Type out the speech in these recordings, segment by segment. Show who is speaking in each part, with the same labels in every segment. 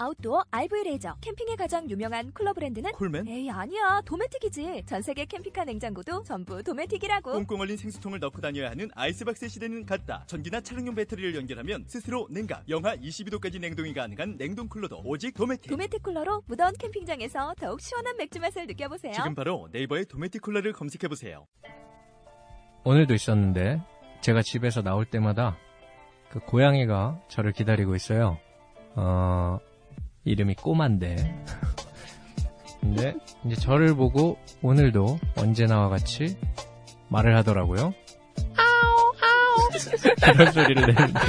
Speaker 1: 아웃도어 RV 레저 캠핑에 가장 유명한 쿨러 브랜드는
Speaker 2: 콜맨?
Speaker 1: 에이 아니야 도메틱이지 전 세계 캠핑카 냉장고도 전부 도메틱이라고
Speaker 2: 꽁꽁 얼린 생수통을 넣고 다녀야 하는 아이스박스 시대는 갔다. 전기나 차량용 배터리를 연결하면 스스로 냉각, 영하 22도까지 냉동이 가능한 냉동 쿨러도 오직 도메틱.
Speaker 1: 도메틱 쿨러로 무더운 캠핑장에서 더욱 시원한 맥주 맛을 느껴보세요
Speaker 2: 지금 바로 네이버에 도메틱 쿨러를 검색해보세요.
Speaker 3: 오늘도 있었는데 제가 집에서 나올 때마다 그 고양이가 저를 기다리고 있어요. 어, 이름이 꼬만데. 근데 이제 저를 보고 오늘도 언제나와 같이 말을 하더라고요. 이런 소리를 내는데.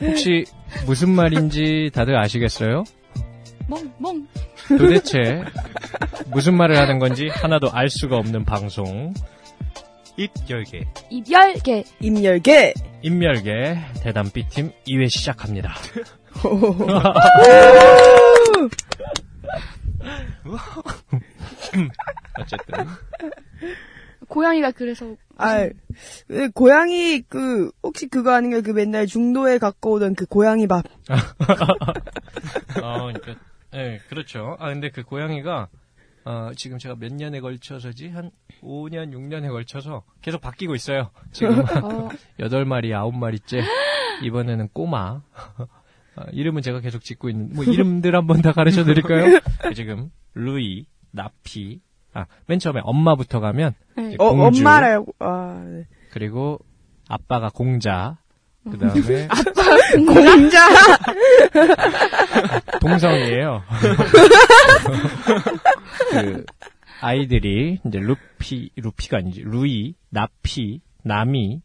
Speaker 3: 혹시 무슨 말인지 다들 아시겠어요?
Speaker 4: 멍, 멍.
Speaker 3: 도대체 무슨 말을 하는 건지 하나도 알 수가 없는 방송. 입열개.
Speaker 4: 입열개.
Speaker 5: 임열계.
Speaker 3: 인멸계 대담 B팀 2회 시작합니다. 어쨌든
Speaker 4: 고양이가 그래서
Speaker 5: 아, 그 고양이 그 혹시 그거 아닌가 그 맨날 중도에 갖고 오던 그 고양이 밥.
Speaker 3: 어, 그러니까 예, 그렇죠. 아 근데 그 고양이가 어, 지금 제가 몇 년에 걸쳐서지 한 5년 6년에 걸쳐서 계속 바뀌고 있어요. 지금
Speaker 4: 어,
Speaker 3: 8마리 9마리째 이번에는 꼬마 아, 이름은 제가 계속 짓고 있는 뭐 이름들 한번 다 가르쳐 드릴까요? 지금 루이, 나피 아 맨 처음에 엄마부터 가면
Speaker 4: 네.
Speaker 5: 어,
Speaker 3: 공주.
Speaker 5: 엄마라고. 아, 네.
Speaker 3: 그리고 아빠가 공자. 그 다음에
Speaker 5: 공자.
Speaker 3: 동성이에요. 그 아이들이 이제 루피 루피가 아니지 루이, 나피, 나미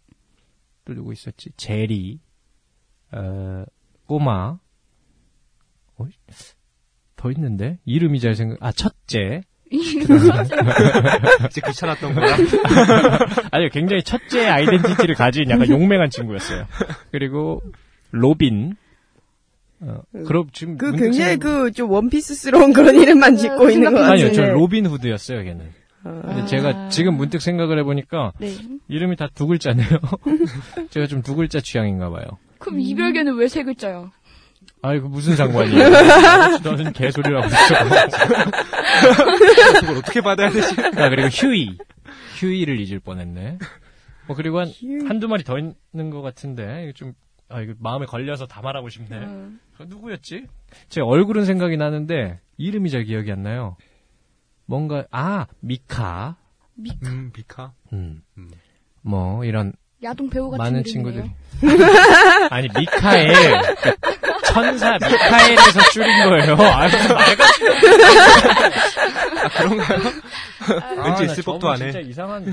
Speaker 3: 또 누구 있었지? 제리, 어, 꼬마. 어, 더 있는데 이름이 잘 생각. 아 첫째.
Speaker 6: 이제 귀찮았던 거야.
Speaker 3: 아니 굉장히 첫째 아이덴티티를 가진 약간 용맹한 친구였어요. 그리고 로빈. 어, 그럼 지금
Speaker 5: 그
Speaker 3: 문득
Speaker 5: 굉장히
Speaker 3: 생각-
Speaker 5: 그 좀 원피스스러운 그런 이름만 짓고
Speaker 4: 그
Speaker 5: 있는 것
Speaker 4: 생각보다
Speaker 5: 같은데.
Speaker 3: 아니요, 저 로빈 후드였어요, 걔는.
Speaker 5: 아,
Speaker 3: 근데
Speaker 4: 아.
Speaker 3: 제가 지금 문득 생각을 해보니까
Speaker 4: 네.
Speaker 3: 이름이 다 두 글자네요. 제가 좀 두 글자 취향인가 봐요.
Speaker 4: 그럼 이별개는 왜 세 글자야?
Speaker 3: 아이, 그 무슨 상관이에요. 저는 개소리라고 했죠.
Speaker 6: 그걸 어떻게 받아야 되지?
Speaker 3: 아, 그리고 휴이. 휴이를 잊을 뻔했네. 뭐, 그리고 한, 한두 마리 더 있는 것 같은데, 이거 좀, 아, 이거 마음에 걸려서 다 말하고 싶네.
Speaker 4: 어.
Speaker 3: 그 누구였지? 제 얼굴은 생각이 나는데, 이름이 잘 기억이 안 나요. 뭔가, 아, 미카.
Speaker 6: 음, 비카.
Speaker 3: 음.
Speaker 6: 음.
Speaker 3: 뭐, 이런,
Speaker 4: 야동 배우 같은
Speaker 3: 많은
Speaker 4: 이름이네요.
Speaker 3: 친구들이. 아니, 미카엘. 그러니까 천사 미카엘에서 줄인 거예요. 아, 무슨 말가
Speaker 6: 아, 왠지 있을 법도 안 해.
Speaker 3: 진짜 이상한.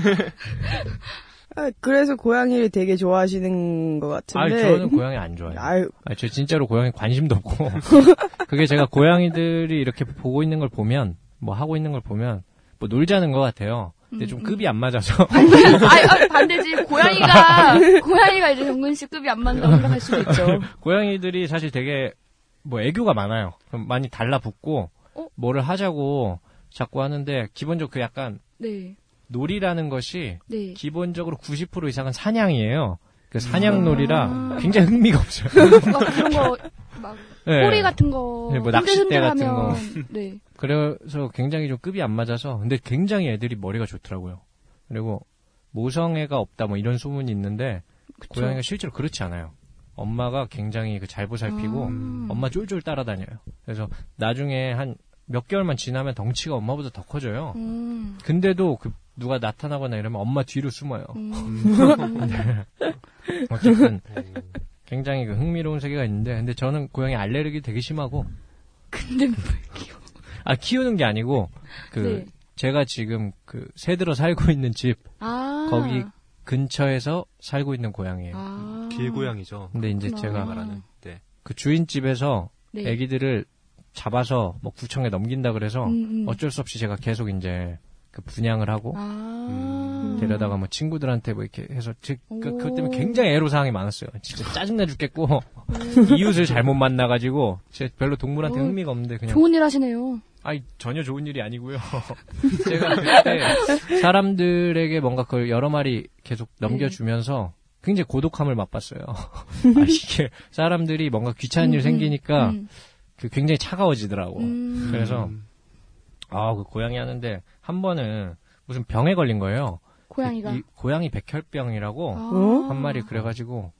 Speaker 5: 아, 그래서 고양이를 되게 좋아하시는 것
Speaker 3: 아,
Speaker 5: 같은데.
Speaker 3: 저는 고양이 안 좋아해요.
Speaker 5: 아유,
Speaker 3: 아, 저 진짜로 고양이 관심도 없고. 그게 제가 고양이들이 이렇게 보고 있는 걸 보면, 뭐 하고 있는 걸 보면, 뭐 놀자는 것 같아요. 근데
Speaker 4: 음,
Speaker 3: 좀 급이 안 맞아서.
Speaker 4: 아, 아, 반대지. 고양이가, 고양이가 이제 정근 씨 급이 안 맞는다고 생각할 수도 있죠.
Speaker 3: 고양이들이 사실 되게 뭐 애교가 많아요. 그럼 많이 달라붙고
Speaker 4: 어?
Speaker 3: 뭐를 하자고 자꾸 하는데 기본적으로 그 약간
Speaker 4: 네.
Speaker 3: 놀이라는 것이
Speaker 4: 네.
Speaker 3: 기본적으로 90% 이상은 사냥이에요. 그 사냥
Speaker 4: 음.
Speaker 3: 놀이라
Speaker 4: 아.
Speaker 3: 굉장히 흥미가 없어요.
Speaker 4: 막 그런 거, 막,
Speaker 3: 네.
Speaker 4: 꼬리 같은 거.
Speaker 3: 네, 뭐 낚싯대 같은 거.
Speaker 4: 흔들흔들하면, 네.
Speaker 3: 그래서 굉장히 좀 급이 안 맞아서 근데 굉장히 애들이 머리가 좋더라고요. 그리고 모성애가 없다 뭐 이런 소문이 있는데
Speaker 4: 그쵸.
Speaker 3: 고양이가 실제로 그렇지 않아요. 엄마가 굉장히 그 잘 보살피고
Speaker 4: 아.
Speaker 3: 엄마 쫄쫄 따라다녀요. 그래서 나중에 한 몇 개월만 지나면 덩치가 엄마보다 더 커져요.
Speaker 4: 음.
Speaker 3: 근데도 그 누가 나타나거나 이러면 엄마 뒤로 숨어요.
Speaker 4: 음.
Speaker 3: 어쨌든
Speaker 6: 음.
Speaker 3: 굉장히 그 흥미로운 세계가 있는데 근데 저는 고양이 알레르기 되게 심하고
Speaker 4: 근데 뭘 귀여워.
Speaker 3: 아 키우는 게 아니고 네. 그
Speaker 4: 네.
Speaker 3: 제가 지금 그 새들어 살고 있는 집
Speaker 4: 아.
Speaker 3: 거기 근처에서 살고 있는 고양이에요.
Speaker 4: 아.
Speaker 6: 길고양이죠.
Speaker 3: 근데 이제
Speaker 4: 그렇구나.
Speaker 3: 제가
Speaker 6: 말하는. 네.
Speaker 3: 그 주인집에서
Speaker 4: 네.
Speaker 3: 아기들을 잡아서 뭐 구청에 넘긴다 그래서
Speaker 4: 음, 음.
Speaker 3: 어쩔 수 없이 제가 계속 이제 그 분양을 하고
Speaker 4: 아.
Speaker 3: 데려다가 뭐 친구들한테 뭐 이렇게 해서 즉 그,
Speaker 4: 오.
Speaker 3: 그것 때문에 굉장히 애로사항이 많았어요. 진짜 짜증나 죽겠고 이웃을 잘못 만나가지고 진짜 별로 동물한테
Speaker 4: 음. 오.
Speaker 3: 흥미가 없는데 그냥
Speaker 4: 좋은 일 하시네요.
Speaker 3: 아니 전혀 좋은 일이 아니고요. 제가 그때 사람들에게 뭔가 그걸 여러 마리 계속
Speaker 4: 네.
Speaker 3: 넘겨주면서 굉장히 고독함을 맛봤어요. 아, 이게 사람들이 뭔가 귀찮은 일
Speaker 4: 음,
Speaker 3: 생기니까 뭐
Speaker 4: 음,
Speaker 3: 그 굉장히 차가워지더라고.
Speaker 4: 음.
Speaker 3: 그래서 아 그 고양이 하는데 한 번은 무슨 병에 걸린 거예요.
Speaker 4: 고양이가.
Speaker 3: 그
Speaker 4: 아.
Speaker 3: 이 고양이 백혈병이라고
Speaker 5: 어?
Speaker 3: 한 마리 그래가지고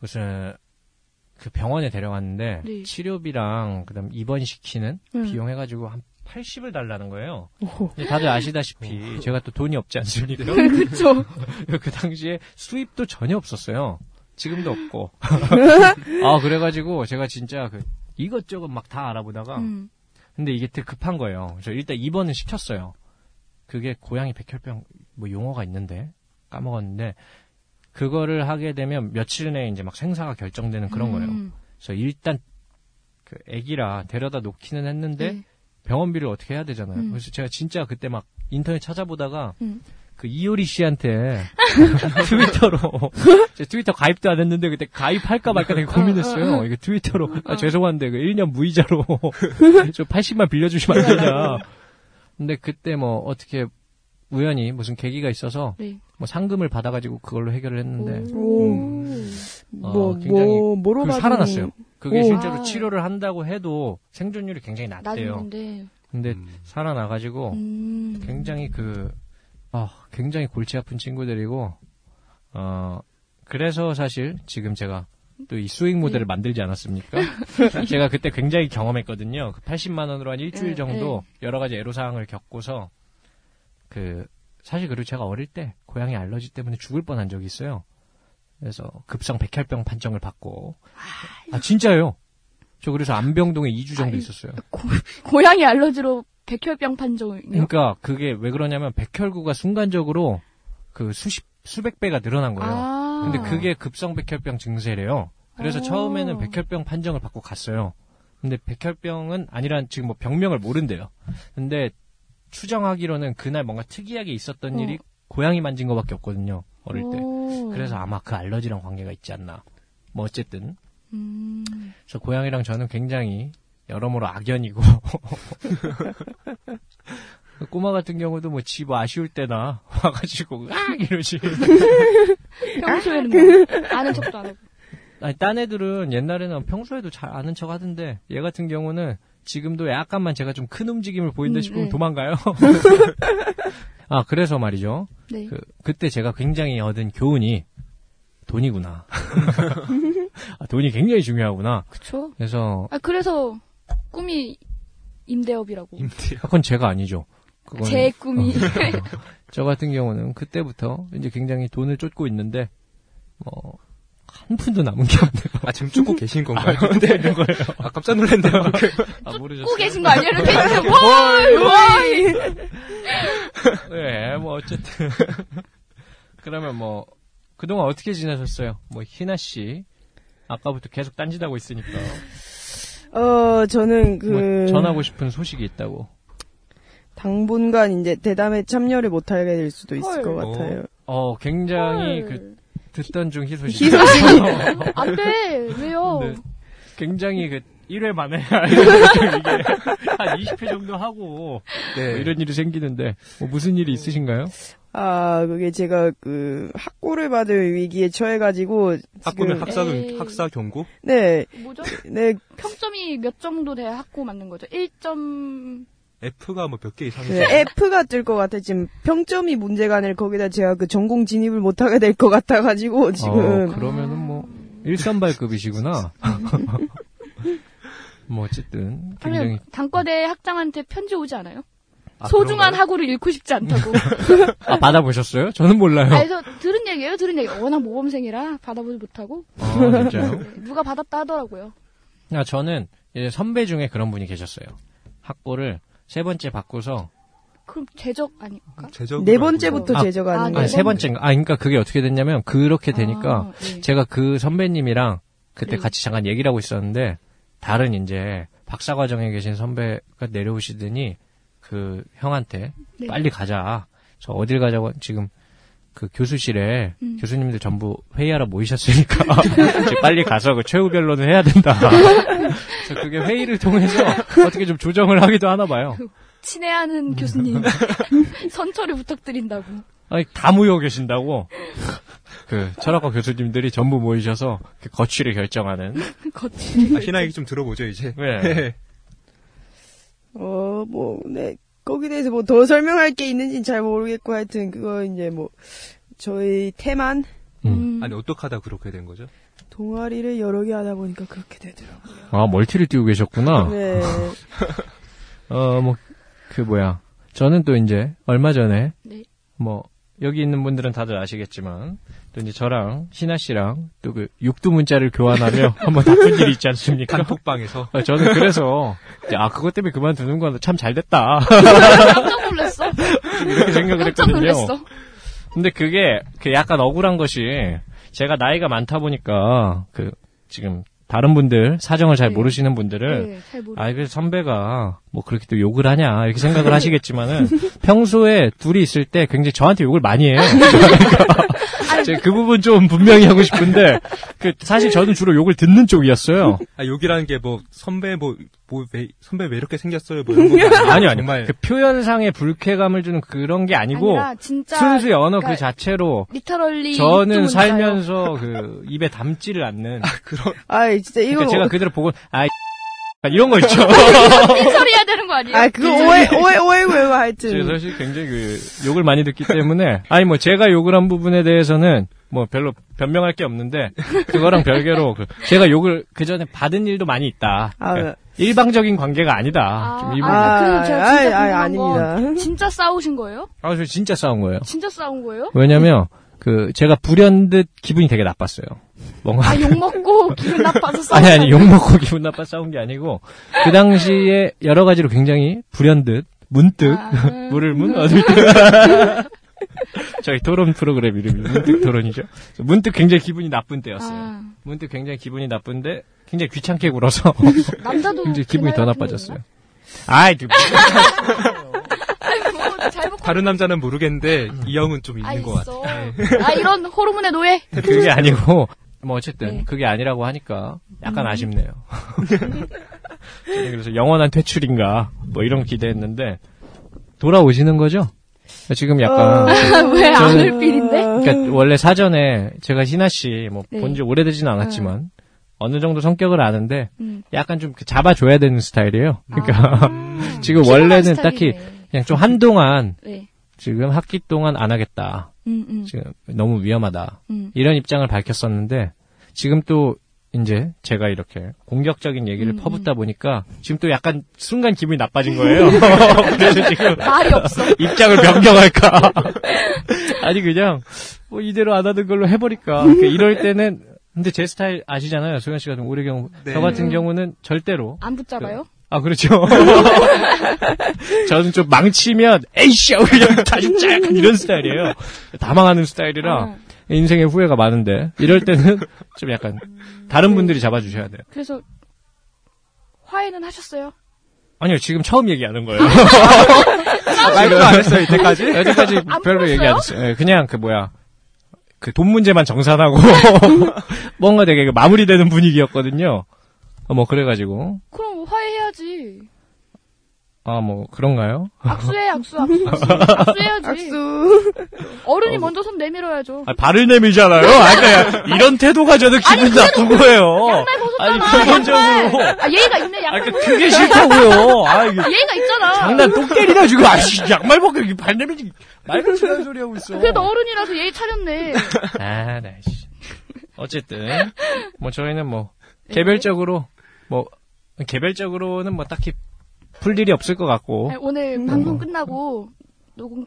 Speaker 3: 무슨 그 병원에 데려갔는데
Speaker 4: 네.
Speaker 3: 치료비랑 그다음 입원 시키는
Speaker 4: 음.
Speaker 3: 비용 해가지고 한 80을 달라는 거예요. 근데 다들 아시다시피 제가 또 돈이 없지 않습니까?
Speaker 4: 네, 그쵸.
Speaker 3: 그 당시에 수입도 전혀 없었어요. 지금도 없고. 아 그래가지고 제가 진짜 그 이것저것 막 다 알아보다가
Speaker 4: 음.
Speaker 3: 근데 이게 되게 급한 거예요. 저 일단 입원은 시켰어요. 그게 고양이 백혈병 뭐 용어가 있는데 까먹었는데 그거를 하게 되면 며칠 내에 이제 막 생사가 결정되는 그런 거예요.
Speaker 4: 음.
Speaker 3: 그래서 일단 그 아기라 데려다 놓기는 했는데
Speaker 4: 네.
Speaker 3: 병원비를 어떻게 해야 되잖아요.
Speaker 4: 음.
Speaker 3: 그래서 제가 진짜 그때 막 인터넷 찾아보다가
Speaker 4: 음.
Speaker 3: 그 이효리 씨한테 트위터로 제가 트위터 가입도 안 했는데 그때 가입할까 말까 되게 고민했어요. 이거 트위터로 아, 죄송한데 그 1년 무이자로 저 80만 빌려주시면 안 되냐. 근데 그때 뭐 어떻게 우연히 무슨 계기가 있어서
Speaker 4: 네.
Speaker 3: 뭐 상금을 받아가지고 그걸로 해결을 했는데
Speaker 5: 오,
Speaker 3: 음.
Speaker 5: 뭐,
Speaker 3: 굉장히
Speaker 5: 뭐, 뭐로
Speaker 3: 그
Speaker 5: 봐도.
Speaker 3: 살아났어요. 그게
Speaker 5: 오.
Speaker 3: 실제로
Speaker 4: 아.
Speaker 3: 치료를 한다고 해도 생존율이 굉장히 낮대요. 어.
Speaker 4: 나중인데.
Speaker 3: 근데 살아나가지고
Speaker 4: 음.
Speaker 3: 굉장히 그, 아, 굉장히 골치 아픈 친구들이고, 어, 그래서 사실 지금 제가 또 이 수익
Speaker 4: 네.
Speaker 3: 모델을 만들지 않았습니까? 제가 그때 굉장히 경험했거든요. 그 80만 원으로 한 일주일
Speaker 4: 네,
Speaker 3: 정도 여러 가지 애로사항을 겪고서 그 사실 그리고 제가 어릴 때 고양이 알러지 때문에 죽을 뻔한 적이 있어요. 그래서 급성 백혈병 판정을 받고 아 진짜요? 저 그래서 안병동에 2주 정도
Speaker 4: 아이,
Speaker 3: 있었어요.
Speaker 4: 고양이 알러지로 백혈병 판정이요.
Speaker 3: 그러니까 그게 왜 그러냐면 백혈구가 순간적으로 그 수십 수백 배가 늘어난 거예요.
Speaker 4: 아.
Speaker 3: 근데 그게 급성 백혈병 증세래요. 그래서
Speaker 4: 오.
Speaker 3: 처음에는 백혈병 판정을 받고 갔어요. 근데 백혈병은 아니란 지금 뭐 병명을 모른대요. 근데 추정하기로는 그날 뭔가 특이하게 있었던
Speaker 4: 어.
Speaker 3: 일이 고양이 만진 거밖에 없거든요. 어릴 때.
Speaker 4: 오.
Speaker 3: 그래서 아마 그 알러지랑 관계가 있지 않나. 뭐 어쨌든
Speaker 4: 음.
Speaker 3: 그래서 고양이랑 저는 굉장히 여러모로 악연이고 꼬마 같은 경우도 뭐 집 아쉬울 때나 와가지고 아 이러지
Speaker 4: 평소에는
Speaker 3: 그
Speaker 4: 뭐 아는 척도 안 하고.
Speaker 3: 아니 딴 애들은 옛날에는 평소에도 잘 아는 척 하던데 얘 같은 경우는 지금도 약간만 제가 좀 큰 움직임을 보인다
Speaker 4: 음,
Speaker 3: 싶으면
Speaker 4: 음.
Speaker 3: 도망가요 아 그래서 말이죠
Speaker 4: 네.
Speaker 3: 그, 그때 제가 굉장히 얻은 교훈이 돈이구나 아, 돈이 굉장히 중요하구나
Speaker 4: 그쵸.
Speaker 3: 그래서
Speaker 4: 아, 그래서 꿈이 임대업이라고.
Speaker 6: 임대요.
Speaker 3: 그건 제가 아니죠 그건
Speaker 4: 제 꿈이.
Speaker 3: 어, 저 같은 경우는 그때부터 이제 굉장히 돈을 쫓고 있는데 뭐 한 푼도 남은 게 없네요.
Speaker 6: 아, 지금 쫓고 계신 건가요?
Speaker 3: 네, 이런 거예요.
Speaker 6: 아, 깜짝 놀랐네요.
Speaker 3: 아, 모르셨어요.
Speaker 4: 고 계신 거 아니에요? 이렇게 해서 와이 와이.
Speaker 3: 네, 뭐 어쨌든 그러면 뭐 그동안 어떻게 지내셨어요? 뭐 희나 씨 아까부터 계속 딴짓하고 있으니까
Speaker 5: 어, 저는 그.
Speaker 3: 뭐 전하고 싶은 소식이 있다고.
Speaker 5: 당분간 이제 대담에 참여를 못하게 될 수도 있을
Speaker 4: 헐.
Speaker 5: 것
Speaker 6: 어.
Speaker 5: 같아요.
Speaker 3: 어, 굉장히 그 듣던 중 희소식.
Speaker 5: 희소식이.
Speaker 4: 네. 안돼 왜요?
Speaker 3: 네. 굉장히 그 1회 만에 이게 한 20회 정도 하고 뭐 이런 일이 생기는데 뭐 무슨 일이 있으신가요?
Speaker 5: 아, 그게 제가 그 학고를 받을 위기에 처해가지고
Speaker 6: 학고는
Speaker 5: 지금
Speaker 6: 학사,
Speaker 4: 에이.
Speaker 6: 학사 경고?
Speaker 5: 네,
Speaker 4: 뭐죠?
Speaker 5: 네,
Speaker 4: 평점이 몇 정도 돼야 학고 맞는 거죠? 1점
Speaker 6: F가 뭐 몇 개 이상이죠?
Speaker 5: 네 F가 뜰 것 같아 지금 평점이 문제가 아니라 거기다 제가 그 전공 진입을 못하게 될 것 같아가지고 지금
Speaker 3: 어, 그러면은 뭐 일산발급이시구나. 뭐 어쨌든 굉장히
Speaker 4: 하면 단과대 학장한테 편지 오지 않아요?
Speaker 6: 아,
Speaker 4: 소중한
Speaker 6: 그런가요?
Speaker 4: 학우를 잃고 싶지 않다고.
Speaker 3: 아, 받아보셨어요? 저는 몰라요.
Speaker 4: 아, 그래서 들은 얘기예요, 들은 얘기. 워낙 모범생이라 받아보지 못하고
Speaker 3: 아, 진짜요?
Speaker 4: 네, 누가 받았다 하더라고요.
Speaker 3: 아, 저는 이제 선배 중에 그런 분이 계셨어요. 학고를 세 번째 바꿔서
Speaker 4: 그럼 제적 아닐까?
Speaker 6: 제적으로
Speaker 5: 네
Speaker 6: 알고
Speaker 5: 번째부터
Speaker 4: 아,
Speaker 5: 제저가 하는
Speaker 4: 아,
Speaker 3: 아니
Speaker 5: 거예요.
Speaker 3: 세 번째인가? 아 그러니까 그게 어떻게 됐냐면 그렇게 되니까
Speaker 4: 아, 네.
Speaker 3: 제가 그 선배님이랑 그때
Speaker 4: 네.
Speaker 3: 같이 잠깐 얘기를 하고 있었는데 다른 이제 박사 과정에 계신 선배가 내려오시더니 그 형한테
Speaker 4: 네.
Speaker 3: 빨리 가자. 저 어딜 가자고 지금 그 교수실에
Speaker 4: 음.
Speaker 3: 교수님들 전부 회의하러 모이셨으니까 이제 빨리 가서 그 최후 변론을 해야 된다. 그래서 그게 회의를 통해서 어떻게 좀 조정을 하기도 하나 봐요. 음.
Speaker 4: 친애하는 교수님 선처를 부탁드린다고.
Speaker 3: 아니, 다 모여 계신다고. 그 철학과 교수님들이 전부 모이셔서 그 거취를 결정하는.
Speaker 4: 거친.
Speaker 6: 아, 신화 얘기 좀 들어보죠 이제.
Speaker 3: 네.
Speaker 5: 어, 뭐, 네. 거기 대해서 뭐 더 설명할 게 있는지는 잘 모르겠고, 하여튼 그거 이제 뭐, 저희 태만
Speaker 4: 음.
Speaker 6: 아니 어떡하다 그렇게 된 거죠?
Speaker 5: 동아리를 여러 개 하다 보니까 그렇게 되더라고요.
Speaker 3: 아 멀티를 띄우고 계셨구나.
Speaker 5: 네.
Speaker 3: 어, 뭐, 그, 뭐야. 저는 또 이제, 얼마 전에,
Speaker 4: 네.
Speaker 3: 뭐, 여기 있는 분들은 다들 아시겠지만, 또 이제 저랑, 신하 씨랑, 또 그, 육두 문자를 교환하며, 한번 다툰 일이 있지 않습니까?
Speaker 6: 단톡방에서
Speaker 3: 어, 저는 그래서, 이제 아, 그것 때문에 그만두는 건 참 잘 됐다.
Speaker 4: 깜짝 놀랐어.
Speaker 3: 이렇게 생각을
Speaker 4: 깜짝
Speaker 3: 했거든요.
Speaker 4: 놀랐어.
Speaker 3: 근데 그게 그 약간 억울한 것이 제가 나이가 많다 보니까 그 지금 다른 분들 사정을 잘
Speaker 4: 네.
Speaker 3: 모르시는
Speaker 4: 모르시는
Speaker 3: 분들은
Speaker 4: 네, 잘 모르.
Speaker 3: 아, 그 선배가 뭐 그렇게 또 욕을 하냐 이렇게 생각을 하시겠지만은 평소에 둘이 있을 때 굉장히 저한테 욕을 많이 해요. 그러니까 제가 그 부분 좀 분명히 하고 싶은데 그 사실 저는 주로 욕을 듣는 쪽이었어요.
Speaker 6: 아, 욕이라는 게 뭐 선배 뭐, 뭐 왜- 선배 왜 이렇게 생겼어요? 뭐 이런 거
Speaker 3: 아니요, 아니요.
Speaker 6: 정말
Speaker 3: 그 표현상의 불쾌감을 주는 그런 게 아니고
Speaker 4: 아니라 진짜
Speaker 3: 순수 언어 그
Speaker 4: 그러니까
Speaker 3: 자체로
Speaker 4: 리터럴리
Speaker 3: 저는
Speaker 4: 육두 문자예요.
Speaker 3: 살면서 그 입에 담지를 않는
Speaker 6: 그런
Speaker 5: 아이, 진짜 이거. 어,
Speaker 3: 그러니까 제가 그대로 보고 아 이런 거 있죠.
Speaker 4: 삐처리해야 되는 거 아니에요?
Speaker 5: 아, 그거 오해, 오해, 오해고요,
Speaker 3: 제가
Speaker 5: 하여튼.
Speaker 3: 예, 사실 굉장히 그 욕을 많이 듣기 때문에 아니 뭐 제가 욕을 한 부분에 대해서는 뭐 별로 변명할 게 없는데 그거랑 별개로 그 제가 욕을 그 전에 받은 일도 많이 있다.
Speaker 5: 아,
Speaker 3: 그러니까 일방적인 관계가 아니다. 좀이 부분.
Speaker 4: 아, 그럼 제가
Speaker 5: 아,
Speaker 4: 진짜
Speaker 5: 아,
Speaker 4: 궁금한
Speaker 5: 아닙니다.
Speaker 4: 건 진짜 싸우신 거예요?
Speaker 3: 아, 저 진짜 싸운 거예요.
Speaker 4: 진짜 싸운 거예요?
Speaker 3: 왜냐면 그 제가 불현듯 기분이 되게 나빴어요. 뭔가
Speaker 4: 아, 욕 먹고 기분 나빠서 싸우
Speaker 3: 아니 아니 욕 먹고 기분 나빠 싸운 게 아니고 그 당시에 여러 가지로 굉장히 불현듯 문득
Speaker 4: 아, 네.
Speaker 3: 물을 문 어딜 저희 토론 프로그램 이름이 문득 토론이죠. 문득 굉장히 기분이 나쁜 때였어요.
Speaker 4: 아.
Speaker 3: 문득 굉장히 기분이 나쁜데 굉장히 귀찮게 굴어서
Speaker 4: 남자도
Speaker 3: 굉장히 기분이 더
Speaker 4: 그날
Speaker 3: 나빠졌어요. 아이 그
Speaker 4: 아니, 뭐잘 먹고
Speaker 6: 다른 남자는 모르겠는데
Speaker 3: 음.
Speaker 6: 이 형은 좀
Speaker 4: 아
Speaker 6: 있는 것 같아.
Speaker 4: 있어. 아 이런 호르몬의 노예.
Speaker 3: 네, 그게 아니고 뭐 어쨌든
Speaker 4: 네. 음.
Speaker 3: 그게 아니라고 하니까 약간 아쉽네요. 저는 그래서 영원한 퇴출인가 뭐 이런 기대했는데 돌아오시는 거죠? 지금 약간
Speaker 4: 왜
Speaker 3: 음. 저는-
Speaker 4: 안을 빌인데?
Speaker 5: 어.
Speaker 3: 그러니까 원래 사전에 제가 희나 씨 뭐
Speaker 4: 네.
Speaker 3: 본 지 오래되진 않았지만 어느 정도 성격을 아는데
Speaker 4: 음. 아,
Speaker 3: 약간 좀그 잡아줘야 되는 스타일이에요. 그러니까 지금
Speaker 4: 피곤한
Speaker 3: 원래는
Speaker 4: 스타일이네.
Speaker 3: 딱히 그냥 좀 한동안
Speaker 4: 네.
Speaker 3: 지금 학기 동안 안 하겠다.
Speaker 4: 음, 음,
Speaker 3: 지금 너무 위험하다.
Speaker 4: 음.
Speaker 3: 이런 입장을 밝혔었는데 지금 또 이제 제가 이렇게 공격적인 얘기를
Speaker 4: 음,
Speaker 3: 퍼붓다 보니까 지금 또 약간 순간 기분이 나빠진 거예요. 그래서 지금
Speaker 4: 말이 없어.
Speaker 3: 입장을 변경할까? 아니 그냥 뭐 이대로 안 하던 걸로 해버릴까? 그러니까 이럴 때는 근데 제 스타일 아시잖아요, 소연 씨 같은 오래 경우.
Speaker 6: 네.
Speaker 3: 저 같은 경우는 절대로
Speaker 4: 안 붙잡아요?
Speaker 3: 아 그렇죠. 저는 좀 망치면 에이씨 하고 그냥 다시 쫙 이런 스타일이에요. 다 망하는 스타일이라
Speaker 4: 아,
Speaker 3: 인생에 후회가 많은데 이럴 때는 좀 약간
Speaker 4: 네.
Speaker 3: 다른 분들이 잡아주셔야 돼요.
Speaker 4: 그래서 화해는 하셨어요?
Speaker 3: 아니요 지금 처음 얘기하는 거예요.
Speaker 6: 말도 안 했어요 이때까지.
Speaker 3: 여태까지
Speaker 4: 안
Speaker 3: 별로
Speaker 4: 풀었어요?
Speaker 3: 얘기 안 했어요. 예, 그냥 그 뭐야. 그 돈 문제만 정산하고 뭔가 되게 그 마무리되는 분위기였거든요. 어, 뭐 그래가지고
Speaker 4: 그럼 화해해야지.
Speaker 3: 아 뭐 그런가요?
Speaker 4: 악수해, 악수, 악수. 악수해야지.
Speaker 5: 악수.
Speaker 4: 어른이 먼저 손 내밀어야죠.
Speaker 3: 아, 발을 내밀잖아요. 아, 그러니까 이런 태도가 저는 기분 나쁜 거예요.
Speaker 4: 양말 벗었잖아.
Speaker 3: 아니 기본적으로
Speaker 4: 양말. 아, 예의가 있네,
Speaker 3: 아
Speaker 4: 양말.
Speaker 3: 그러니까 그게 싫다고요. 아 이게
Speaker 4: 예의가 있잖아.
Speaker 3: 장난 똥 때리다 지금 아 씨, 양말 벗고 이렇게 발 내밀지 말도 지는 소리 하고 있어.
Speaker 4: 그래도 어른이라서 예의 차렸네.
Speaker 3: 아, 나 씨. 어쨌든 뭐 저희는 뭐 개별적으로 뭐 개별적으로는 뭐 딱히 풀 일이 없을 것 같고
Speaker 4: 아니, 오늘 방송 끝나고 녹음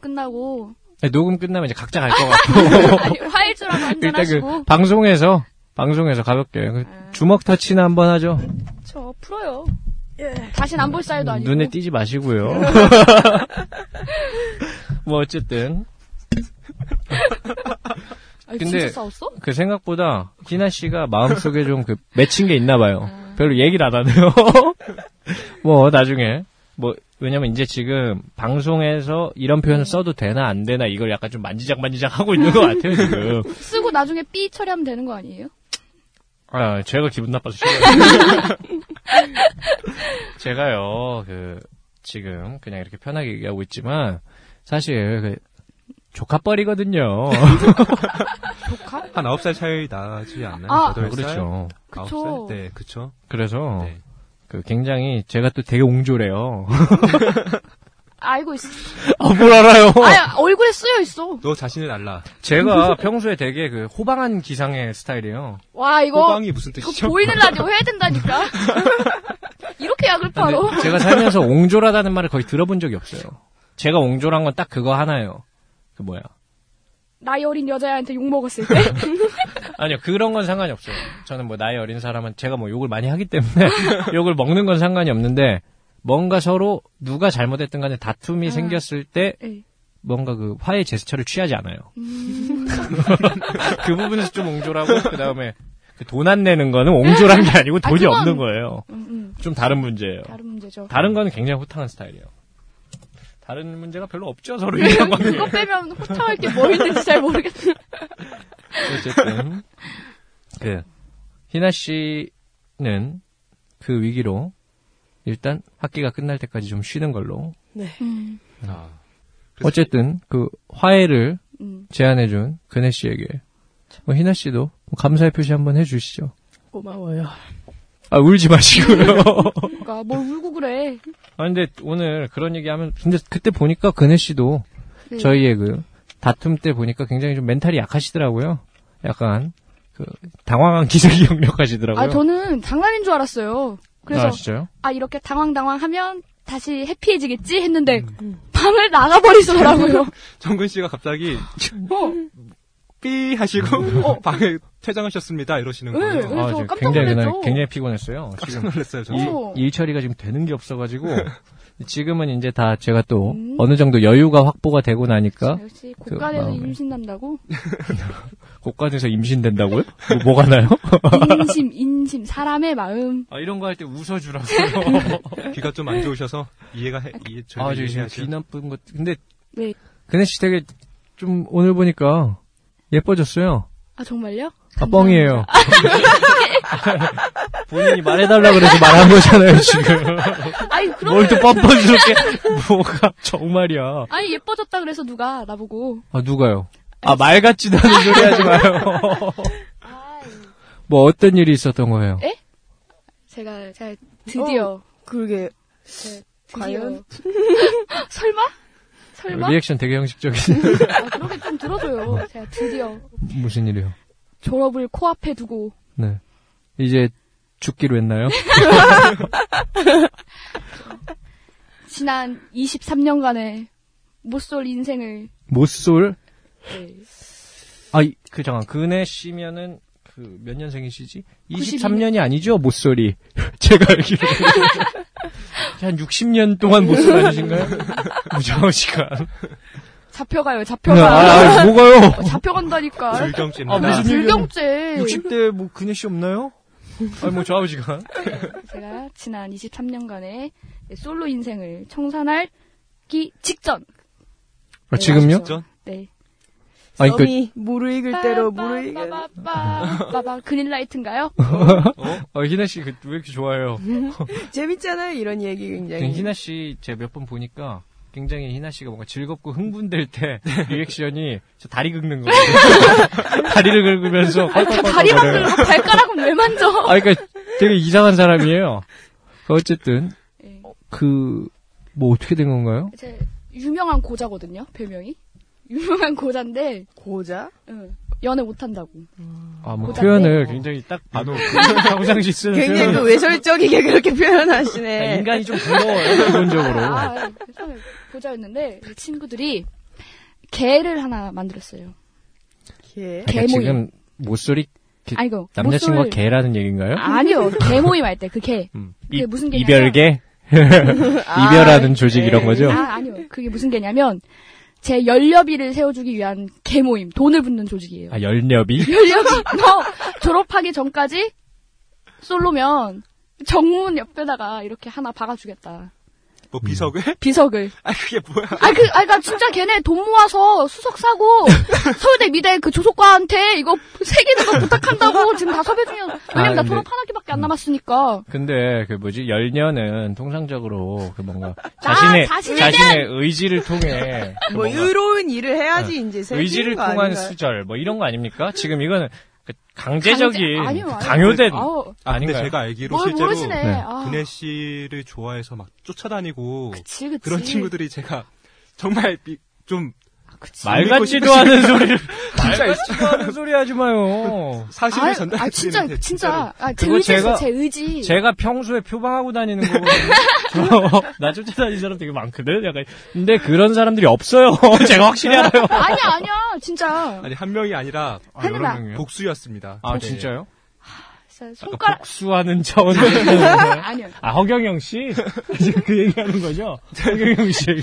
Speaker 4: 끝나고
Speaker 3: 네, 녹음 끝나면 이제 각자 갈 것 같고
Speaker 4: 아니, 화일주라도
Speaker 3: 일단
Speaker 4: 한잔하시고 네.
Speaker 3: 그 방송에서 방송에서 가볍게 그 주먹 터치나 한번 하죠.
Speaker 4: 저 풀어요. 다신 안 볼 사이도 아니고
Speaker 3: 눈에 띄지 마시고요. 뭐 어쨌든
Speaker 4: 아니,
Speaker 3: 근데-
Speaker 4: 진짜 싸웠어?
Speaker 3: 그 생각보다 희나 씨가 마음속에 좀 그 맺힌 게 있나 봐요. 별로 얘기를 안 하네요. 뭐 나중에 뭐 왜냐면 이제 지금 방송에서 이런 표현을 써도 되나 안 되나 이걸 약간 좀 만지작 만지작 하고 있는 것 같아요 지금.
Speaker 4: 쓰고 나중에 삐 처리하면 되는 거 아니에요?
Speaker 3: 아, 제가 기분 나빠서 싫어요. 제가요, 그, 지금 그냥 이렇게 편하게 얘기하고 있지만, 사실, 그, 조카뻘이거든요.
Speaker 6: 한 9살 차이 나지 않나요?
Speaker 4: 아,
Speaker 6: 여덟 살?
Speaker 3: 그렇죠.
Speaker 6: 아홉
Speaker 4: 그쵸.
Speaker 6: 살? 네, 그쵸.
Speaker 3: 그래서,
Speaker 6: 네.
Speaker 3: 그, 굉장히, 제가 또 되게 옹졸해요.
Speaker 4: 알고 있어.
Speaker 3: 아, 뭘 알아요!
Speaker 4: 아, 얼굴에 쓰여 있어.
Speaker 6: 너 자신을 알라.
Speaker 3: 제가 평소에 되게 그, 호방한 기상의 스타일이에요.
Speaker 4: 와, 이거.
Speaker 6: 호방이 무슨
Speaker 4: 이거
Speaker 6: 뜻이죠?
Speaker 4: 어, 보이는 라디오 해야 된다니까. 이렇게 약을 팔어.
Speaker 3: 근데 제가 살면서 옹졸하다는 말을 거의 들어본 적이 없어요. 제가 옹졸한 건 딱 그거 하나예요. 그 뭐야.
Speaker 4: 나이 어린 여자애한테 욕 먹었을 때.
Speaker 3: 아니요, 그런 건 상관이 없어요. 저는 뭐 나이 어린 사람은 제가 뭐 욕을 많이 하기 때문에 욕을 먹는 건 상관이 없는데 뭔가 서로 누가 잘못했든 간에 다툼이
Speaker 4: 아.
Speaker 3: 생겼을 때
Speaker 4: 네.
Speaker 3: 뭔가 그 화해 제스처를 취하지 않아요.
Speaker 4: 음.
Speaker 3: 그 부분에서 좀 옹졸하고 그 다음에 돈 안 내는 거는 옹졸한 게 아니고 돈이
Speaker 4: 그건-
Speaker 3: 없는 거예요.
Speaker 4: 음, 음,
Speaker 3: 좀 다른 문제예요.
Speaker 4: 다른 문제죠.
Speaker 3: 다른 거는 굉장히 호탕한 스타일이에요. 다른 문제가 별로 없죠, 서로 얘기한 관계.
Speaker 4: 그거 빼면 호탕할 게 뭐 있는지 잘 모르겠어.
Speaker 3: 어쨌든 그 희나 씨는 그 위기로 일단 학기가 끝날 때까지 좀 쉬는 걸로
Speaker 4: 음,
Speaker 6: 아, 그래서-
Speaker 3: 어쨌든 그 화해를
Speaker 4: 음.
Speaker 3: 제안해준 그네 씨에게 뭐 희나 씨도 감사의 표시 한번 해주시죠.
Speaker 5: 고마워요.
Speaker 3: 아 울지 마시고요.
Speaker 4: 그러니까 뭘 울고 그래.
Speaker 3: 아 근데 오늘 그런 얘기하면 근데 그때 보니까 그네 씨도
Speaker 4: 네.
Speaker 3: 저희의 그 다툼 때 보니까 굉장히 좀 멘탈이 약하시더라고요. 약간 그 당황한 기색이 역력하시더라고요.
Speaker 4: 아, 저는 장난인 줄 알았어요. 그래서
Speaker 3: 아, 진짜요?
Speaker 4: 아 이렇게 당황당황하면 다시 해피해지겠지 했는데 방을 나가버리더라고요.
Speaker 6: 정근 씨가 갑자기
Speaker 4: 어,
Speaker 6: 삐 하시고
Speaker 3: 음. 어?
Speaker 6: 방에 퇴장하셨습니다. 이러시는
Speaker 4: 네.
Speaker 6: 거예요.
Speaker 4: 그래서
Speaker 3: 아, 지금
Speaker 4: 깜짝
Speaker 3: 굉장히 그날
Speaker 4: 놀랐죠.
Speaker 3: 굉장히 피곤했어요.
Speaker 6: 깜짝
Speaker 3: 지금
Speaker 6: 놀랐어요, 저.
Speaker 4: 이-
Speaker 3: 일, 일처리가 지금 되는 게 없어가지고 지금은 이제 다 제가 또
Speaker 4: 음.
Speaker 3: 어느 정도 여유가 확보가 되고 나니까
Speaker 4: 역시
Speaker 3: 그
Speaker 4: 고가대는
Speaker 3: 마음에.
Speaker 4: 임신 난다고
Speaker 3: 고가돼서 임신된다고요? 뭐, 뭐가 나요?
Speaker 4: 인심 인심 사람의 마음.
Speaker 3: 아, 이런 거 할 때 웃어주라고.
Speaker 6: 귀가 좀 안 좋으셔서 이해가 해, 이해, 저희가
Speaker 3: 아, 저 지금
Speaker 6: 이해하죠.
Speaker 3: 귀 나쁜 것. 근데
Speaker 4: 네.
Speaker 3: 그네 씨 되게 좀 오늘 보니까 예뻐졌어요.
Speaker 4: 아 정말요?
Speaker 3: 아 뻥이에요. 본인이 말해달라 그래서 말한 거잖아요 지금.
Speaker 4: 아니
Speaker 3: 뭘
Speaker 4: 그러면
Speaker 3: 또 뻔뻔스럽게 뭐가 정말이야.
Speaker 4: 아니 예뻐졌다 그래서 누가 나보고
Speaker 3: 아, 누가요? 아, 말 같지도 않은 소리 하지 마요. 뭐, 어떤 일이 있었던 거예요?
Speaker 4: 제가 제가 드디어
Speaker 5: 그러게
Speaker 4: 드디어 설마 설마
Speaker 3: 리액션 되게 형식적이네.
Speaker 4: 아, 그렇게 좀 들어줘요. 제가 드디어
Speaker 3: 무슨 일이요?
Speaker 4: 졸업을 코앞에 두고
Speaker 3: 네. 이제 죽기로 했나요?
Speaker 4: 지난 23년간의 못 쏠 인생을
Speaker 3: 모쏠?
Speaker 4: 네.
Speaker 3: 아, 이- 그, 잠깐, 그네 씨면은, 그, 몇 년생이시지? 23년이 아니죠, 모쏠이. 제가 알기로. 한 60년 동안 모쏠 아니신가요? 무정한 시간.
Speaker 4: 잡혀가요,
Speaker 3: 아,
Speaker 4: 잡혀가.
Speaker 3: 아, 뭐가요?
Speaker 4: 어, 잡혀간다니까.
Speaker 6: 즐경입니다.
Speaker 3: 아, 무슨
Speaker 4: 불경죄.
Speaker 3: 60대 뭐, 그네 씨 없나요? 아니, 뭐, 좌우 시간.
Speaker 4: 제가 지난 23년간의 솔로 인생을 청산할기 직전.
Speaker 3: 아, 지금요?
Speaker 4: 직전. 네.
Speaker 3: 아니, 그,
Speaker 5: 썸이 무르 익을 대로 무르 익을
Speaker 4: 빠바바바 그린라이트인가요?
Speaker 3: 어, 희나 씨, 그, 왜 이렇게 좋아해요?
Speaker 4: 네.
Speaker 5: 재밌잖아요 이런 얘기 굉장히
Speaker 3: 네, 희나 씨, 제가 몇 번 보니까 굉장히 희나 씨가 뭔가 즐겁고 흥분될 때 리액션이 저 다리 긁는 거예요. 다리를 긁으면서.
Speaker 4: 다리만 들고 발가락은 왜 만져?
Speaker 3: 아, 그러니까 되게 이상한 사람이에요. 그러니까 어쨌든,
Speaker 4: 네.
Speaker 3: 그, 뭐 어떻게 된 건가요?
Speaker 4: 제 유명한 고자거든요, 별명이. 유명한 고자인데,
Speaker 5: 고자
Speaker 4: 응, 연애 못한다고.
Speaker 3: 아, 뭐
Speaker 4: 고단데? 그
Speaker 3: 표현을 굉장히 딱, 아, 평상시 쓰는
Speaker 5: 굉장히 또
Speaker 3: 표현.
Speaker 5: 외설적이게 그렇게
Speaker 3: 그 아,
Speaker 5: 표현하시네.
Speaker 3: 인간이 좀 부러워요, 기본적으로.
Speaker 4: 아, 처음에 보자였는데 이 친구들이 개를 하나 만들었어요.
Speaker 5: 걔.
Speaker 3: 그러니까
Speaker 4: 개모임.
Speaker 3: 지금 모쏠이 그-
Speaker 4: 아이고
Speaker 3: 남자친구가
Speaker 4: 모쏠-
Speaker 3: 개라는 얘기인가요?
Speaker 4: 아니요 개 모임 할 때 그 개.
Speaker 3: 음.
Speaker 4: 그게
Speaker 3: 이-
Speaker 4: 무슨 개냐면-
Speaker 3: 이별계? 이별하는 조직 이런 거죠?
Speaker 4: 아 아니요 그게 무슨 개냐면 제 연료비를 세워주기 위한 개 모임 돈을 붓는 조직이에요.
Speaker 3: 아, 열녀비?
Speaker 4: 연료비 너뭐 졸업하기 전까지 솔로면 정문 옆에다가 이렇게 하나 박아주겠다.
Speaker 6: 뭐 비석을?
Speaker 4: 비석을.
Speaker 6: 아 그게 뭐야?
Speaker 4: 아, 그, 아, 나 진짜 걔네 돈 모아서 수석 사고, 서울대 미대 그 조속과한테 이거 새기는 거 부탁한다고 지금 다 섭외 중이야. 왜냐면
Speaker 3: 아,
Speaker 4: 나
Speaker 3: 근데-
Speaker 4: 졸업 하나 개밖에
Speaker 6: 음.
Speaker 4: 안 남았으니까.
Speaker 3: 근데 그 뭐지 열녀는 통상적으로 그 뭔가
Speaker 4: 나
Speaker 3: 자신의
Speaker 4: 자신에
Speaker 3: 자신의 의지를 통해 그
Speaker 5: 뭐
Speaker 3: 뭔가
Speaker 5: 의로운 일을 해야지 이제 생기는
Speaker 3: 의지를
Speaker 5: 거
Speaker 3: 통한
Speaker 5: 아닌가요?
Speaker 3: 수절 뭐 이런 거 아닙니까? 지금 이거는 그 강제적인
Speaker 4: 강제- 아니요, 아니요.
Speaker 3: 강요된
Speaker 4: 아우,
Speaker 3: 아, 닌
Speaker 6: 근데
Speaker 3: 가요
Speaker 6: 제가 알기로
Speaker 4: 뭘
Speaker 6: 실제로
Speaker 4: 모르시네.
Speaker 3: 네.
Speaker 4: 아,
Speaker 6: 분해 씨를 좋아해서 막 쫓아다니고
Speaker 4: 그치, 그치.
Speaker 6: 그런 친구들이 제가 정말 미- 좀
Speaker 4: 그치.
Speaker 3: 말
Speaker 6: 믿고
Speaker 3: 같지도 않은 소리를 말
Speaker 6: 진짜
Speaker 3: 같지도 않은 소리 하지 마요.
Speaker 6: 사실을 전달해
Speaker 4: 아, 진짜,
Speaker 6: 드리는데
Speaker 4: 진짜. 아, 제
Speaker 3: 그거
Speaker 4: 의지죠,
Speaker 3: 제가-
Speaker 4: 제 의지.
Speaker 3: 제가 평소에 표방하고 다니는 거거든요. 나 쫓아다니는 사람 되게 많거든. 약간 근데 그런 사람들이 없어요. 제가 확실히 알아요.
Speaker 4: 아니야, 아니야, 진짜.
Speaker 6: 아니 한 명이 아니라
Speaker 3: 아, 여러
Speaker 4: 하늘아.
Speaker 3: 명이에요?
Speaker 6: 복수였습니다.
Speaker 3: 아
Speaker 6: 네.
Speaker 3: 진짜요?
Speaker 4: 진짜
Speaker 3: 아까
Speaker 4: 손가락,
Speaker 3: 복수하는 차원.
Speaker 4: 아니요.
Speaker 3: 아 허경영 씨? 지금 그 얘기하는 거죠? 허경영 씨. 얘기.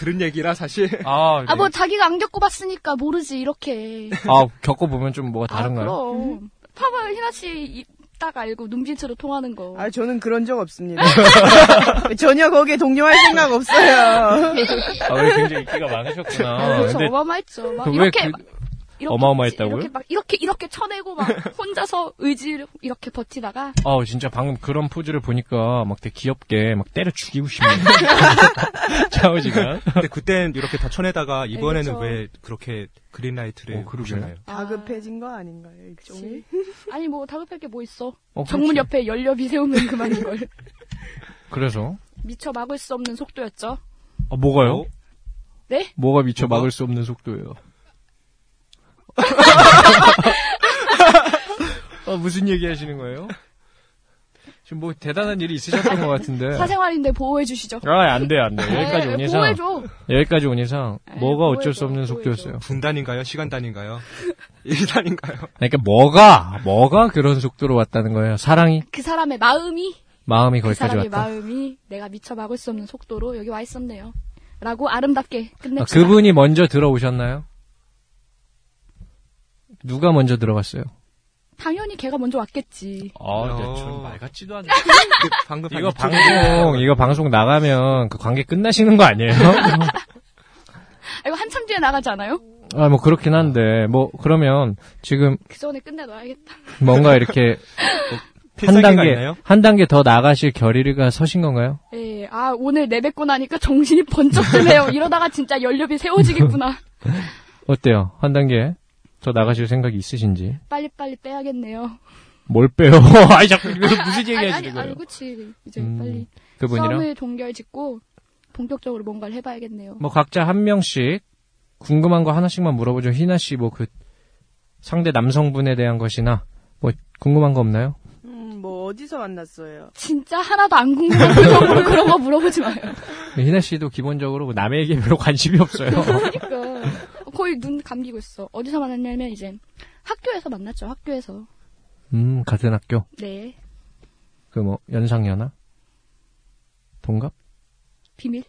Speaker 6: 들은 얘기라 사실
Speaker 3: 아,
Speaker 4: 아, 뭐, 자기가 안 겪어봤으니까 모르지, 이렇게.
Speaker 3: 아 겪어 보면 좀 뭐가
Speaker 4: 아,
Speaker 3: 다른가요?
Speaker 4: 그럼. 봐봐, 희나 씨 딱 알고 눈빛으로 통하는 거.
Speaker 5: 아, 저는 그런 적 없습니다. 전혀 거기에 동요할 생각 없어요.
Speaker 3: 아, 왜 굉장히 인기가 많으셨구나.
Speaker 4: 아, 그래서
Speaker 3: 아, 근데
Speaker 4: 어마어마했죠. 막
Speaker 3: 그왜
Speaker 4: 이렇게
Speaker 3: 그-
Speaker 4: 막 이렇게
Speaker 3: 어마어마했다고요?
Speaker 4: 이렇게 막 이렇게 이렇게 쳐내고 막 혼자서 의지를 이렇게 버티다가
Speaker 3: 아 진짜 방금 그런 포즈를 보니까 막 되게 귀엽게 막 때려 죽이고 싶네. 좌우지간.
Speaker 6: 근데 그땐 이렇게 다 쳐내다가 이번에는
Speaker 4: 그렇죠.
Speaker 6: 왜 그렇게 그린라이트를
Speaker 3: 어, 그러게요.
Speaker 6: 주셨나요?
Speaker 5: 다급해진 거 아닌가요, 일종의?
Speaker 4: 그치. 아니 뭐 다급할 게 뭐 있어?
Speaker 3: 어, 그렇지.
Speaker 4: 정문 옆에 열려비 세우면 그만인 걸
Speaker 3: 그래서
Speaker 4: 미처 막을 수 없는 속도였죠.
Speaker 3: 아, 뭐가요?
Speaker 4: 네?
Speaker 3: 뭐가 미쳐
Speaker 6: 뭐가?
Speaker 3: 막을 수 없는 속도예요. 아, 무슨 얘기 하시는 거예요? 지금 뭐 대단한 일이 있으셨던 것 같은데.
Speaker 4: 사생활인데 보호해 주시죠. 네,
Speaker 3: 아, 안 돼, 안 돼. 여기까지 온 이상,
Speaker 4: 보호해줘.
Speaker 3: 여기까지 온 이상,
Speaker 4: 에,
Speaker 3: 뭐가 어쩔
Speaker 4: 보호해줘,
Speaker 3: 수 없는
Speaker 4: 보호해줘.
Speaker 3: 속도였어요.
Speaker 6: 분단인가요? 시간단인가요? 일단인가요?
Speaker 3: 그러니까 뭐가, 뭐가 그런 속도로 왔다는 거예요. 사랑이,
Speaker 4: 그 사람의 마음이
Speaker 3: 마음이
Speaker 4: 그
Speaker 3: 거기까지
Speaker 4: 사람의
Speaker 3: 왔다.
Speaker 4: 마음이 내가 미처 막을 수 없는 속도로 여기 와 있었네요. 라고 아름답게
Speaker 3: 아,
Speaker 4: 끝냅시다.
Speaker 3: 그분이 먼저 들어오셨나요? 누가 먼저 들어갔어요?
Speaker 4: 당연히 걔가 먼저 왔겠지.
Speaker 6: 야. 네, 저는 말
Speaker 3: 같지도 않네.
Speaker 6: 그 방금
Speaker 3: 아, 이거
Speaker 6: 방금 네.
Speaker 3: 방송, 이거 방송 나가면 그 관계 끝나시는 거 아니에요?
Speaker 4: 아, 이거 한참 뒤에 나가지 않아요?
Speaker 3: 아, 뭐 그렇긴 한데, 뭐, 그러면 지금
Speaker 4: 그 전에 끝내놔야겠다.
Speaker 3: 뭔가 이렇게 한
Speaker 6: 필살기가
Speaker 3: 단계,
Speaker 6: 있나요?
Speaker 3: 한 단계 더 나가실 결의가 서신 건가요?
Speaker 4: 예, 아, 오늘 내뱉고 나니까 정신이 번쩍 드네요. 이러다가 진짜 연료비 세워지겠구나.
Speaker 3: 어때요? 한 단계 더 나가실 생각이 있으신지?
Speaker 4: 빨리빨리 빼야겠네요.
Speaker 3: 뭘 빼요? 아이, 자꾸 이거 무슨 얘기
Speaker 4: 아니,
Speaker 3: 하시는
Speaker 4: 아니,
Speaker 3: 거예요?
Speaker 4: 아니, 그치. 이제
Speaker 3: 음,
Speaker 4: 빨리
Speaker 3: 그분이랑?
Speaker 4: 싸움을 종결 짓고 본격적으로 뭔가를 해봐야겠네요.
Speaker 3: 뭐 각자 한 명씩 궁금한 거 하나씩만 물어보죠. 희나 씨 뭐 그 상대 남성분에 대한 것이나 뭐 궁금한 거 없나요?
Speaker 5: 음, 뭐 어디서 만났어요?
Speaker 4: 진짜 하나도 안 궁금한 표정으로 그런 거 물어보지 마요.
Speaker 3: 근데 희나 씨도 기본적으로 뭐 남에게 별로 관심이 없어요.
Speaker 4: 그러니까 거의 눈 감기고 있어. 어디서 만났냐면 이제 학교에서 만났죠. 학교에서.
Speaker 3: 음 같은 학교
Speaker 4: 네.
Speaker 3: 그 뭐 연상연하 동갑
Speaker 4: 비밀.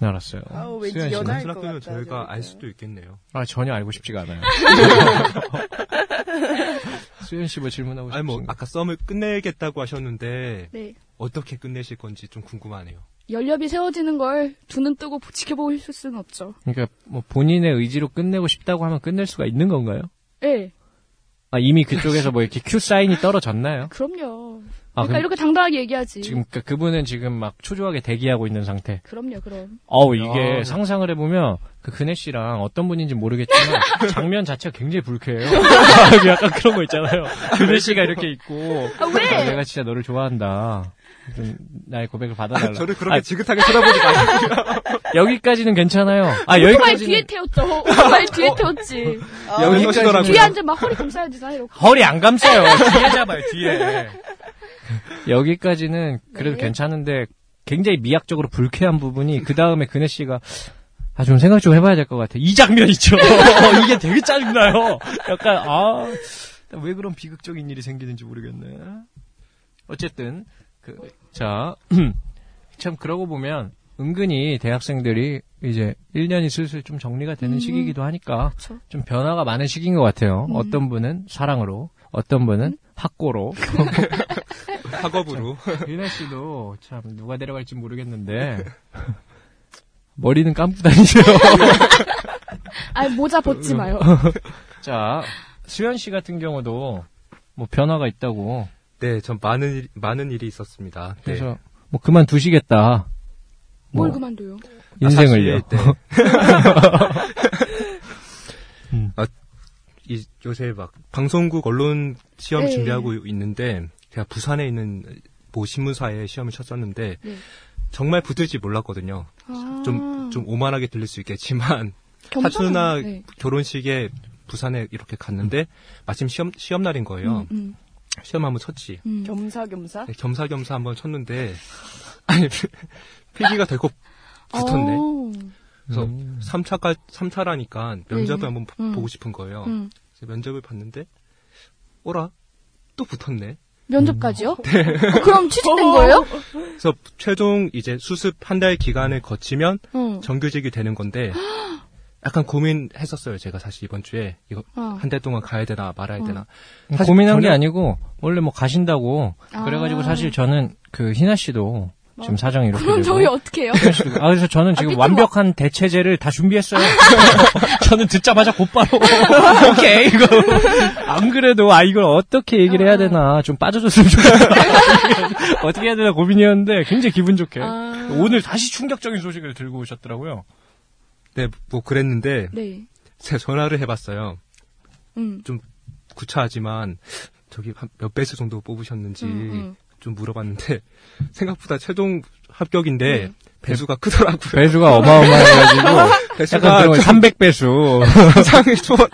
Speaker 3: 알았어요.
Speaker 5: 아우, 왠지
Speaker 3: 수현 씨는?
Speaker 5: 연하-
Speaker 6: 단순
Speaker 5: 것
Speaker 6: 학교는
Speaker 5: 같다,
Speaker 6: 그 저희가 알
Speaker 5: 저희가.
Speaker 6: 수도 있겠네요.
Speaker 3: 아 전혀 알고 싶지가 않아요. 수현 씨 뭐 질문하고
Speaker 6: 아니 뭐
Speaker 3: 싶으신 거?
Speaker 6: 아까 썸을 끝내겠다고 하셨는데
Speaker 4: 네.
Speaker 6: 어떻게 끝내실 건지 좀 궁금하네요.
Speaker 4: 연료비 세워지는 걸 두 눈 뜨고 지켜보실 수는 없죠.
Speaker 3: 그러니까 뭐 본인의 의지로 끝내고 싶다고 하면 끝낼 수가 있는 건가요?
Speaker 4: 예.
Speaker 3: 아 이미 그쪽에서 뭐 이렇게 큐 사인이 떨어졌나요?
Speaker 4: 그럼요.
Speaker 3: 아,
Speaker 4: 그러니까
Speaker 3: 그럼-
Speaker 4: 이렇게 당당하게 얘기하지.
Speaker 3: 지금 그- 그분은 지금 막 초조하게 대기하고 있는 상태.
Speaker 4: 그럼요, 그럼.
Speaker 3: 어우 이게
Speaker 6: 야.
Speaker 3: 상상을 해보면 그 그네 씨랑 어떤 분인지 모르겠지만 장면 자체가 굉장히 불쾌해요. 약간 그런 거 있잖아요. 그네 씨가 이렇게 있고 아, 내가 진짜 너를 좋아한다. 좀 나의 고백을 받아달라.
Speaker 6: 저를 그렇게 지긋하게 쳐다보지 마세요.
Speaker 3: 여기까지는 괜찮아요. 아
Speaker 4: 오토바이
Speaker 3: 여기까지는
Speaker 4: 뒤에
Speaker 3: 어,
Speaker 4: 태웠죠. 오토바이 뒤에 태웠지.
Speaker 3: 그러니까 아, 네.
Speaker 4: 뒤에
Speaker 6: 여기까지더라고요.
Speaker 4: 앉으면 막 허리 감싸야지, 사이로.
Speaker 3: 허리 안 감싸요. 뒤에 잡아요 뒤에. 여기까지는 그래도
Speaker 4: 네.
Speaker 3: 괜찮은데 굉장히 미학적으로 불쾌한 부분이 그 다음에 그네 씨가 아 좀 생각 좀 해봐야 될 것 같아. 이 장면 있죠. 이게 되게 짜증나요. 약간 아 왜 그런 비극적인 일이 생기는지 모르겠네. 어쨌든 그, 그자참 그러고 보면 은근히 대학생들이 이제 1년이 슬슬 좀 정리가 되는
Speaker 4: 음.
Speaker 3: 시기이기도 하니까
Speaker 4: 그쵸.
Speaker 3: 좀 변화가 많은 시기인 것 같아요.
Speaker 4: 음.
Speaker 3: 음. 어떤 분은 사랑으로, 어떤 분은 학고로.
Speaker 6: 학업으로.
Speaker 3: 유나 그 씨도 참 누가 데려갈지 모르겠는데 머리는 감고 다니세요.
Speaker 4: 아 모자
Speaker 3: 음.
Speaker 4: 벗지 마요.
Speaker 3: 어. 자, 수현 씨 같은 경우도 뭐 변화가 있다고
Speaker 6: 네, 전 많은 일, 많은 일이 있었습니다. 네.
Speaker 3: 그래서 뭐 그만 두시겠다.
Speaker 4: 뭘
Speaker 3: 뭐
Speaker 4: 그만둬요?
Speaker 6: 아,
Speaker 3: 인생을요. 뭐
Speaker 6: 사실, 네.
Speaker 3: 음.
Speaker 6: 아, 이, 요새 막 방송국 언론 시험
Speaker 4: 네.
Speaker 6: 준비하고 있는데 제가 부산에 있는 모 신문사에 시험을 쳤었는데
Speaker 4: 네.
Speaker 6: 정말 붙을지 몰랐거든요.
Speaker 4: 아,
Speaker 6: 좀 좀 오만하게 들릴 수 있겠지만
Speaker 4: 겸손하네.
Speaker 6: 사촌아
Speaker 4: 네.
Speaker 6: 결혼식에 부산에 이렇게 갔는데 마침 시험 시험 날인
Speaker 3: 어.
Speaker 6: 거예요.
Speaker 4: 음, 음,
Speaker 6: 시험 한번 쳤지.
Speaker 4: 음.
Speaker 5: 겸사겸사?
Speaker 6: 네, 겸사겸사 한번 쳤는데 아니 필기가 되고 붙었네.
Speaker 4: 어,
Speaker 6: 그래서
Speaker 3: 음.
Speaker 6: 3차가 3차라니까 면접을
Speaker 4: 네.
Speaker 6: 한번
Speaker 4: 음.
Speaker 6: 보고 싶은 거예요.
Speaker 4: 음.
Speaker 6: 그래서 면접을 봤는데 어라 또 붙었네.
Speaker 4: 면접까지요? 어, 그럼 취직된 거예요?
Speaker 6: 그래서 최종 이제 수습 한 달 기간을 거치면
Speaker 4: 어.
Speaker 6: 정규직이 되는 건데 약간 고민했었어요. 제가 사실 이번 주에 이거
Speaker 4: 어.
Speaker 6: 한 달 동안 가야 되나 말아야 되나. 사실
Speaker 3: 음, 고민한 게
Speaker 6: 전혀-
Speaker 3: 아니고 원래 뭐 가신다고
Speaker 4: 아.
Speaker 3: 그래가지고 사실 저는 그 희나 씨도 지금 사정이 이렇게
Speaker 4: 그럼
Speaker 3: 되고
Speaker 4: 저희 어떻게 해요?
Speaker 3: 희나 씨도- 아, 그래서 저는 지금 완벽한 대체제를 다 준비했어요. 저는 듣자마자 곧바로 오케이 이거 안 그래도 아 이걸 어떻게 얘기를 해야 되나 좀 빠져줬으면 좋겠다 어떻게 해야 되나 고민이었는데 굉장히 기분 좋게
Speaker 4: 아.
Speaker 3: 오늘 다시 충격적인 소식을 들고 오셨더라고요.
Speaker 6: 네, 뭐 그랬는데
Speaker 4: 네.
Speaker 6: 제가 전화를 해봤어요.
Speaker 4: 음.
Speaker 6: 구차하지만 저기 한 몇 배수 정도 뽑으셨는지
Speaker 4: 음, 음.
Speaker 6: 좀 물어봤는데 생각보다 최종 합격인데
Speaker 4: 네.
Speaker 6: 배수가 크더라고요.
Speaker 3: 배수가 어마어마해가지고 약간
Speaker 6: 배수가
Speaker 3: 그런
Speaker 6: 좀
Speaker 3: 300배수
Speaker 6: 상상을 초월,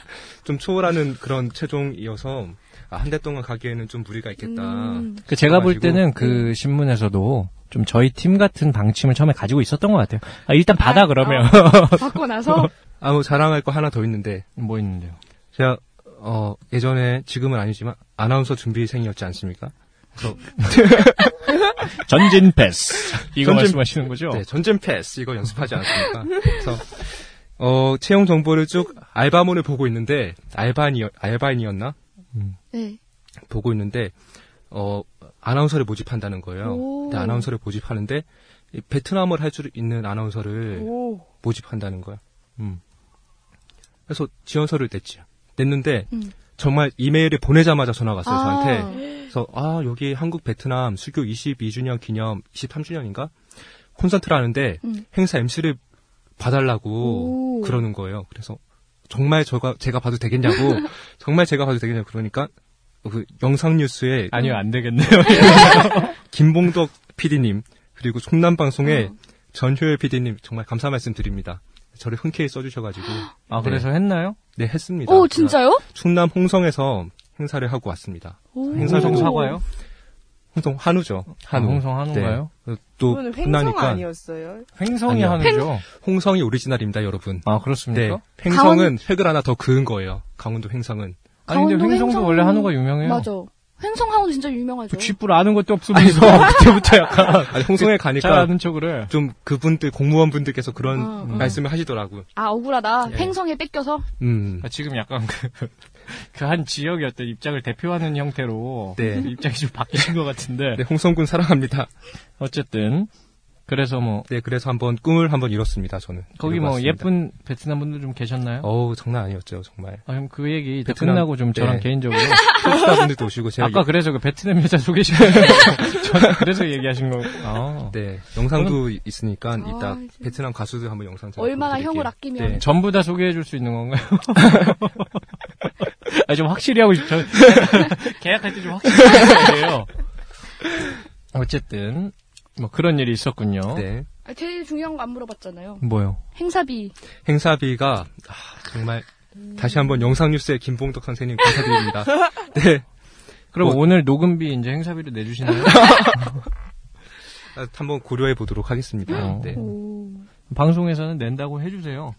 Speaker 6: 좀 초월하는 그런 최종이어서 아, 한 달 동안 가기에는 좀 무리가 있겠다.
Speaker 4: 음.
Speaker 3: 그 제가 볼
Speaker 6: 그래가지고-
Speaker 3: 때는 그 신문에서도 좀 저희 팀 같은 방침을 처음에 가지고 있었던 것 같아요. 아, 일단 받아 그러면
Speaker 4: 받고 나서
Speaker 6: 아, 뭐 자랑할 거 하나 더 있는데
Speaker 3: 뭐 있는데요?
Speaker 6: 제가 어, 예전에 지금은 아니지만 아나운서 준비생이었지 않습니까?
Speaker 3: 전진 패스 이거
Speaker 6: 전진-
Speaker 3: 말씀하시는 거죠?
Speaker 6: 네, 전진 패스 이거 연습하지 않습니까? 그래서 어, 채용 정보를 쭉 알바몬을 보고 있는데 알바인이 알바인이었나?
Speaker 4: 네.
Speaker 6: 보고 있는데 어 아나운서를 모집한다는 거예요.
Speaker 4: 오.
Speaker 6: 근데 아나운서를 모집하는데 이 베트남을 할 줄 있는 아나운서를
Speaker 5: 오.
Speaker 6: 모집한다는 거야. 음. 그래서 지원서를 냈지. 냈는데
Speaker 4: 음.
Speaker 6: 정말 이메일을 보내자마자 전화가 왔어요
Speaker 4: 아.
Speaker 6: 저한테. 그래서 아 여기 한국 베트남 수교 22주년 기념 23주년인가 콘서트를 하는데
Speaker 4: 음.
Speaker 6: 행사 MC를 봐달라고
Speaker 4: 오.
Speaker 6: 그러는 거예요. 그래서 정말 저가 제가 봐도 되겠냐고 정말 제가 봐도 되겠냐고 그러니까 그 영상 뉴스에
Speaker 3: 아니요 안 되겠네요.
Speaker 6: 김봉덕 PD님 그리고 송남 방송에
Speaker 4: 어.
Speaker 6: 전효열 PD님 정말 감사 말씀드립니다. 저를 흔쾌히 써주셔가지고
Speaker 3: 아 그래서 했나요?
Speaker 6: 네 했습니다.
Speaker 4: 오, 진짜요?
Speaker 6: 충남 홍성에서 행사를 하고 왔습니다.
Speaker 4: 오.
Speaker 6: 행사장
Speaker 3: 홍성 사과요?
Speaker 6: 홍성 한우죠.
Speaker 3: 아,
Speaker 6: 한우.
Speaker 3: 홍성 한우인가요?
Speaker 6: 네. 또
Speaker 5: 그거는 횡성
Speaker 6: 끝나니까
Speaker 5: 아니었어요?
Speaker 3: 횡성이
Speaker 6: 아니요.
Speaker 3: 한우죠.
Speaker 6: 홍성이 오리지널입니다, 여러분.
Speaker 3: 아
Speaker 6: 네,
Speaker 3: 그렇습니까?
Speaker 6: 횡성은 획을 하나 더 그은 거예요. 강원도 횡성은.
Speaker 3: 아니 근데
Speaker 4: 강원도
Speaker 3: 횡성도
Speaker 4: 횡성- 뭐-
Speaker 3: 원래 한우가 유명해요.
Speaker 4: 맞아. 횡성 항우 진짜 유명하죠.
Speaker 3: 그 쥐뿔 아는 것도 없으면서 뭐, 그때부터 약간 그러니까
Speaker 6: 아니, 홍성에
Speaker 3: 잘
Speaker 6: 가니까
Speaker 3: 아는 척을 해.
Speaker 6: 좀 그분들 공무원분들께서 그런
Speaker 4: 어, 어.
Speaker 6: 말씀을 하시더라고.
Speaker 4: 아, 억울하다. 횡성에 뺏겨서.
Speaker 6: 음.
Speaker 3: 아, 지금 약간 그 한 지역의 어떤 입장을 대표하는 형태로
Speaker 6: 네.
Speaker 3: 입장이 좀 바뀌신 것 같은데
Speaker 6: 네, 홍성군 사랑합니다.
Speaker 3: 어쨌든 그래서 뭐
Speaker 6: 네, 그래서 한번 꿈을 한번 이뤘습니다. 저는.
Speaker 3: 거기 뭐
Speaker 6: 이뤄봤습니다.
Speaker 3: 예쁜 베트남 분들 좀 계셨나요?
Speaker 6: 어우 장난 아니었죠 정말.
Speaker 3: 아, 그럼 그 얘기 이따
Speaker 6: 베트남-
Speaker 3: 끝나고 좀 저랑
Speaker 6: 네.
Speaker 3: 개인적으로
Speaker 6: 소수자분들도 오시고 제가
Speaker 3: 아까
Speaker 6: 예-
Speaker 3: 그래서 그 베트남 여자 소개시켜 저는 그래서 얘기하신 거. 아.
Speaker 6: 네 영상도 있으니까 이따
Speaker 4: 아, 진짜.
Speaker 6: 베트남 가수들 한번 영상 제가
Speaker 4: 얼마나
Speaker 6: 보여드릴게요.
Speaker 4: 형을 아끼면.
Speaker 6: 네.
Speaker 3: 전부 다 소개해 줄 수 있는 건가요? 아, 좀 확실히 하고 싶죠. 계약할 때 좀 확실히 해요. 어쨌든 뭐 그런 일이 있었군요.
Speaker 6: 네.
Speaker 4: 아, 제일 중요한 거 안 물어봤잖아요.
Speaker 3: 뭐요?
Speaker 4: 행사비.
Speaker 6: 행사비가 아, 정말 다시 한번 영상 뉴스의 김봉덕 선생님 감사드립니다. 네
Speaker 3: 그럼
Speaker 6: 뭐-
Speaker 3: 오늘 녹음비 이제 행사비로 내주시나요?
Speaker 6: 아, 한번 고려해 보도록 하겠습니다.
Speaker 3: 어.
Speaker 6: 네.
Speaker 4: 오.
Speaker 3: 방송에서는 낸다고 해주세요.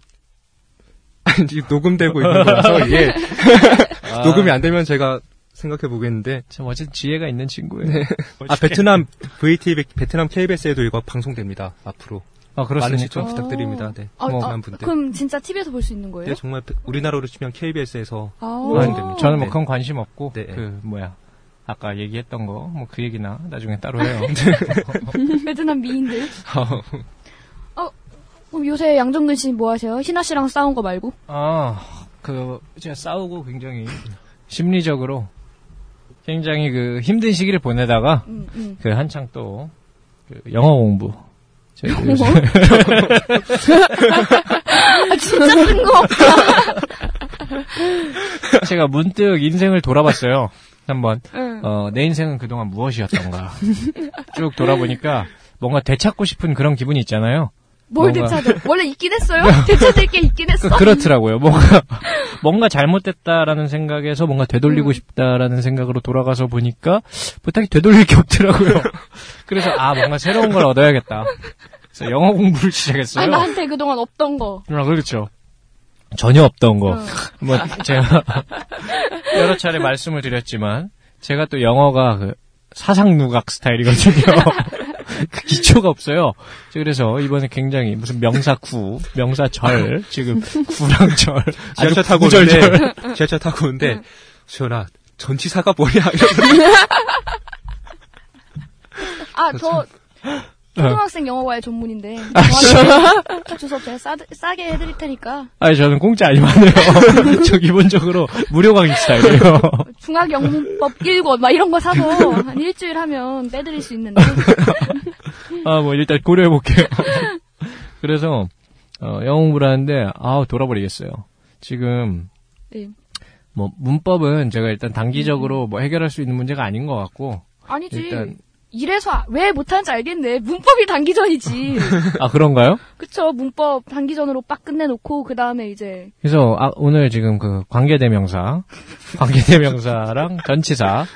Speaker 6: 아니, 지금 녹음되고 있는 거라서 이게
Speaker 3: 아.
Speaker 6: 녹음이 안 되면 제가 생각해 보겠는데
Speaker 3: 참 어쨌든 지혜가 있는 친구예요.
Speaker 6: 아 베트남 VTV 베트남 KBS에도 이거 방송됩니다 앞으로
Speaker 3: 아
Speaker 6: 많은
Speaker 3: 그렇습니까?
Speaker 6: 시청 부탁드립니다. 네
Speaker 4: 아,
Speaker 6: 고마운
Speaker 4: 아,
Speaker 6: 분들.
Speaker 4: 그럼 진짜 TV에서 볼 수 있는 거예요?
Speaker 6: 네, 정말 베- 우리나라로 치면 KBS에서
Speaker 4: 아,
Speaker 6: 방송됩니다.
Speaker 3: 네. 저는 뭐
Speaker 6: 네.
Speaker 3: 그런 관심 없고
Speaker 6: 네.
Speaker 3: 그 뭐야 아까 얘기했던 거, 뭐 그 얘기나 나중에 따로 해요.
Speaker 4: 베트남 미인들.
Speaker 3: 어,
Speaker 4: 그럼 요새 양정근 씨 뭐 하세요? 희나 씨랑 싸운 거 말고?
Speaker 3: 아, 그, 제가 싸우고 굉장히 심리적으로 굉장히 그 힘든 시기를 보내다가
Speaker 4: 응, 응.
Speaker 3: 그 한창 또그 영어 공부. 저희 그 요새
Speaker 4: 아, 진짜 뜬금없다.
Speaker 3: 제가 문득 인생을 돌아봤어요. 한번.
Speaker 4: 응.
Speaker 3: 어, 내 인생은 그동안 무엇이었던가. 쭉 돌아보니까 뭔가 되찾고 싶은 그런 기분이 있잖아요.
Speaker 4: 뭘
Speaker 3: 뭔가-
Speaker 4: 되찾아? 원래 있긴 했어요? 되찾을 게 있긴 했어?
Speaker 3: 그, 그렇더라고요. 뭔가, 뭔가 잘못됐다라는 생각에서 뭔가 되돌리고
Speaker 4: 음.
Speaker 3: 싶다라는 생각으로 돌아가서 보니까 부탁이 되돌릴 게 없더라고요. 그래서 아, 뭔가 새로운 걸 얻어야겠다. 그래서 영어 공부를
Speaker 4: 아,
Speaker 3: 시작했어요.
Speaker 4: 나한테 그동안 없던 거.
Speaker 3: 아, 그렇죠. 전혀 없던 거.
Speaker 4: 어.
Speaker 3: 뭐, 제가 여러 차례 말씀을 드렸지만, 제가 또 영어가 그 사상 누각 스타일이거든요. 그 기초가 없어요. 저 그래서 이번에 굉장히 무슨 명사구, 명사절, 지금 구랑 절, 아주
Speaker 6: 지하철 타고
Speaker 3: 구절절.
Speaker 6: 오는데 지하철 타고 오는데 수연아 전치사가 뭐냐 이러면서
Speaker 4: 아, 저,
Speaker 3: 그렇죠.
Speaker 4: 초등학생 영어과의 전문인데.
Speaker 3: 아,
Speaker 4: 저한테 기초 수업 제가 싸, 싸게 해드릴 테니까.
Speaker 3: 아니, 저는 공짜 아니면 안 해요. 저 기본적으로 무료 강의 스타일이에요.
Speaker 4: 중학 영문법 1권, 막 이런 거 사서 한 일주일 하면 빼드릴 수 있는데.
Speaker 3: 아, 뭐, 일단 고려해볼게요. 그래서, 어, 영어 공부를 하는데, 아우, 돌아버리겠어요. 지금,
Speaker 4: 네.
Speaker 3: 뭐, 문법은 제가 일단 단기적으로 뭐 해결할 수 있는 문제가 아닌 것 같고,
Speaker 4: 아니지.
Speaker 3: 일단-
Speaker 4: 이래서 왜 못하는지 알겠네. 문법이 단기전이지.
Speaker 3: 아, 그런가요?
Speaker 4: 그쵸. 문법 단기전으로 빡 끝내놓고, 그 다음에 이제,
Speaker 3: 그래서, 아, 오늘 지금 그 관계대명사, 관계대명사랑 전치사,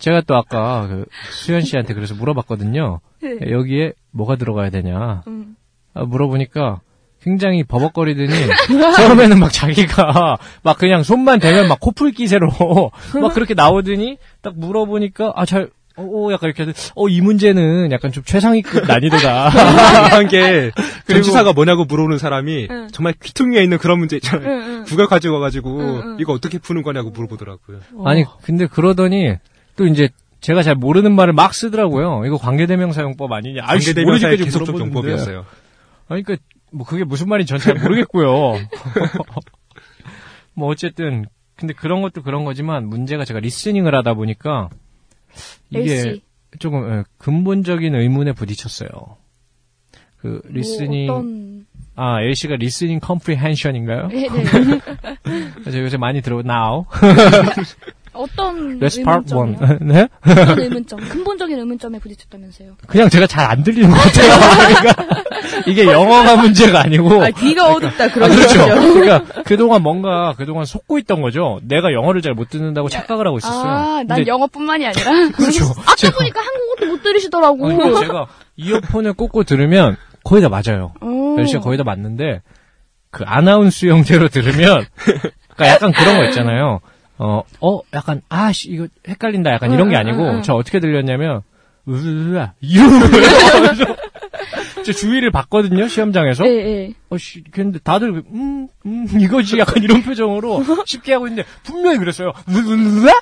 Speaker 3: 제가 또 아까 그 수현 씨한테 그래서 물어봤거든요.
Speaker 4: 네.
Speaker 3: 여기에 뭐가 들어가야 되냐.
Speaker 4: 음.
Speaker 3: 아, 물어보니까 굉장히 버벅거리더니 처음에는 막 자기가 막 그냥 손만 대면 막 코풀 기세로 막 그렇게 나오더니 딱 물어보니까 아 잘 어, 어, 약간 이렇게 어 이 문제는 약간 좀 최상위급 난이도다.
Speaker 6: 아, 이상한 게 네. 전치사가 뭐냐고 물어보는 사람이
Speaker 4: 응.
Speaker 6: 정말 귀퉁이에 있는 그런 문제 있잖아요.
Speaker 4: 응, 응.
Speaker 6: 국을 가지고 와가지고
Speaker 4: 응, 응.
Speaker 6: 이거 어떻게 푸는 거냐고 물어보더라고요.
Speaker 3: 아니 근데 그러더니 또 이제 제가 잘 모르는 말을 막 쓰더라고요. 이거 관계대명사 용법 아니냐? 아이씨,
Speaker 6: 관계대명사의
Speaker 3: 모르겠게 좀
Speaker 6: 계속적
Speaker 3: 물어보는데.
Speaker 6: 용법이었어요.
Speaker 3: 아니 그러니까 뭐 그게 무슨 말인지 전 잘 모르겠고요. 뭐 어쨌든 근데 그런 것도 그런 거지만 문제가 제가 리스닝을 하다 보니까 이게
Speaker 4: LC.
Speaker 3: 조금 예, 근본적인 의문에 부딪혔어요. 그 리스닝
Speaker 4: 뭐 어떤...
Speaker 3: 아 LC가 리스닝 컴프리헨션인가요?
Speaker 4: 네, 네.
Speaker 3: 제가 요새 많이 들어 now
Speaker 4: 어떤
Speaker 3: let's part one
Speaker 4: 의문점이요?
Speaker 3: 네?
Speaker 4: 어떤 의문점? 근본적인 의문점에 부딪혔다면서요.
Speaker 3: 그냥 제가 잘 안 들리는 것 같아요. 그러니까 이게 영어가 문제가 아니고
Speaker 5: 아, 귀가 어둡다 그런
Speaker 3: 아, 그렇죠.
Speaker 5: 거죠.
Speaker 3: 그러니까 그동안 뭔가 그동안 속고 있던 거죠. 내가 영어를 잘 못 듣는다고 착각을 하고 있었어요.
Speaker 4: 아, 난
Speaker 3: 근데
Speaker 4: 영어뿐만이 아니라.
Speaker 3: 그렇죠.
Speaker 4: 아까 보니까 한국어도 못 들으시더라고.
Speaker 3: 아니, 그러니까 제가 이어폰을 꽂고 들으면 거의 다 맞아요.
Speaker 4: 어.
Speaker 5: 음.
Speaker 3: 열시가 거의 다 맞는데 그 아나운스 형태로 들으면 그러니까 약간 그런 거 있잖아요. 어, 어, 약간 아씨 이거 헷갈린다. 약간 이런 게
Speaker 5: 음,
Speaker 4: 응, 응,
Speaker 3: 아니고
Speaker 4: 응.
Speaker 3: 저 어떻게 들렸냐면 으아 이러면서 제 주위를 봤거든요
Speaker 5: 네.
Speaker 3: 시험장에서.
Speaker 4: 예, 예.
Speaker 3: 어씨 근데 다들 음, 음 이거지 약간 이런 표정으로 쉽게 하고 있는데 분명히 그랬어요. 으아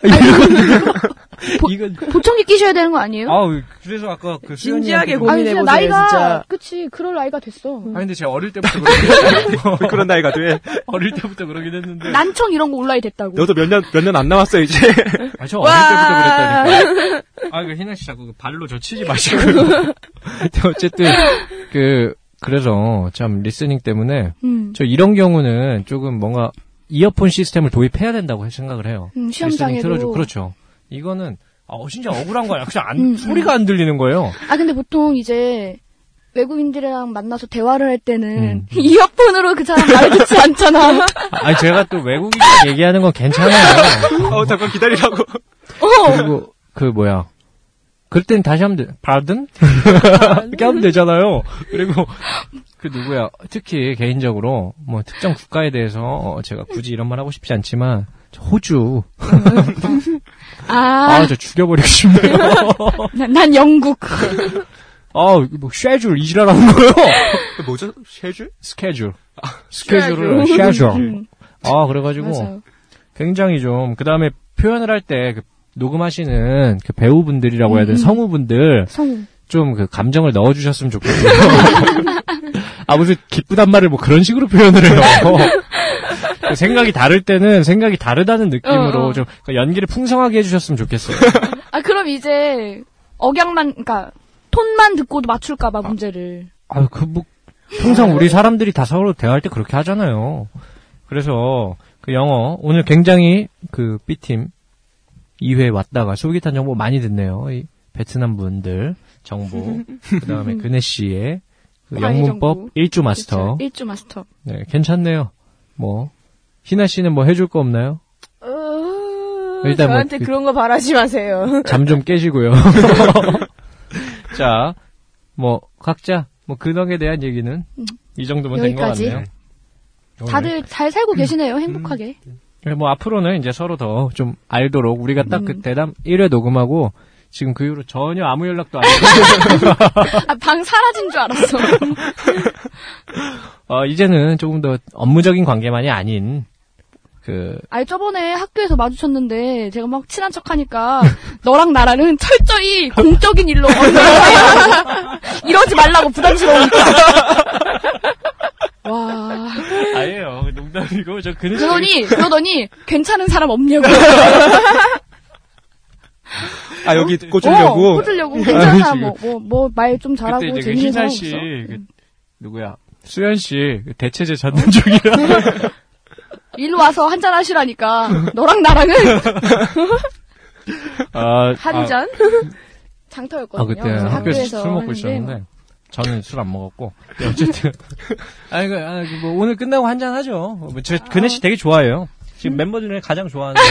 Speaker 4: 보-
Speaker 3: 이건
Speaker 4: 보청기 끼셔야 되는 거 아니에요?
Speaker 3: 아 그래서 아까 그 수연이
Speaker 5: 진지하게
Speaker 3: 형태로-
Speaker 5: 고-
Speaker 4: 아니, 진짜
Speaker 5: 고민해보세요,
Speaker 4: 나이가
Speaker 5: 진짜.
Speaker 4: 그치 그럴 나이가 됐어.
Speaker 3: 아 근데 제가 어릴 때부터 그랬어요. 뭐,
Speaker 6: 그런 나이가 돼.
Speaker 3: 어릴 때부터 그러긴 했는데.
Speaker 4: 난청 이런 거 올라야 됐다고.
Speaker 6: 너도 몇 년 몇 년 안 남았어 이제.
Speaker 3: 아, 저 어릴 때부터 그랬다니까. 아, 그 희나 씨 자꾸 그 발로 저 치지 마시고요. 근데 어쨌든, 그, 그래서 참 리스닝 때문에
Speaker 4: 음.
Speaker 3: 저 이런 경우는 조금 뭔가 이어폰 시스템을 도입해야 된다고 생각을 해요.
Speaker 4: 음,
Speaker 3: 리스닝 틀어줘.
Speaker 4: 시험장에도.
Speaker 3: 그렇죠. 이거는, 아, 어, 진짜 억울한 거야. 그냥 안,
Speaker 4: 음, 음.
Speaker 3: 소리가 안 들리는 거예요.
Speaker 4: 아 근데 보통 이제 외국인들이랑 만나서 대화를 할
Speaker 3: 음.
Speaker 4: 때는 이어폰으로 그 사람 말을 듣지 않잖아.
Speaker 3: 아니, 제가 또 외국인이랑 얘기하는 건 괜찮아요.
Speaker 6: 어 잠깐 기다리라고.
Speaker 4: 어.
Speaker 3: 그리고 그 뭐야. 그럴 땐 다시 하면 돼. pardon? 이렇게 하면 되잖아요. 그리고 그 누구야. 특히 개인적으로 뭐 특정 국가에 대해서 어, 제가 굳이 이런 말 하고 싶지 않지만 저 호주. 아,
Speaker 4: 아,
Speaker 3: 저 죽여버리고 싶네요.
Speaker 4: 난, 난 영국.
Speaker 3: 네. 아, 이거 뭐 쉐줄 이지랄하는 거예요.
Speaker 6: 그 뭐죠? 쉐줄?
Speaker 3: 스케줄. 스케줄을 쉐줄. 아, 그래가지고
Speaker 4: 음, 맞아요.
Speaker 3: 굉장히 좀, 그 다음에 표현을 할 때, 그 녹음하시는 그 배우분들이라고 해야
Speaker 4: 음.
Speaker 3: 되나 성우분들
Speaker 4: 성우.
Speaker 3: 좀 그 감정을 넣어주셨으면 좋겠어요. 아 무슨 기쁘단 말을 뭐 그런 식으로 표현을 해요. 그 생각이 다를 때는 생각이 다르다는 느낌으로
Speaker 4: 어, 어.
Speaker 3: 좀그 연기를 풍성하게 해주셨으면 좋겠어요.
Speaker 4: 아, 그럼 이제 억양만, 그니까 톤만 듣고도 맞출까봐 문제를.
Speaker 3: 아유, 그, 뭐, 항상 우리 사람들이 다 서로 대화할 때 그렇게 하잖아요. 그래서, 그 영어, 오늘 굉장히 그 B팀 2회 왔다가 솔깃한 정보 많이 듣네요. 이 베트남 분들 정보, 그 다음에 그네 씨의 그
Speaker 4: 과외
Speaker 3: 영문법
Speaker 4: 정보.
Speaker 3: 1주 마스터.
Speaker 4: 1주 마스터.
Speaker 3: 네, 괜찮네요. 뭐, 희나 씨는 뭐 해줄 거 없나요? 일단 뭐
Speaker 5: 어, 저한테
Speaker 3: 그-
Speaker 5: 그런 거 바라지 마세요.
Speaker 3: 잠 좀 깨시고요. 자, 뭐, 각자, 뭐, 근황에 대한 얘기는 이 정도면 된 것
Speaker 4: 여기까지.
Speaker 3: 같네요. 어,
Speaker 4: 다들 잘 살고
Speaker 3: 음.
Speaker 4: 계시네요, 행복하게.
Speaker 3: 네, 뭐 앞으로는 이제 서로 더 좀 알도록 우리가 딱 그
Speaker 4: 음.
Speaker 3: 대담 1회 녹음하고 지금 그 이후로 전혀 아무 연락도 안 하고
Speaker 4: 아, 방 사라진 줄 알았어.
Speaker 3: 어, 이제는 조금 더 업무적인 관계만이 아닌 그
Speaker 4: 아니, 저번에 학교에서 마주쳤는데 제가 막 친한 척 하니까 너랑 나랑은 철저히 공적인 일로. 이러지 말라고 부담스러우니까. 와.
Speaker 3: 아니에요 농담이고 저 그는
Speaker 4: 그러더니, 그러더니, 괜찮은 사람 없냐고.
Speaker 6: 아 여기
Speaker 4: 어,
Speaker 6: 꽂으려고
Speaker 4: 꽂으려고. 괜찮은 사람 뭐, 뭐, 뭐, 말 좀 잘하고,
Speaker 3: 그때 이제 그
Speaker 4: 재밌는 사람
Speaker 3: 희나
Speaker 4: 없어. 음.
Speaker 3: 씨 그, 누구야 수현 씨그 대체제 찾는 중이라
Speaker 4: 일로 와서 한잔 하시라니까. 너랑 나랑은
Speaker 3: 아,
Speaker 4: 한 잔? 장터였거든요.
Speaker 3: 아, 그때
Speaker 4: 그래서
Speaker 3: 학교에서 술 먹고
Speaker 4: 하는데
Speaker 3: 있었는데 저는 술 안 먹었고 어쨌든 아니 그, 아, 그뭐 오늘 끝나고 한잔 하죠. 뭐, 저 근혜 씨 되게 좋아해요. 지금 멤버 중에 가장 좋아하는.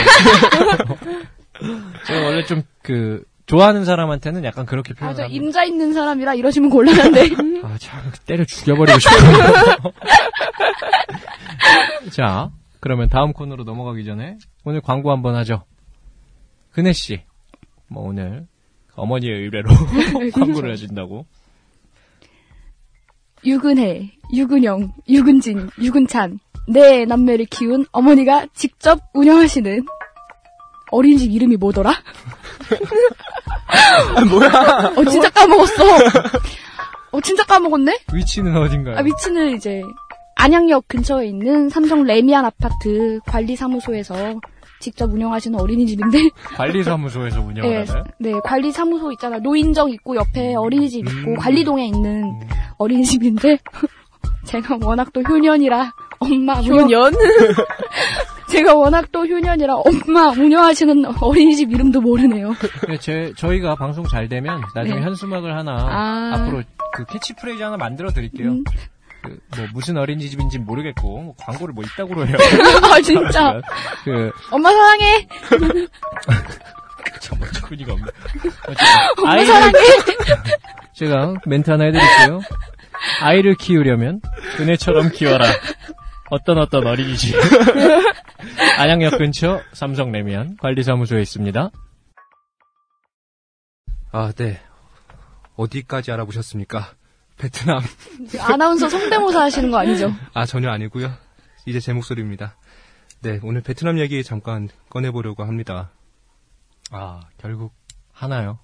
Speaker 3: 제가 원래 좀 그 좋아하는 사람한테는 약간 그렇게
Speaker 4: 아, 저
Speaker 3: 표현을 합니다.
Speaker 4: 임자 있는 사람이라 이러시면 곤란한데.
Speaker 3: 아, 참 때려 죽여버리고 싶어요. 자, 그러면 다음 코너로 넘어가기 전에 오늘 광고 한번 하죠. 근혜 씨, 뭐 오늘 어머니의 의뢰로 광고를 해준다고.
Speaker 4: 유근혜, 유근영, 유근진, 유근찬. 네 남매를 키운 어머니가 직접 운영하시는 어린이집 이름이 뭐더라?
Speaker 6: 아,
Speaker 4: 뭐야? 어 진짜 까먹었어. 어 진짜 까먹었네.
Speaker 3: 위치는 어딘가요?
Speaker 4: 아, 위치는 이제 안양역 근처에 있는 삼성 레미안 아파트 관리사무소에서 직접 운영하시는 어린이집인데
Speaker 3: 관리사무소에서
Speaker 4: 네, 음,
Speaker 3: 운영을 하나요?
Speaker 4: 네, 관리사무소 있잖아. 노인정 있고 옆에 어린이집 있고 관리동에 있는 어린이집인데 제가 워낙 또 효년이라 엄마 운영
Speaker 5: 효년?
Speaker 4: 제가 워낙 또 효년이라 엄마 운영하시는 어린이집 이름도 모르네요.
Speaker 3: 네, 제, 저희가 방송 잘 되면 나중에
Speaker 4: 네.
Speaker 3: 현수막을 하나
Speaker 4: 아.
Speaker 3: 앞으로 그 캐치프레이즈 하나 만들어 드릴게요.
Speaker 4: 음.
Speaker 3: 그, 뭐 무슨 어린이집인지 모르겠고 뭐 광고를 뭐 있다고 해요.
Speaker 4: 아 진짜
Speaker 3: 그
Speaker 4: 엄마 사랑해.
Speaker 3: 정말 군이가 없네.
Speaker 4: 엄마
Speaker 3: 아이를-
Speaker 4: 사랑해.
Speaker 3: 제가 멘트 하나 해드릴게요. 아이를 키우려면 그네처럼 키워라. 어떤 어떤 어린이집. 안양역 근처 삼성 레미안 관리사무소에 있습니다.
Speaker 6: 아 네. 어디까지 알아보셨습니까? 베트남
Speaker 4: 아나운서 성대모사 하시는 거 아니죠?
Speaker 6: 아 전혀 아니고요. 이제 제 목소리입니다. 네 오늘 베트남 얘기 잠깐 꺼내보려고 합니다.
Speaker 3: 아 결국 하나요.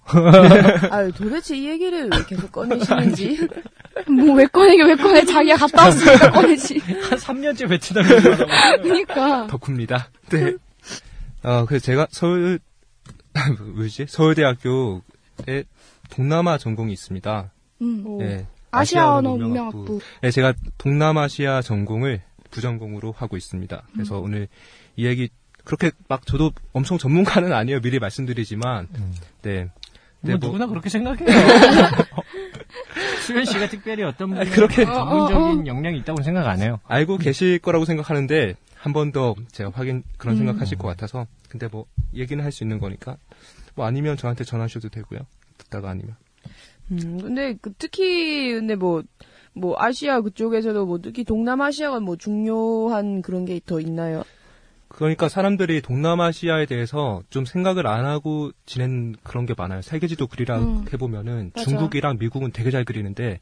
Speaker 5: 아유, 도대체 이 얘기를 왜 계속 꺼내시는지.
Speaker 4: 뭐 왜 꺼내게 왜 꺼내 자기가 갔다 왔으니까 꺼내지.
Speaker 3: 한 3년째 베트남에서
Speaker 4: 그러니까
Speaker 6: 덕후입니다. 네. 어, 그래서 제가 서울, 뭐지? 서울대학교에 동남아 전공이 있습니다.
Speaker 4: 음.
Speaker 6: 네.
Speaker 4: 아시아 언어 문명학부. 뭐,
Speaker 6: 네, 제가 동남아시아 전공을 부전공으로 하고 있습니다. 그래서
Speaker 4: 음.
Speaker 6: 오늘 이 얘기, 그렇게 막 저도 엄청 전문가는 아니에요. 미리 말씀드리지만. 네.
Speaker 3: 뭐
Speaker 6: 네, 뭐-
Speaker 3: 누구나 그렇게 생각해요. 수현 씨가 특별히 어떤 분이 그렇게 전문적인 역량이 있다고 는 생각 안 해요.
Speaker 4: 음.
Speaker 6: 알고 계실 거라고 생각하는데 한 번 더 제가 확인
Speaker 4: 음.
Speaker 6: 그런 생각하실 것 같아서 근데 뭐 얘기는 할 수 있는 거니까 뭐 아니면 저한테 전화하셔도 되고요 듣다가 아니면
Speaker 5: 음, 근데 그 특히 근데 뭐. 뭐 아시아 그쪽에서도 뭐 특히 동남아시아가 뭐 중요한 그런 게 더 있나요?
Speaker 6: 그러니까 사람들이 동남아시아에 대해서 좀 생각을 안 하고 지낸 그런 게 많아요. 세계지도 그리라
Speaker 4: 음.
Speaker 6: 해보면은
Speaker 4: 맞아.
Speaker 6: 중국이랑 미국은 되게 잘 그리는데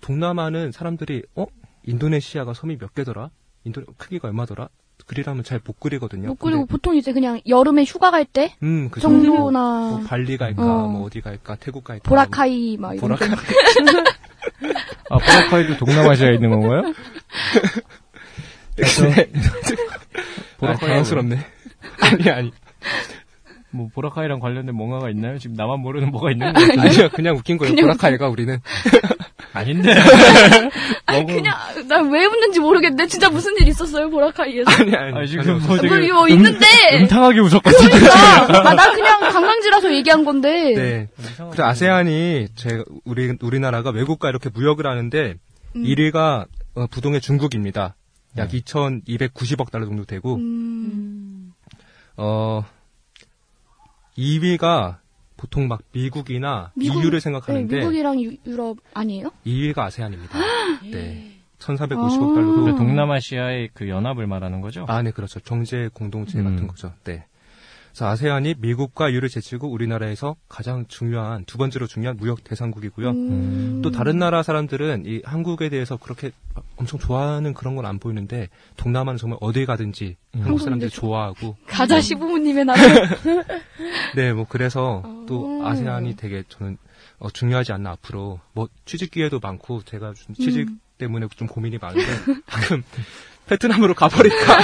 Speaker 6: 동남아는 사람들이 어 인도네시아가 섬이 몇 개더라? 인도 크기가 얼마더라? 그리라면 잘 못 그리거든요.
Speaker 4: 못 그리고 보통 이제 그냥 여름에 휴가 갈 때
Speaker 6: 근데, 음, 네. 그죠.
Speaker 4: 정도나
Speaker 6: 뭐 발리 갈까,
Speaker 4: 어.
Speaker 6: 뭐 어디 갈까, 태국 갈까.
Speaker 4: 보라카이 막 이런
Speaker 6: 보라카.
Speaker 3: 아, 보라카이도 동남아시아에 있는 건가요?
Speaker 6: 네. 아,
Speaker 3: 보라카이.
Speaker 6: 당황스럽네. 아니, 아니.
Speaker 3: 뭐, 보라카이랑 관련된 뭔가가 있나요? 지금 나만 모르는 뭐가 있는 거
Speaker 6: 아니야, 그냥 웃긴 거예요. 보라카이가 우리는.
Speaker 3: 아닌데. 뭐
Speaker 4: 아니 그냥 난 왜 웃는지 모르겠는데 진짜 무슨 일 있었어요 보라카이에서
Speaker 6: 아니, 아니.
Speaker 3: 아, 지금 뭐 되게.
Speaker 4: 뭘 이거 있는데
Speaker 3: 음탕하게 웃었거든요.
Speaker 4: 그러니까 아, 나 그냥 관광지라서 얘기한 건데
Speaker 6: 네. 그래서 아세안이 제 우리 우리나라가 외국과 이렇게 무역을 하는데 1위가 어, 부동의 중국입니다. 약 2,290억 달러 정도 되고
Speaker 4: 음.
Speaker 6: 어 2위가 보통 막 미국이나
Speaker 4: 미국-
Speaker 6: EU를
Speaker 4: 네,
Speaker 6: 생각하는데
Speaker 4: 미국이랑 유, 유럽 아니에요?
Speaker 6: 2위가 아세안입니다. 네. 1,450억
Speaker 4: 아.
Speaker 3: 음.
Speaker 6: 달러로
Speaker 3: 동남아시아의 그 연합을 말하는 거죠?
Speaker 6: 아, 네, 그렇죠. 경제 공동체
Speaker 3: 음.
Speaker 6: 같은 거죠. 네. 그래서 아세안이 미국과 유를 제치고 우리나라에서 가장 중요한 두 번째로 중요한 무역 대상국이고요.
Speaker 4: 음.
Speaker 6: 또 다른 나라 사람들은 이 한국에 대해서 그렇게 엄청 좋아하는 그런 건 안 보이는데 동남아는 정말 어딜 가든지 한국 사람들이 좋아하고
Speaker 4: 가자 시부모님의 나라
Speaker 6: 네 뭐 그래서
Speaker 4: 어.
Speaker 6: 또 아세안이 되게 저는 어, 중요하지 않나 앞으로 뭐 취직 기회도 많고 제가 좀 취직 때문에 좀 고민이 많은데 가끔 베트남으로 가버릴까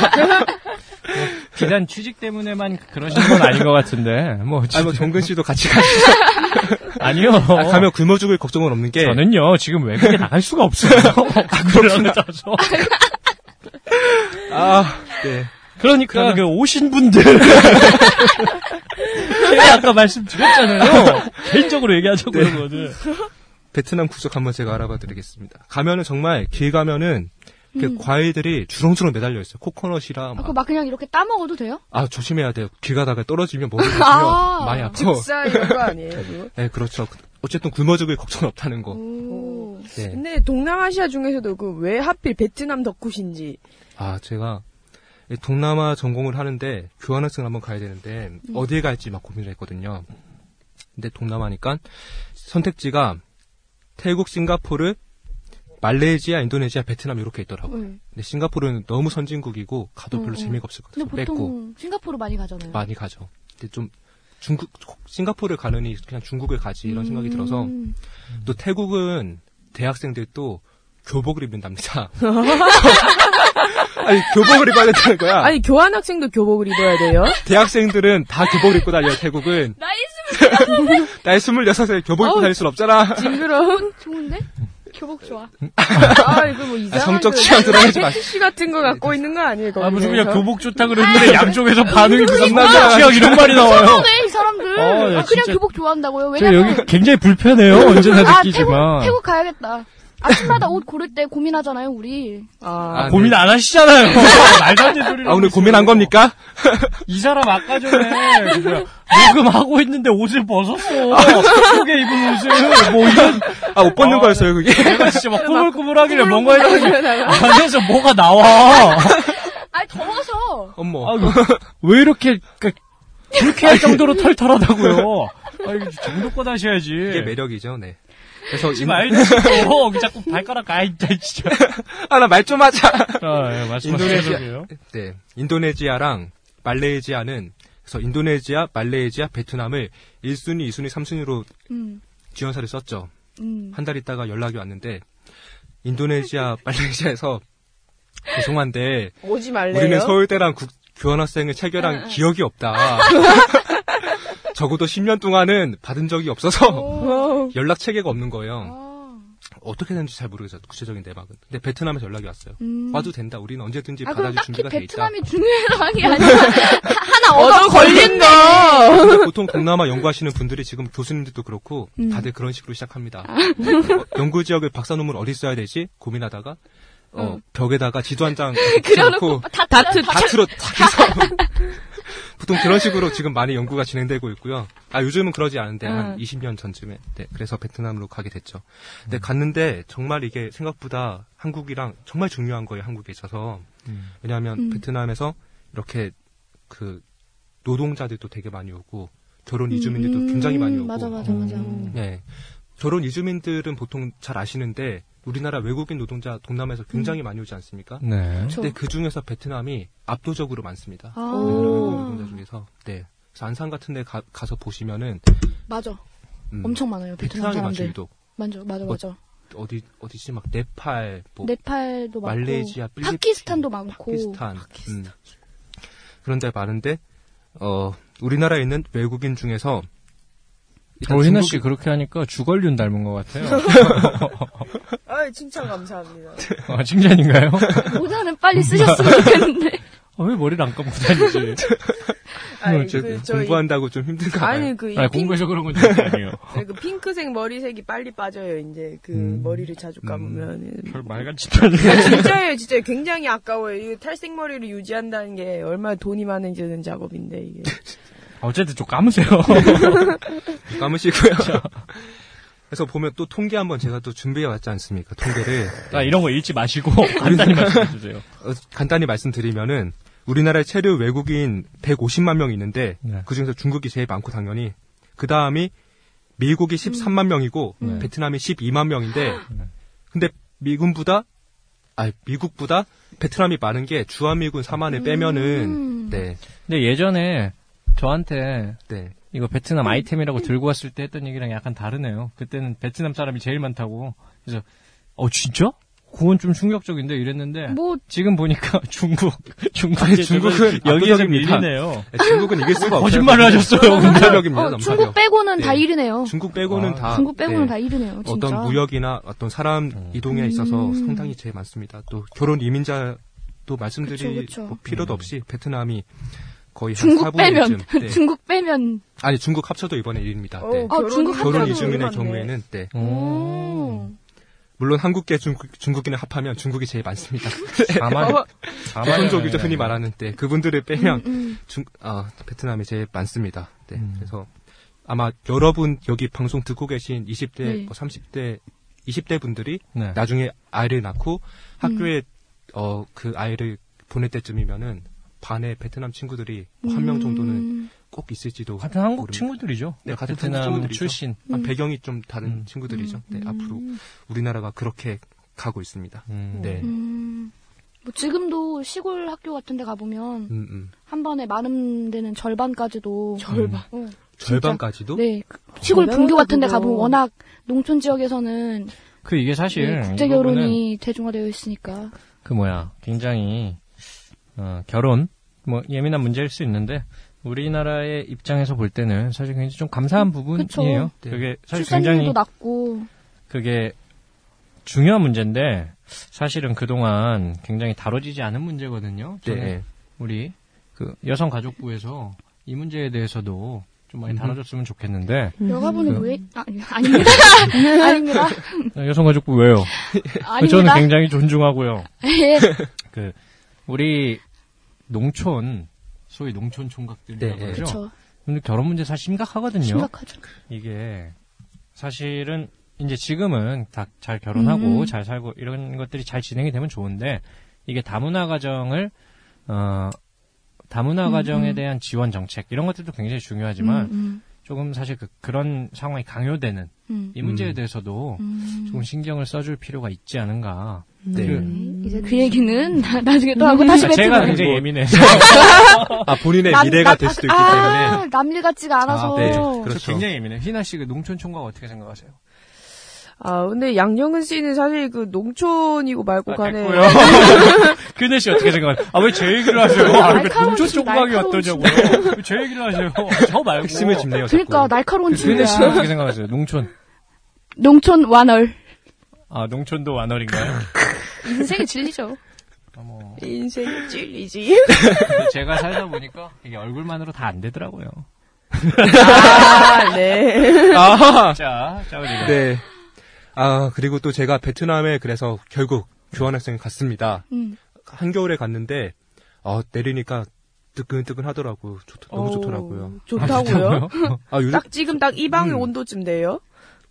Speaker 3: 비단 취직 때문에만 그러신 건 아닌 것 같은데. 뭐,
Speaker 6: 아니 뭐 정근 씨도 같이 가시죠
Speaker 3: 아니요.
Speaker 6: 아, 가면 굶어 죽을 걱정은 없는 게
Speaker 3: 저는요, 지금 외국에 나갈 수가
Speaker 6: 아,
Speaker 3: 없어요. 아, 그러나 서
Speaker 6: 아네
Speaker 3: 그러니까 그 오신 분들 제가 아까 말씀드렸잖아요 개인적으로 얘기하자고
Speaker 6: 네.
Speaker 3: 그런 거는
Speaker 6: 베트남 국적 한번 제가 알아봐드리겠습니다 가면은 정말 길 가면은 이렇게 과일들이 주렁주렁 매달려 있어요 코코넛이랑
Speaker 4: 음. 아,
Speaker 6: 막
Speaker 4: 그거 막 그냥 이렇게 따먹어도 돼요?
Speaker 6: 아 조심해야 돼요. 길 가다가 떨어지면 머리 다치면
Speaker 4: 아,
Speaker 6: 많이 아파.
Speaker 5: 즉사 이런 거 아니에요? 그거?
Speaker 6: 네 그렇죠. 어쨌든 굶어 죽을 걱정 없다는 거.
Speaker 4: 오.
Speaker 6: 네.
Speaker 5: 근데 동남아시아 중에서도 그 왜 하필 베트남 덕후신지
Speaker 6: 아 제가 이 동남아 전공을 하는데 교환학생 한번 가야 되는데
Speaker 4: 음.
Speaker 6: 어디에 갈지 막 고민을 했거든요. 근데 동남아니까 선택지가 태국, 싱가포르, 말레이시아, 인도네시아, 베트남 이렇게 있더라고요.
Speaker 4: 네.
Speaker 6: 근데 싱가포르는 너무 선진국이고 가도 별로
Speaker 4: 음,
Speaker 6: 재미가 없을 것 같아서
Speaker 4: 근데
Speaker 6: 뺐고
Speaker 4: 보통 싱가포르 많이 가잖아요.
Speaker 6: 많이 가죠. 근데 좀 중국 싱가포르 가느니 그냥 중국을 가지 이런 생각이 들어서
Speaker 4: 음.
Speaker 6: 또 태국은 대학생들 또 교복을 입는답니다. 아니 교복을 입어야 된다는 거야.
Speaker 5: 아니 교환학생도 교복을 입어야 돼요?
Speaker 6: 대학생들은 다 교복을 입고 다녀요. 태국은
Speaker 4: 나이
Speaker 6: 나이 26에 교복 입고
Speaker 5: 어우,
Speaker 6: 다닐 순 없잖아.
Speaker 5: 징그러운
Speaker 4: 좋은데? 교복 좋아.
Speaker 5: 아 이거 뭐 이상한
Speaker 6: 정적 취향 드러내지 마.
Speaker 5: 패티시 같은 거 갖고 있는 거 아니에요?
Speaker 3: 아 무슨
Speaker 5: 거기서?
Speaker 3: 그냥 교복 좋다 그랬는데 양쪽에서 반응이 무슨
Speaker 6: 그러니까.
Speaker 3: 취향 이런 말이 나와요
Speaker 4: 편해 이 사람들.
Speaker 3: 어, 네,
Speaker 4: 아, 그냥
Speaker 3: 진짜.
Speaker 4: 교복 좋아한다고요.
Speaker 3: 저
Speaker 4: 왜냐면
Speaker 3: 여기 굉장히 불편해요 언제나
Speaker 4: 아
Speaker 3: 느끼지만
Speaker 4: 태국 태국 가야겠다. 아침마다 옷 고를 때 고민하잖아요 우리.
Speaker 5: 아,
Speaker 6: 아,
Speaker 3: 고민 안 하시잖아요 네. 말도 안 되는 소리를
Speaker 6: 아 오늘
Speaker 3: 하고
Speaker 6: 고민한
Speaker 3: 있어요.
Speaker 6: 겁니까?
Speaker 3: 이 사람 아까 전에 그냥 녹음하고 있는데 옷을 벗었어 속에 입은 옷을 뭐 이런
Speaker 6: 아 옷 벗는
Speaker 3: 아,
Speaker 6: 거였어요 그게.
Speaker 3: 내가 진짜 막 꾸물꾸물하길래 뭔가 이러는
Speaker 5: 그러다가
Speaker 3: 안에서 뭐가 나와
Speaker 4: 아니 더워서.
Speaker 6: 어머.
Speaker 3: 아유, 왜 이렇게, 그, 그렇게 할 정도로 털털하다고요? 아, 이거 정도껏 하셔야지.
Speaker 6: 이게 매력이죠. 네. 그래서
Speaker 3: 하지 말지. 어, 자꾸 발가락 아, 진짜, 진짜.
Speaker 6: 아나 말 좀 하자.
Speaker 3: 아, 예,
Speaker 6: 인도네시아,
Speaker 3: 말씀하세요.
Speaker 6: 네, 인도네시아랑 말레이시아는 그래서 인도네시아, 말레이시아, 베트남을 1순위, 2순위, 3순위로
Speaker 4: 음.
Speaker 6: 지원서를 썼죠.
Speaker 4: 음.
Speaker 6: 한 달 있다가 연락이 왔는데 인도네시아, 말레이시아에서 죄송한데
Speaker 5: 오지 말래요.
Speaker 6: 우리는 서울대랑 국- 교환학생을 체결한 기억이 없다. 적어도 10년 동안은 받은 적이 없어서
Speaker 5: 어,
Speaker 6: 연락 체계가 없는 거예요.
Speaker 4: 아,
Speaker 6: 어떻게 되는지 잘 모르겠어요. 구체적인 내막은. 근데 베트남에서 연락이 왔어요.
Speaker 4: 음.
Speaker 6: 와도 된다. 우리는 언제든지
Speaker 4: 아 그럼
Speaker 6: 받아줄
Speaker 4: 딱히
Speaker 6: 준비가 돼 있다. 음.
Speaker 4: 베트남이 중요한 상황이 아니야. 하나 얻어
Speaker 5: 얻어 걸린 거.
Speaker 6: 근데 보통 동남아 연구하시는 분들이 지금 교수님들도 그렇고 다들 그런 식으로 시작합니다. 어, 연구 지역을 박사 논문 어디 써야 되지 고민하다가 어, 벽에다가 지도 한 장 그려놓고
Speaker 4: 다트
Speaker 6: 다트로 탁해서 보통 그런 식으로 지금 많이 연구가 진행되고 있고요. 아 요즘은 그러지 않은데 한 20년 전쯤에 네, 그래서 베트남으로 가게 됐죠. 근데 갔는데 정말 이게 생각보다 한국이랑 정말 중요한 거예요 한국에 있어서 왜냐하면 베트남에서 이렇게 그 노동자들도 되게 많이 오고 결혼
Speaker 4: 음,
Speaker 6: 이주민들도 굉장히 많이 오고 음,
Speaker 4: 맞아 맞아 맞아.
Speaker 6: 네. 결혼 이주민들은 보통 잘 아시는데 우리나라 외국인 노동자 동남아에서 굉장히 많이 오지 않습니까?
Speaker 3: 네.
Speaker 6: 근데 그 음, 중에서 베트남이 압도적으로 많습니다.
Speaker 4: 아,
Speaker 6: 베트남 노동자 중에서 네. 그래서 안산 같은 데 가, 서 보시면은
Speaker 4: 맞아.
Speaker 6: 음,
Speaker 4: 엄청 많아요. 베트남
Speaker 6: 베트남이 맞죠
Speaker 4: 사람들.
Speaker 6: 유독
Speaker 4: 맞아, 맞아, 맞아.
Speaker 6: 어디 어디지 막 네팔 뭐
Speaker 4: 네팔도 많고.
Speaker 6: 말레이시아 필리핀
Speaker 4: 파키스탄도 많고.
Speaker 6: 파키스탄, 음. 그런 데 많은데 어 우리나라에 있는 외국인 중에서 일단
Speaker 3: 어, 희나
Speaker 6: 중국인-
Speaker 3: 씨 그렇게 하니까 주걸륜 닮은 것 같아요.
Speaker 5: 아, 칭찬 감사합니다.
Speaker 3: 아, 칭찬인가요?
Speaker 4: 모자는 빨리 쓰셨으면 좋겠는데.
Speaker 3: 아, 왜 머리를 안 감고 다니지?
Speaker 6: 오늘 저- 공부한다고 좀 힘든가 봐요.
Speaker 5: 네, 그 아니 그이
Speaker 3: 아니,
Speaker 5: 핑크,
Speaker 3: 공부해서 그런 건 절대 아니에요.
Speaker 5: 그 핑크색 머리색이 빨리 빠져요. 이제 그
Speaker 3: 음.
Speaker 5: 머리를 자주 감으면
Speaker 3: 별 말같지도 않네.
Speaker 5: 진짜예요, 진짜 굉장히 아까워요. 이 탈색 머리를 유지한다는 게 얼마나 돈이 많은 지는 작업인데 이게.
Speaker 3: 아, 어쨌든 좀 감으세요.
Speaker 6: 감으시고요. 그래서 보면 또 통계 한번 제가 또 준비해 왔지 않습니까? 통계를
Speaker 3: 아, 이런 거 읽지 마시고
Speaker 6: 그러니까.
Speaker 3: 간단히 말씀해주세요.
Speaker 6: 어, 간단히 말씀드리면은 우리나라에 체류 외국인 150만 명이 있는데
Speaker 3: 네.
Speaker 6: 그 중에서 중국이 제일 많고 당연히 그 다음이 미국이 13만 명이고
Speaker 3: 네.
Speaker 6: 베트남이 12만 명인데
Speaker 3: 네.
Speaker 6: 근데 미군보다 아 미국보다 베트남이 많은 게 주한미군 4만을 빼면은
Speaker 4: 음.
Speaker 6: 네
Speaker 3: 근데 예전에 저한테
Speaker 6: 네.
Speaker 3: 이거 베트남 아이템이라고 들고 왔을 때 했던 얘기랑 약간 다르네요. 그때는 베트남 사람이 제일 많다고. 그래서 어 진짜? 그건 좀 충격적인데 이랬는데
Speaker 4: 뭐,
Speaker 6: 음,
Speaker 3: 지금 보니까 중국 중국
Speaker 6: 아니, 중국은
Speaker 3: 여기에서
Speaker 6: 압도적입니다.
Speaker 3: 밀리네요.
Speaker 6: 중국은 이길 수가 없어요.
Speaker 3: 거짓말을 하셨어요. 근데.
Speaker 6: 남사벽입니다.
Speaker 4: 어, 중국 빼고는 다
Speaker 6: 네.
Speaker 4: 이르네요.
Speaker 6: 중국 빼고는
Speaker 3: 아,
Speaker 6: 다
Speaker 4: 중국 빼고는
Speaker 6: 네.
Speaker 4: 다 이르네요, 진짜.
Speaker 6: 어떤 무역이나 어떤 사람 이동에 있어서
Speaker 4: 음.
Speaker 6: 상당히 제일 많습니다. 또 결혼 이민자도 말씀드릴
Speaker 4: 그쵸, 그쵸.
Speaker 6: 뭐
Speaker 3: 음.
Speaker 6: 필요도 없이 베트남이 거의 한
Speaker 4: 중국
Speaker 6: 4분의
Speaker 4: 빼면,
Speaker 6: 1쯤. 네.
Speaker 4: 중국 빼면.
Speaker 6: 아니 중국 합쳐도 이번에 1위입니다.
Speaker 5: 어,
Speaker 6: 네.
Speaker 4: 아, 중국
Speaker 6: 결혼
Speaker 4: 합쳐도
Speaker 6: 이주민의 경우에는 네.
Speaker 3: 어.
Speaker 6: 어.
Speaker 4: 오.
Speaker 6: 물론 한국계 중국, 중국인을 합하면 중국이 제일 많습니다.
Speaker 3: 다만 네.
Speaker 5: 어,
Speaker 6: 조선족이죠 흔히 말하는 때 그분들을 빼면
Speaker 4: 음.
Speaker 6: 중, 아, 베트남이 제일 많습니다. 네,
Speaker 3: 음.
Speaker 6: 그래서 아마 여러분 여기 방송 듣고 계신 20대,
Speaker 4: 네.
Speaker 6: 뭐 30대, 20대 분들이
Speaker 3: 네.
Speaker 6: 나중에 아이를 낳고 학교에
Speaker 4: 음.
Speaker 6: 어, 그 아이를 보낼 때쯤이면은 반에 베트남 친구들이 뭐 한 명 정도는
Speaker 4: 음.
Speaker 6: 꼭 있을지도
Speaker 3: 같은 한국
Speaker 6: 모릅니다.
Speaker 3: 친구들이죠.
Speaker 6: 네, 같은
Speaker 3: 베트남
Speaker 6: 한국 친구들이죠.
Speaker 3: 출신.
Speaker 6: 아,
Speaker 4: 음.
Speaker 6: 배경이 좀 다른
Speaker 3: 음.
Speaker 6: 친구들이죠. 네, 앞으로 우리나라가 그렇게 가고 있습니다.
Speaker 3: 음.
Speaker 6: 네.
Speaker 4: 음. 뭐 지금도 시골 학교 같은 데 가보면
Speaker 6: 음, 음.
Speaker 4: 한 번에 많은 데는 절반까지도
Speaker 5: 절반.
Speaker 4: 어,
Speaker 6: 절반까지도
Speaker 4: 네 그- 시골 분교 같은 데
Speaker 5: 그거.
Speaker 4: 가보면 워낙 농촌 지역에서는
Speaker 3: 그 이게 사실
Speaker 4: 네, 국제
Speaker 3: 이 부분은
Speaker 4: 결혼이 대중화되어 있으니까
Speaker 3: 그 뭐야 굉장히 어, 결혼 뭐 예민한 문제일 수 있는데 우리나라의 입장에서 볼 때는 사실 굉장히 좀 감사한 부분이에요.
Speaker 6: 네.
Speaker 3: 그게 사실 굉장히
Speaker 4: 음, 출산율도 낮고
Speaker 3: 그게 중요한 문제인데 사실은 그동안 굉장히 다뤄지지 않은 문제거든요. 저는
Speaker 6: 네.
Speaker 3: 우리 그 여성가족부에서 이 문제에 대해서도 좀 많이
Speaker 6: 음.
Speaker 3: 다뤄줬으면 좋겠는데
Speaker 4: 여가부는
Speaker 3: 그-
Speaker 4: 왜 아, 아니- 아닙니다 아닙니다
Speaker 3: 어, 여성가족부 왜요? 그 저는
Speaker 4: 아닙니다
Speaker 3: 굉장히 존중하고요.
Speaker 4: 예.
Speaker 3: 그 우리 농촌 소위 농촌 총각들이라고
Speaker 6: 네, 네.
Speaker 3: 하죠.
Speaker 4: 그쵸
Speaker 3: 근데 결혼 문제 사실 심각하거든요.
Speaker 4: 심각하죠
Speaker 3: 이게 사실은 이제 지금은 다 잘 결혼하고
Speaker 4: 음.
Speaker 3: 잘 살고 이런 것들이 잘 진행이 되면 좋은데 이게 다문화 가정을 어 다문화
Speaker 4: 음,
Speaker 3: 가정에
Speaker 4: 음.
Speaker 3: 대한 지원 정책 이런 것들도 굉장히 중요하지만
Speaker 4: 음,
Speaker 3: 조금 사실 그, 그런 상황이 강요되는
Speaker 4: 음,
Speaker 3: 이 문제에
Speaker 6: 음.
Speaker 3: 대해서도
Speaker 4: 음.
Speaker 3: 조금 신경을 써줄 필요가 있지 않은가.
Speaker 6: 네.
Speaker 4: 네, 이제 그 얘기는 나- 나중에 또 하고 다시
Speaker 3: 제가
Speaker 4: 뵙도록
Speaker 3: 굉장히
Speaker 6: 뭐-
Speaker 3: 예민해서
Speaker 6: 아 본인의
Speaker 4: 남-
Speaker 6: 미래가
Speaker 4: 남-
Speaker 6: 될 수도 있기 때문에
Speaker 4: 아, 남일 같지가 않아서
Speaker 3: 아,
Speaker 6: 네.
Speaker 3: 저
Speaker 6: 그렇죠.
Speaker 3: 굉장히 예민해요. 희나 씨그 농촌 총각 어떻게 생각하세요?
Speaker 5: 아, 근데 양정은 씨는 사실 그 농촌이고 말고 간에
Speaker 3: 아, 됐고요. 규네 씨 어떻게 생각하세요? 아, 왜 제 얘기를 하세요? 아, 그
Speaker 4: 날카로운
Speaker 3: 동조
Speaker 4: 씨,
Speaker 3: 총각이
Speaker 4: 날카로운
Speaker 3: 어떠냐고요? 왜 제 얘기를 하세요? 저 말고.
Speaker 6: 핵심을 짚네요. 자꾸.
Speaker 4: 그러니까 날카로운
Speaker 3: 규네 씨는
Speaker 4: 친구야
Speaker 3: 어떻게 생각하세요? 농촌.
Speaker 4: 농촌 완월
Speaker 3: 아, 농촌도 완월인가요?
Speaker 4: 인생의 진리죠
Speaker 3: 아, 뭐.
Speaker 5: 인생 찔리지.
Speaker 3: 근데 제가 살다 보니까 이게 얼굴만으로 다 안 되더라고요.
Speaker 5: 아, 네.
Speaker 3: 자, 자, 우리. 네.
Speaker 6: 네. 아, 그리고 또 제가 베트남에 그래서 결국 교환학생을 갔습니다.
Speaker 4: 음.
Speaker 6: 한겨울에 갔는데, 어, 내리니까 뜨끈뜨끈 하더라고. 좋, 너무 좋더라고요.
Speaker 5: 어, 좋다고요?
Speaker 6: 아, 요즘
Speaker 5: 딱 지금 딱 이 방의
Speaker 6: 음.
Speaker 5: 온도쯤 돼요?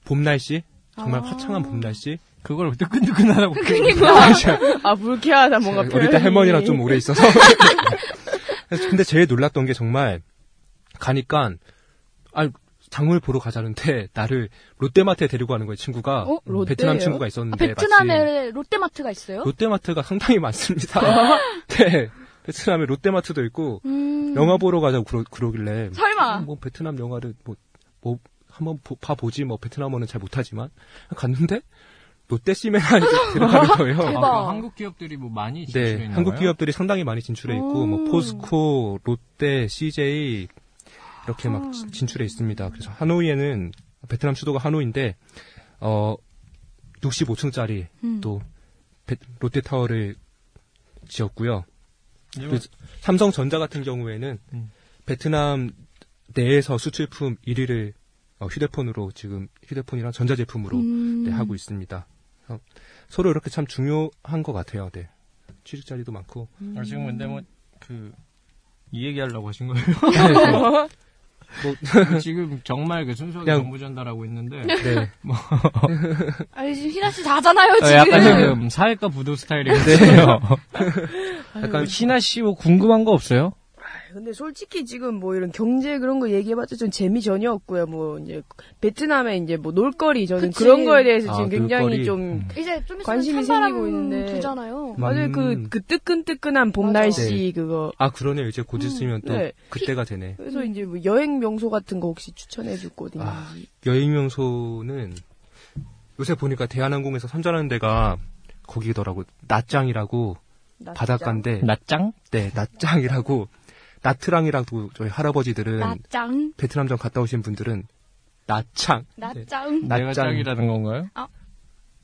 Speaker 6: 봄 날씨? 정말
Speaker 4: 아.
Speaker 6: 화창한 봄 날씨?
Speaker 3: 그걸 뜨끈뜨끈하다고.
Speaker 5: 아, 불쾌하다, 뭔가
Speaker 6: 어릴
Speaker 5: 표현이.
Speaker 6: 때 네, 할머니랑 좀 뭐- 오래 있어서. 그래서 근데 제일 놀랐던 게 정말, 가니까, 아 장을 보러 가자는데 나를 롯데마트에 데리고 가는 거예요 친구가
Speaker 5: 어? 롯데예요?
Speaker 6: 음, 베트남 친구가
Speaker 4: 아,
Speaker 6: 있었는데 마침
Speaker 4: 베트남에 롯데마트가 있어요?
Speaker 6: 롯데마트가 상당히 많습니다. 네, 베트남에 롯데마트도 있고
Speaker 4: 아. 음.
Speaker 6: 영화 보러 가자고 그러, 그러길래
Speaker 4: 설마.
Speaker 6: 뭐 베트남 영화를 뭐, 뭐 한번 보- 봐보지 뭐 베트남어는 잘 못하지만 갔는데 롯데시메나 이렇게 들어가는 거예요.
Speaker 4: 대박.
Speaker 3: 아, 한국 기업들이 뭐 많이 진출해
Speaker 6: 네,
Speaker 3: 있는
Speaker 6: 한국
Speaker 3: 거예요?
Speaker 6: 기업들이 상당히 많이 진출해 있고
Speaker 4: 음.
Speaker 6: 뭐 포스코, 롯데, CJ 이렇게
Speaker 4: 아.
Speaker 6: 막 진- 진출해 있습니다. 그래서 하노이에는 베트남 수도가 하노이인데 어 65층짜리
Speaker 4: 음.
Speaker 6: 또 베- 롯데 타워를 지었고요.
Speaker 3: 일본-
Speaker 6: 그래서 삼성전자 같은 경우에는
Speaker 3: 음.
Speaker 6: 베트남 내에서 수출품 1위를 어, 휴대폰으로 지금 휴대폰이랑 전자제품으로
Speaker 4: 음.
Speaker 6: 네, 하고 있습니다. 그래서 서로 이렇게 참 중요한 것 같아요. 네. 취직 자리도 많고.
Speaker 3: 아, 지금 근데 뭐 그 이 얘기하려고 하신 거예요? 네. 뭐, 지금 정말 그 순수하게
Speaker 6: 그냥-
Speaker 3: 정보 전달하고 있는데
Speaker 6: 네.
Speaker 4: 아니, 지금 희나 씨 자잖아요,
Speaker 3: 어,
Speaker 4: 지금.
Speaker 3: 약간 지금 사회과 부도 스타일이거든요. 약간 신하 씨 뭐 궁금한 거 없어요?
Speaker 5: 근데 솔직히 지금 뭐 이런 경제 그런 거 얘기해봤자 좀 재미 전혀 없고요. 뭐 이제 베트남의 이제 뭐 놀거리 저는
Speaker 4: 그치.
Speaker 5: 그런 거에 대해서
Speaker 6: 아,
Speaker 5: 지금 굉장히
Speaker 6: 놀거리. 음.
Speaker 5: 좀
Speaker 4: 이제 좀 있으면
Speaker 5: 관심이
Speaker 4: 찬바람
Speaker 5: 생기고 있는데.
Speaker 4: 두잖아요.
Speaker 5: 맞아요. 그,
Speaker 6: 음.
Speaker 5: 그 뜨끈뜨끈한 봄
Speaker 4: 맞아.
Speaker 5: 날씨
Speaker 6: 네.
Speaker 5: 그거.
Speaker 6: 아, 그러네요. 이제 곧 있으면 또
Speaker 5: 네.
Speaker 6: 그때가 되네.
Speaker 5: 그래서 이제 뭐 여행 명소 같은 거 혹시 추천해 줄 곳 있는지.
Speaker 6: 아, 여행 명소는 요새 보니까 대한항공에서 선전하는 데가 거기더라고. 낮장이라고
Speaker 5: 나 진짜.
Speaker 6: 바닷가인데
Speaker 3: 낮짱?
Speaker 6: 네, 낮장이라고 나트랑이라고 저희 할아버지들은
Speaker 4: 낮짱,
Speaker 6: 베트남전 갔다 오신 분들은 낮창
Speaker 4: 낮짱.
Speaker 3: 내가
Speaker 6: 낮짱.
Speaker 3: 짱이라는 건가요?
Speaker 4: 아.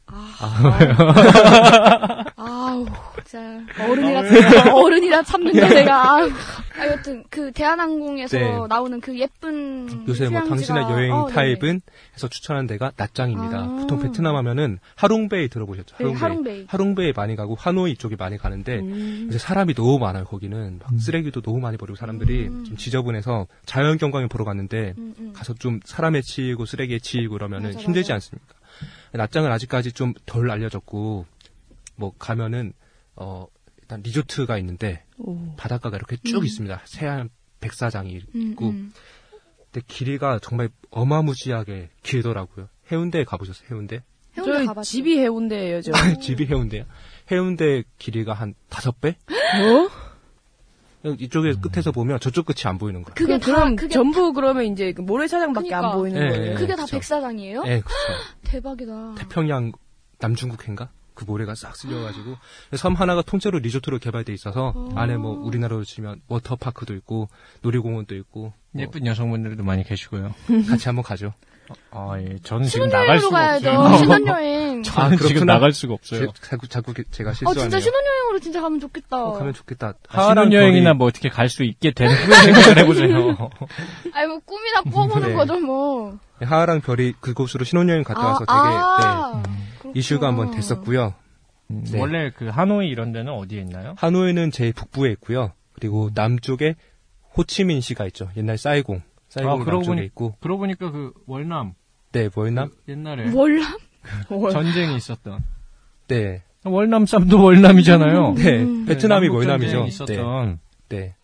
Speaker 6: 아.
Speaker 4: 아우, 진짜. 어른이라, 참- 어른이라 참는다, 내가. 아유. 아, 여튼, 그, 대한항공에서
Speaker 6: 네.
Speaker 4: 나오는 그 예쁜.
Speaker 6: 요새 뭐
Speaker 4: 휴양지가-
Speaker 6: 당신의 여행
Speaker 4: 어, 네네.
Speaker 6: 타입은 해서 추천한 데가 낮장입니다.
Speaker 4: 아.
Speaker 6: 보통 베트남 하면은 하롱베이 들어보셨죠?
Speaker 4: 네, 하롱베이. 음.
Speaker 6: 하롱베이 많이 가고 하노이 쪽에 많이 가는데 이제 사람이 너무 많아요. 거기는 막 쓰레기도 너무 많이 버리고 사람들이
Speaker 4: 음.
Speaker 6: 좀 지저분해서 자연 경관을 보러 갔는데
Speaker 4: 음, 음.
Speaker 6: 가서 좀 사람에 치이고 쓰레기에 치이고 그러면은
Speaker 4: 맞아,
Speaker 6: 힘들지
Speaker 4: 맞아.
Speaker 6: 않습니까? 낮장은 아직까지 좀 덜 알려졌고 뭐 가면은 어 일단 리조트가 있는데
Speaker 5: 오.
Speaker 6: 바닷가가 이렇게 쭉 있습니다. 새하얀 백사장이
Speaker 4: 음,
Speaker 6: 있고
Speaker 4: 음.
Speaker 6: 근데 길이가 정말 어마무지하게 길더라고요. 해운대에 가보셨어요? 해운대?
Speaker 4: 해운대
Speaker 5: 저희
Speaker 4: 가봤죠.
Speaker 5: 집이 해운대예요,
Speaker 3: 음.
Speaker 5: 저.
Speaker 6: 집이 해운대야. 해운대 길이가 한 다섯 배?
Speaker 5: 뭐?
Speaker 6: 이쪽에
Speaker 3: 음.
Speaker 6: 끝에서 보면 저쪽 끝이 안 보이는 거야.
Speaker 4: 그게
Speaker 5: 그게
Speaker 4: 다,
Speaker 5: 그럼
Speaker 4: 그게,
Speaker 5: 전부 그러면 이제 그 모래사장밖에
Speaker 4: 그러니까.
Speaker 5: 안 보이는
Speaker 6: 예,
Speaker 5: 거예요.
Speaker 6: 예.
Speaker 4: 그게 다
Speaker 6: 그쵸.
Speaker 4: 백사장이에요?
Speaker 6: 네, 그렇죠.
Speaker 4: 대박이다.
Speaker 6: 태평양 남중국해인가? 그 모래가 싹 쓸려가지고 섬 하나가 통째로 리조트로 개발돼 있어서 안에 뭐 우리나라로 치면 워터파크도 있고 놀이공원도 있고 뭐
Speaker 3: 예쁜 여성분들도 많이 계시고요.
Speaker 6: 같이 한번 가죠.
Speaker 3: 아, 예. 저는 지금 나갈
Speaker 4: 신혼여행으로
Speaker 3: 수가
Speaker 4: 가야죠.
Speaker 3: 없어요.
Speaker 4: 신혼여행.
Speaker 6: 아,
Speaker 3: 저는 지금
Speaker 6: 그렇구나.
Speaker 3: 나갈 수가 없어요.
Speaker 6: 제, 자꾸 자꾸 게- 제가
Speaker 4: 어,
Speaker 6: 실수하네요.
Speaker 4: 진짜 신혼여행으로 진짜 가면 좋겠다.
Speaker 6: 어, 가면 좋겠다.
Speaker 3: 아, 신혼여행이나 뭐 어떻게 갈 수 있게 된 후에 생각을 해보세요.
Speaker 4: 아니, 뭐, 꿈이나 꾸어보는
Speaker 6: 네.
Speaker 4: 거죠, 뭐. 아,
Speaker 6: 별이, 하하랑 별이 그곳으로 신혼여행
Speaker 3: 아,
Speaker 6: 갔다 와서 되게 네,
Speaker 4: 그렇구나.
Speaker 6: 이슈가 한번 됐었고요.
Speaker 3: 음,
Speaker 6: 네.
Speaker 3: 원래 그 하노이 이런 데는 어디에 있나요?
Speaker 6: 하노이는 제일 북부에 있고요. 그리고 남쪽에 호치민시가 있죠. 옛날 사이공. 사이공
Speaker 3: 아,
Speaker 6: 이
Speaker 3: 그러고
Speaker 6: 남쪽에
Speaker 3: 보니-
Speaker 6: 있고.
Speaker 3: 그러고 보니까 그 월남
Speaker 6: 네, 월남?
Speaker 3: 그 옛날에
Speaker 4: 월남?
Speaker 3: 전쟁이 있었던 그
Speaker 6: 네.
Speaker 3: 월남 쌈도 월남이잖아요.
Speaker 6: 네. 베트남이
Speaker 3: 음. 남북 전쟁이
Speaker 6: 월남이죠. 네.
Speaker 3: 있었던
Speaker 6: 네.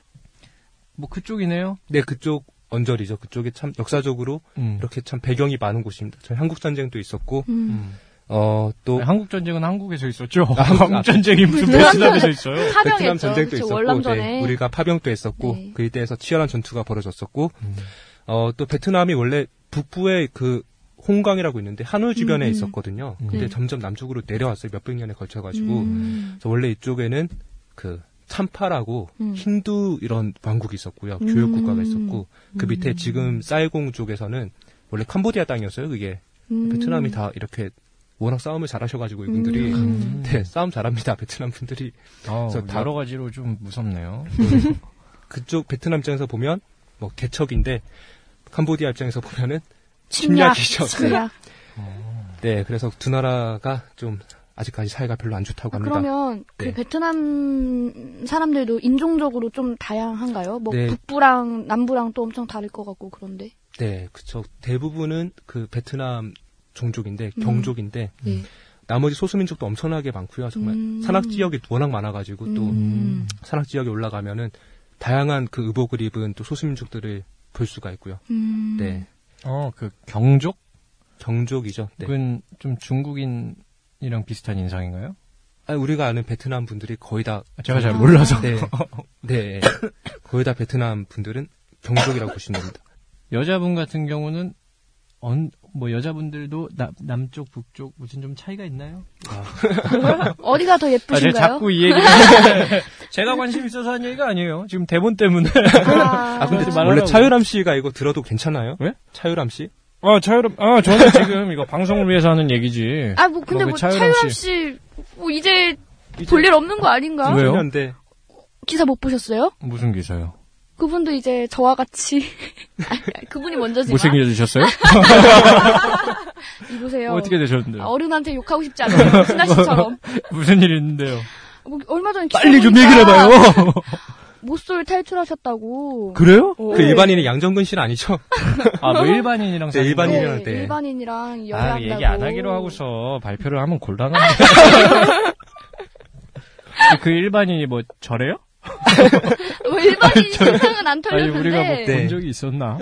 Speaker 3: 뭐 그쪽이네요.
Speaker 6: 네, 그쪽 언저리죠. 그쪽이 참 역사적으로
Speaker 3: 음.
Speaker 6: 이렇게 참 배경이 많은 곳입니다. 저희 한국 전쟁도 있었고
Speaker 4: 음.
Speaker 6: 어, 또
Speaker 3: 아니, 네, 한국 전쟁은 한국에서 있었죠.
Speaker 6: 아, 한국-
Speaker 3: 한국 전쟁이 무슨
Speaker 4: 네.
Speaker 3: 베트남에서 있어요.
Speaker 6: 베트남
Speaker 4: 파병했죠.
Speaker 6: 전쟁도
Speaker 4: 그쵸,
Speaker 6: 있었고
Speaker 4: 월남전에.
Speaker 6: 네, 우리가 파병도 했었고
Speaker 4: 네.
Speaker 6: 그때에서 치열한 전투가 벌어졌었고 어, 또 베트남이 원래 북부에 그 홍강이라고 있는데 하노이 주변에
Speaker 4: 음.
Speaker 6: 있었거든요.
Speaker 3: 음.
Speaker 6: 근데
Speaker 4: 네.
Speaker 6: 점점 남쪽으로 내려왔어요. 몇백 년에 걸쳐 가지고.
Speaker 4: 음.
Speaker 6: 그래서 원래 이쪽에는 그 참파라고
Speaker 4: 음.
Speaker 6: 힌두 이런 왕국이 있었고요.
Speaker 4: 음.
Speaker 6: 교역 국가가 있었고 그 밑에 지금 사이공 쪽에서는 원래 캄보디아 땅이었어요. 그게
Speaker 4: 음.
Speaker 6: 베트남이 다 이렇게 워낙 싸움을 잘하셔가지고 이분들이
Speaker 3: 음.
Speaker 6: 네, 싸움 잘합니다. 베트남 분들이
Speaker 3: 어,
Speaker 6: 그래서 다-
Speaker 3: 여러 가지로 좀 무섭네요.
Speaker 6: 그쪽 베트남 입장에서 보면 뭐 개척인데 캄보디아 입장에서 보면은
Speaker 4: 침략.
Speaker 6: 침략이죠.
Speaker 4: 침략.
Speaker 6: 네, 그래서 두 나라가 좀 아직까지 사이가 별로 안 좋다고
Speaker 4: 아,
Speaker 6: 합니다.
Speaker 4: 그러면 그
Speaker 6: 네.
Speaker 4: 베트남 사람들도 인종적으로 좀 다양한가요? 뭐
Speaker 6: 네.
Speaker 4: 북부랑 남부랑 또 엄청 다를 것 같고 그런데.
Speaker 6: 네, 그쵸. 대부분은 그 베트남 종족인데
Speaker 4: 음.
Speaker 6: 경족인데
Speaker 4: 네.
Speaker 6: 나머지 소수민족도 엄청나게 많고요. 정말
Speaker 4: 음.
Speaker 6: 산악 지역이 워낙 많아가지고 또
Speaker 4: 음.
Speaker 6: 산악 지역에 올라가면은 다양한 그 의복을 입은 또 소수민족들을 볼 수가 있고요.
Speaker 4: 음. 그
Speaker 6: 네.
Speaker 3: 어, 그 경족은
Speaker 6: 경족이죠. 네.
Speaker 3: 좀 중국인이랑 비슷한 인상인가요?
Speaker 6: 아, 우리가 아는 베트남 분들이 거의 다
Speaker 3: 제가 잘 몰라서.
Speaker 6: 네, 네. 거의 다 베트남 분들은 경족이라고 보시면 됩니다.
Speaker 3: 여자분 같은 경우는 언, 뭐 여자분들도 나- 남쪽 북쪽 무슨 좀 차이가 있나요?
Speaker 4: 음. 어디가 더
Speaker 3: 아, 제가
Speaker 4: 예쁘신가요?
Speaker 3: 자꾸 이 얘기를 제가 관심 있어서 한 얘기가 아니에요. 지금 대본 때문에.
Speaker 6: 아, 근데
Speaker 3: 그러지
Speaker 6: 원래
Speaker 3: 말라고.
Speaker 6: 차유람 씨가 이거 들어도 괜찮아요?
Speaker 3: 왜?
Speaker 6: 차유람 씨?
Speaker 3: 아, 차유람, 아, 저는 지금 이거 방송을 위해서 하는 얘기지.
Speaker 4: 아, 뭐, 근데
Speaker 3: 뭐
Speaker 4: 뭐
Speaker 3: 그 차유람
Speaker 4: 차유람 씨, 뭐, 이제 볼 일 없는 거 아닌가?
Speaker 3: 왜요?
Speaker 6: 90년대
Speaker 4: 기사 못 보셨어요?
Speaker 3: 무슨 기사요?
Speaker 4: 그분도 이제 저와 같이. 아니, 아니, 그분이 먼저지만.
Speaker 3: 못생겨주셨어요? 아,
Speaker 4: 이보세요. 아,
Speaker 3: 어떻게 되셨는데요?
Speaker 4: 어른한테 욕하고 싶지 않아요. 신하 씨처럼.
Speaker 3: 무슨 일이 있는데요? 아!
Speaker 4: 뭐, 얼마 전에 기사
Speaker 3: 빨리 좀
Speaker 4: 보니까
Speaker 3: 얘기를 해봐요!
Speaker 4: 모쏠 탈출하셨다고.
Speaker 3: 그래요?
Speaker 6: 그 일반인이 양정근 씨는 아니죠?
Speaker 3: 아, 뭐 일반인이랑
Speaker 6: 네, 일반인이랑
Speaker 4: 네,
Speaker 6: 때.
Speaker 4: 일반인이랑
Speaker 3: 아,
Speaker 4: 연애한다고.
Speaker 3: 얘기 안 하기로 하고서 발표를 하면 곤란한데. 그 일반인이 뭐 저래요?
Speaker 4: 뭐 일반인 세상은 안
Speaker 3: 아니
Speaker 4: 털렸는데.
Speaker 3: 우리가 뭐 본
Speaker 6: 네.
Speaker 3: 적이 있었나? 뭐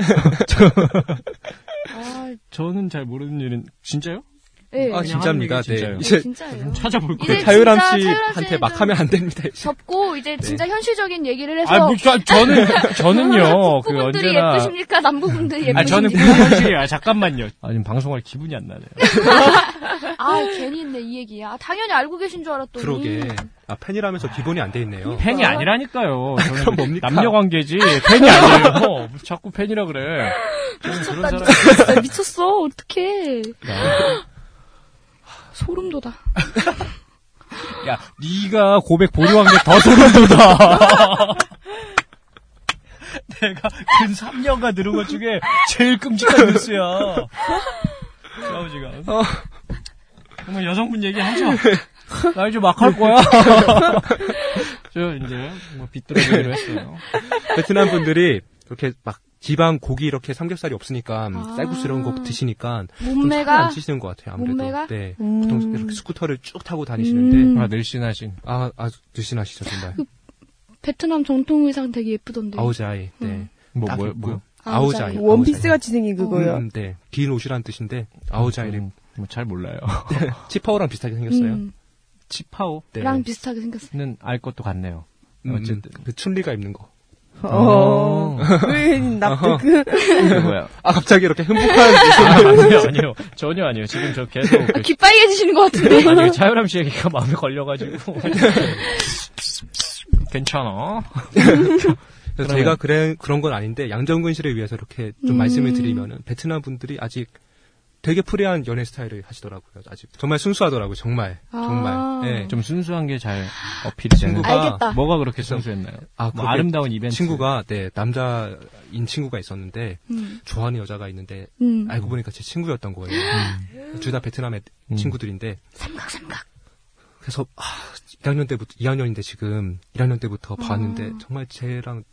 Speaker 3: 네.
Speaker 4: 아,
Speaker 3: 저는 잘 모르는 일은 진짜요?
Speaker 4: 네.
Speaker 6: 아, 진짜입니다.
Speaker 3: 하는 얘기 진짜예요.
Speaker 6: 네.
Speaker 4: 네,
Speaker 6: 이제
Speaker 4: 진짜예요.
Speaker 3: 찾아볼
Speaker 4: 이제
Speaker 3: 거예요.
Speaker 6: 차유람
Speaker 4: 진짜 차유람
Speaker 6: 씨한테
Speaker 4: 씨는
Speaker 6: 막
Speaker 4: 좀-
Speaker 6: 하면 안 됩니다.
Speaker 4: 접고 이제 진짜 현실적인 얘기를 해서
Speaker 3: 네. 아, 뭐, 저, 저는 저는요. 그
Speaker 4: 북부분들이
Speaker 3: 언제나
Speaker 4: 예쁘십니까? 남부분들이 예쁘십니까?
Speaker 3: 아, 저는 그현이야 잠깐만요. 아, 지금 방송할 기분이 안 나네요.
Speaker 4: 아, 괜히 했네 이 얘기야. 아, 당연히 알고 계신 줄 알았더니.
Speaker 6: 그러게. 아, 팬이라면서 기본이 안 돼 있네요.
Speaker 3: 팬이 아니라니까요. 저는
Speaker 6: 그럼 뭡니까?
Speaker 3: 남녀 관계지 팬이 아니에요. 자꾸 팬이라 그래. 저는 그런 사람
Speaker 4: 진짜 미쳤어. 어떡해. 소름 돋아.
Speaker 3: 야, 네가 고백 보류한 게 더 소름돋아. 내가 근 3년간 들은 것 중에 제일 끔찍한 뉴스야. 아버지가. 한번 여성분 얘기하죠. 나 이제 막 할 거야. 저 이제 뭐 빗들어보기로 했어요.
Speaker 6: 베트남 분들이 이렇게 막 지방 고기 이렇게 삼겹살이 없으니까 음,
Speaker 4: 아.
Speaker 6: 쌀국수 이런 거 드시니까 좀 살이
Speaker 4: 몸매가
Speaker 6: 안 찌시는 것 같아요. 아무래도.
Speaker 4: 몸매가?
Speaker 6: 네.
Speaker 5: 음.
Speaker 6: 보통 이렇게 스쿠터를 쭉 타고 다니시는데
Speaker 4: 음.
Speaker 3: 아, 늘씬하신.
Speaker 6: 아, 아주 드신하시죠 정말.
Speaker 4: 그-
Speaker 3: 네.
Speaker 4: 베트남 정통 의상 되게 예쁘던데.
Speaker 6: 아우자이. 네.
Speaker 4: 음. 그,
Speaker 3: 뭐,
Speaker 6: 딱
Speaker 3: 뭐,
Speaker 6: 있고요.
Speaker 3: 뭐.
Speaker 4: 아우자이.
Speaker 6: 아우자이.
Speaker 5: 원피스 같이 생긴 그거요.
Speaker 6: 음, 네. 긴 옷이란 뜻인데 아우자이를
Speaker 3: 저는 음, 뭐잘 몰라요.
Speaker 6: 치파오랑 비슷하게 생겼어요.
Speaker 4: 음,
Speaker 3: 치파오는
Speaker 6: 네.
Speaker 4: 랑 비슷하게 생겼어.
Speaker 3: 알 것도 같네요.
Speaker 6: 음,
Speaker 3: 어쨌든.
Speaker 6: 그 춘리가 입는 거.
Speaker 5: 어. 왜 납득?
Speaker 3: 뭐야.
Speaker 6: 아 갑자기 이렇게 흥분한
Speaker 3: 아, 아니요, 아니요. 전혀 아니에요. 지금 저 계속. 그
Speaker 4: 아, 귀 빨개지시는 것 같은데.
Speaker 3: 아니, 차유람 씨 얘기가 마음에 걸려가지고. 괜찮아.
Speaker 6: 그래서
Speaker 3: 그러면-
Speaker 6: 제가 그래, 그런 건 아닌데 양정근 씨를 위해서 이렇게 좀
Speaker 4: 음.
Speaker 6: 말씀을 드리면은 베트남 분들이 아직 되게 프리한 연애 스타일을 하시더라고요. 아직 정말 순수하더라고요. 정말
Speaker 4: 아.
Speaker 6: 정말. 예.
Speaker 3: 네, 좀 순수한 게 잘 어필이 되는.
Speaker 6: 친구가-
Speaker 4: 알겠다.
Speaker 3: 뭐가 그렇게 순수했나요?
Speaker 6: 아,
Speaker 3: 뭐
Speaker 6: 그게
Speaker 3: 아름다운 이벤트.
Speaker 6: 친구가 네 남자인 친구가 있었는데
Speaker 4: 음,
Speaker 6: 좋아하는 여자가 있는데
Speaker 3: 아,
Speaker 4: 음.
Speaker 6: 알고 보니까 제 친구였던 거예요. 둘 다 베트남의
Speaker 3: 음.
Speaker 6: 친구들인데
Speaker 4: 삼각 삼각.
Speaker 6: 그래서 아, 1학년 때부터 2학년인데 지금 1학년 때부터
Speaker 4: 아.
Speaker 6: 봤는데 정말 쟤랑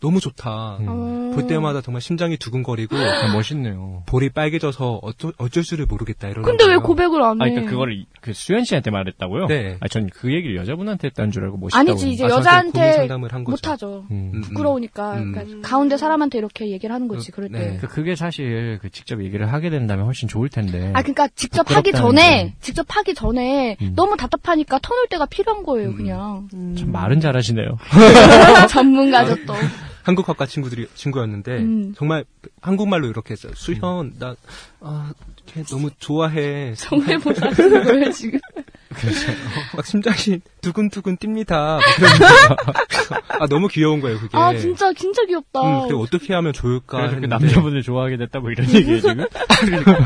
Speaker 6: 너무 좋다.
Speaker 4: 음.
Speaker 6: 볼 때마다 정말 심장이 두근거리고
Speaker 3: 아, 멋있네요.
Speaker 6: 볼이 빨개져서 어쩌, 어쩔 줄을 모르겠다 이런.
Speaker 4: 근데 왜 고백을 안 해?
Speaker 3: 아, 그러니까 그거를 이- 그 수현 씨한테 말했다고요?
Speaker 6: 네.
Speaker 3: 아, 전 그 얘기를 여자분한테 했다는 줄 알고 멋있다고.
Speaker 4: 아니지 이제
Speaker 6: 아, 저한테 고민
Speaker 4: 여자한테
Speaker 6: 상담을 한 거죠.
Speaker 4: 못하죠.
Speaker 3: 음.
Speaker 6: 음, 음.
Speaker 4: 부끄러우니까
Speaker 6: 음.
Speaker 4: 그러니까 가운데 사람한테 이렇게 얘기를 하는 거지 그럴 때.
Speaker 6: 네.
Speaker 3: 그- 그게 사실 그 직접 얘기를 하게 된다면 훨씬 좋을 텐데.
Speaker 4: 아 그러니까 직접 하기
Speaker 3: 부끄럽다는
Speaker 4: 전에
Speaker 3: 점.
Speaker 4: 직접 하기 전에
Speaker 3: 음.
Speaker 4: 너무 답답하니까 터놓을 때가 필요한 거예요
Speaker 6: 음.
Speaker 4: 그냥
Speaker 3: 참 말은 잘하시네요.
Speaker 4: 전문가죠 또.
Speaker 6: 한국학과 친구들이 친구였는데
Speaker 4: 음.
Speaker 6: 정말 한국말로 이렇게 했어요. 수현 나 아, 걔 너무 좋아해.
Speaker 4: 정말 못하시는 거예요 지금.
Speaker 6: 막 심장이 두근두근 뜁니다. 막 이러면서. 아 너무 귀여운 거예요 그게.
Speaker 4: 아 진짜 진짜 귀엽다.
Speaker 6: 음, 근데 어떻게 하면 좋을까
Speaker 3: 그래서 그
Speaker 6: 했는데
Speaker 3: 남자분을 좋아하게 됐다 뭐 이런 얘기예요 지금?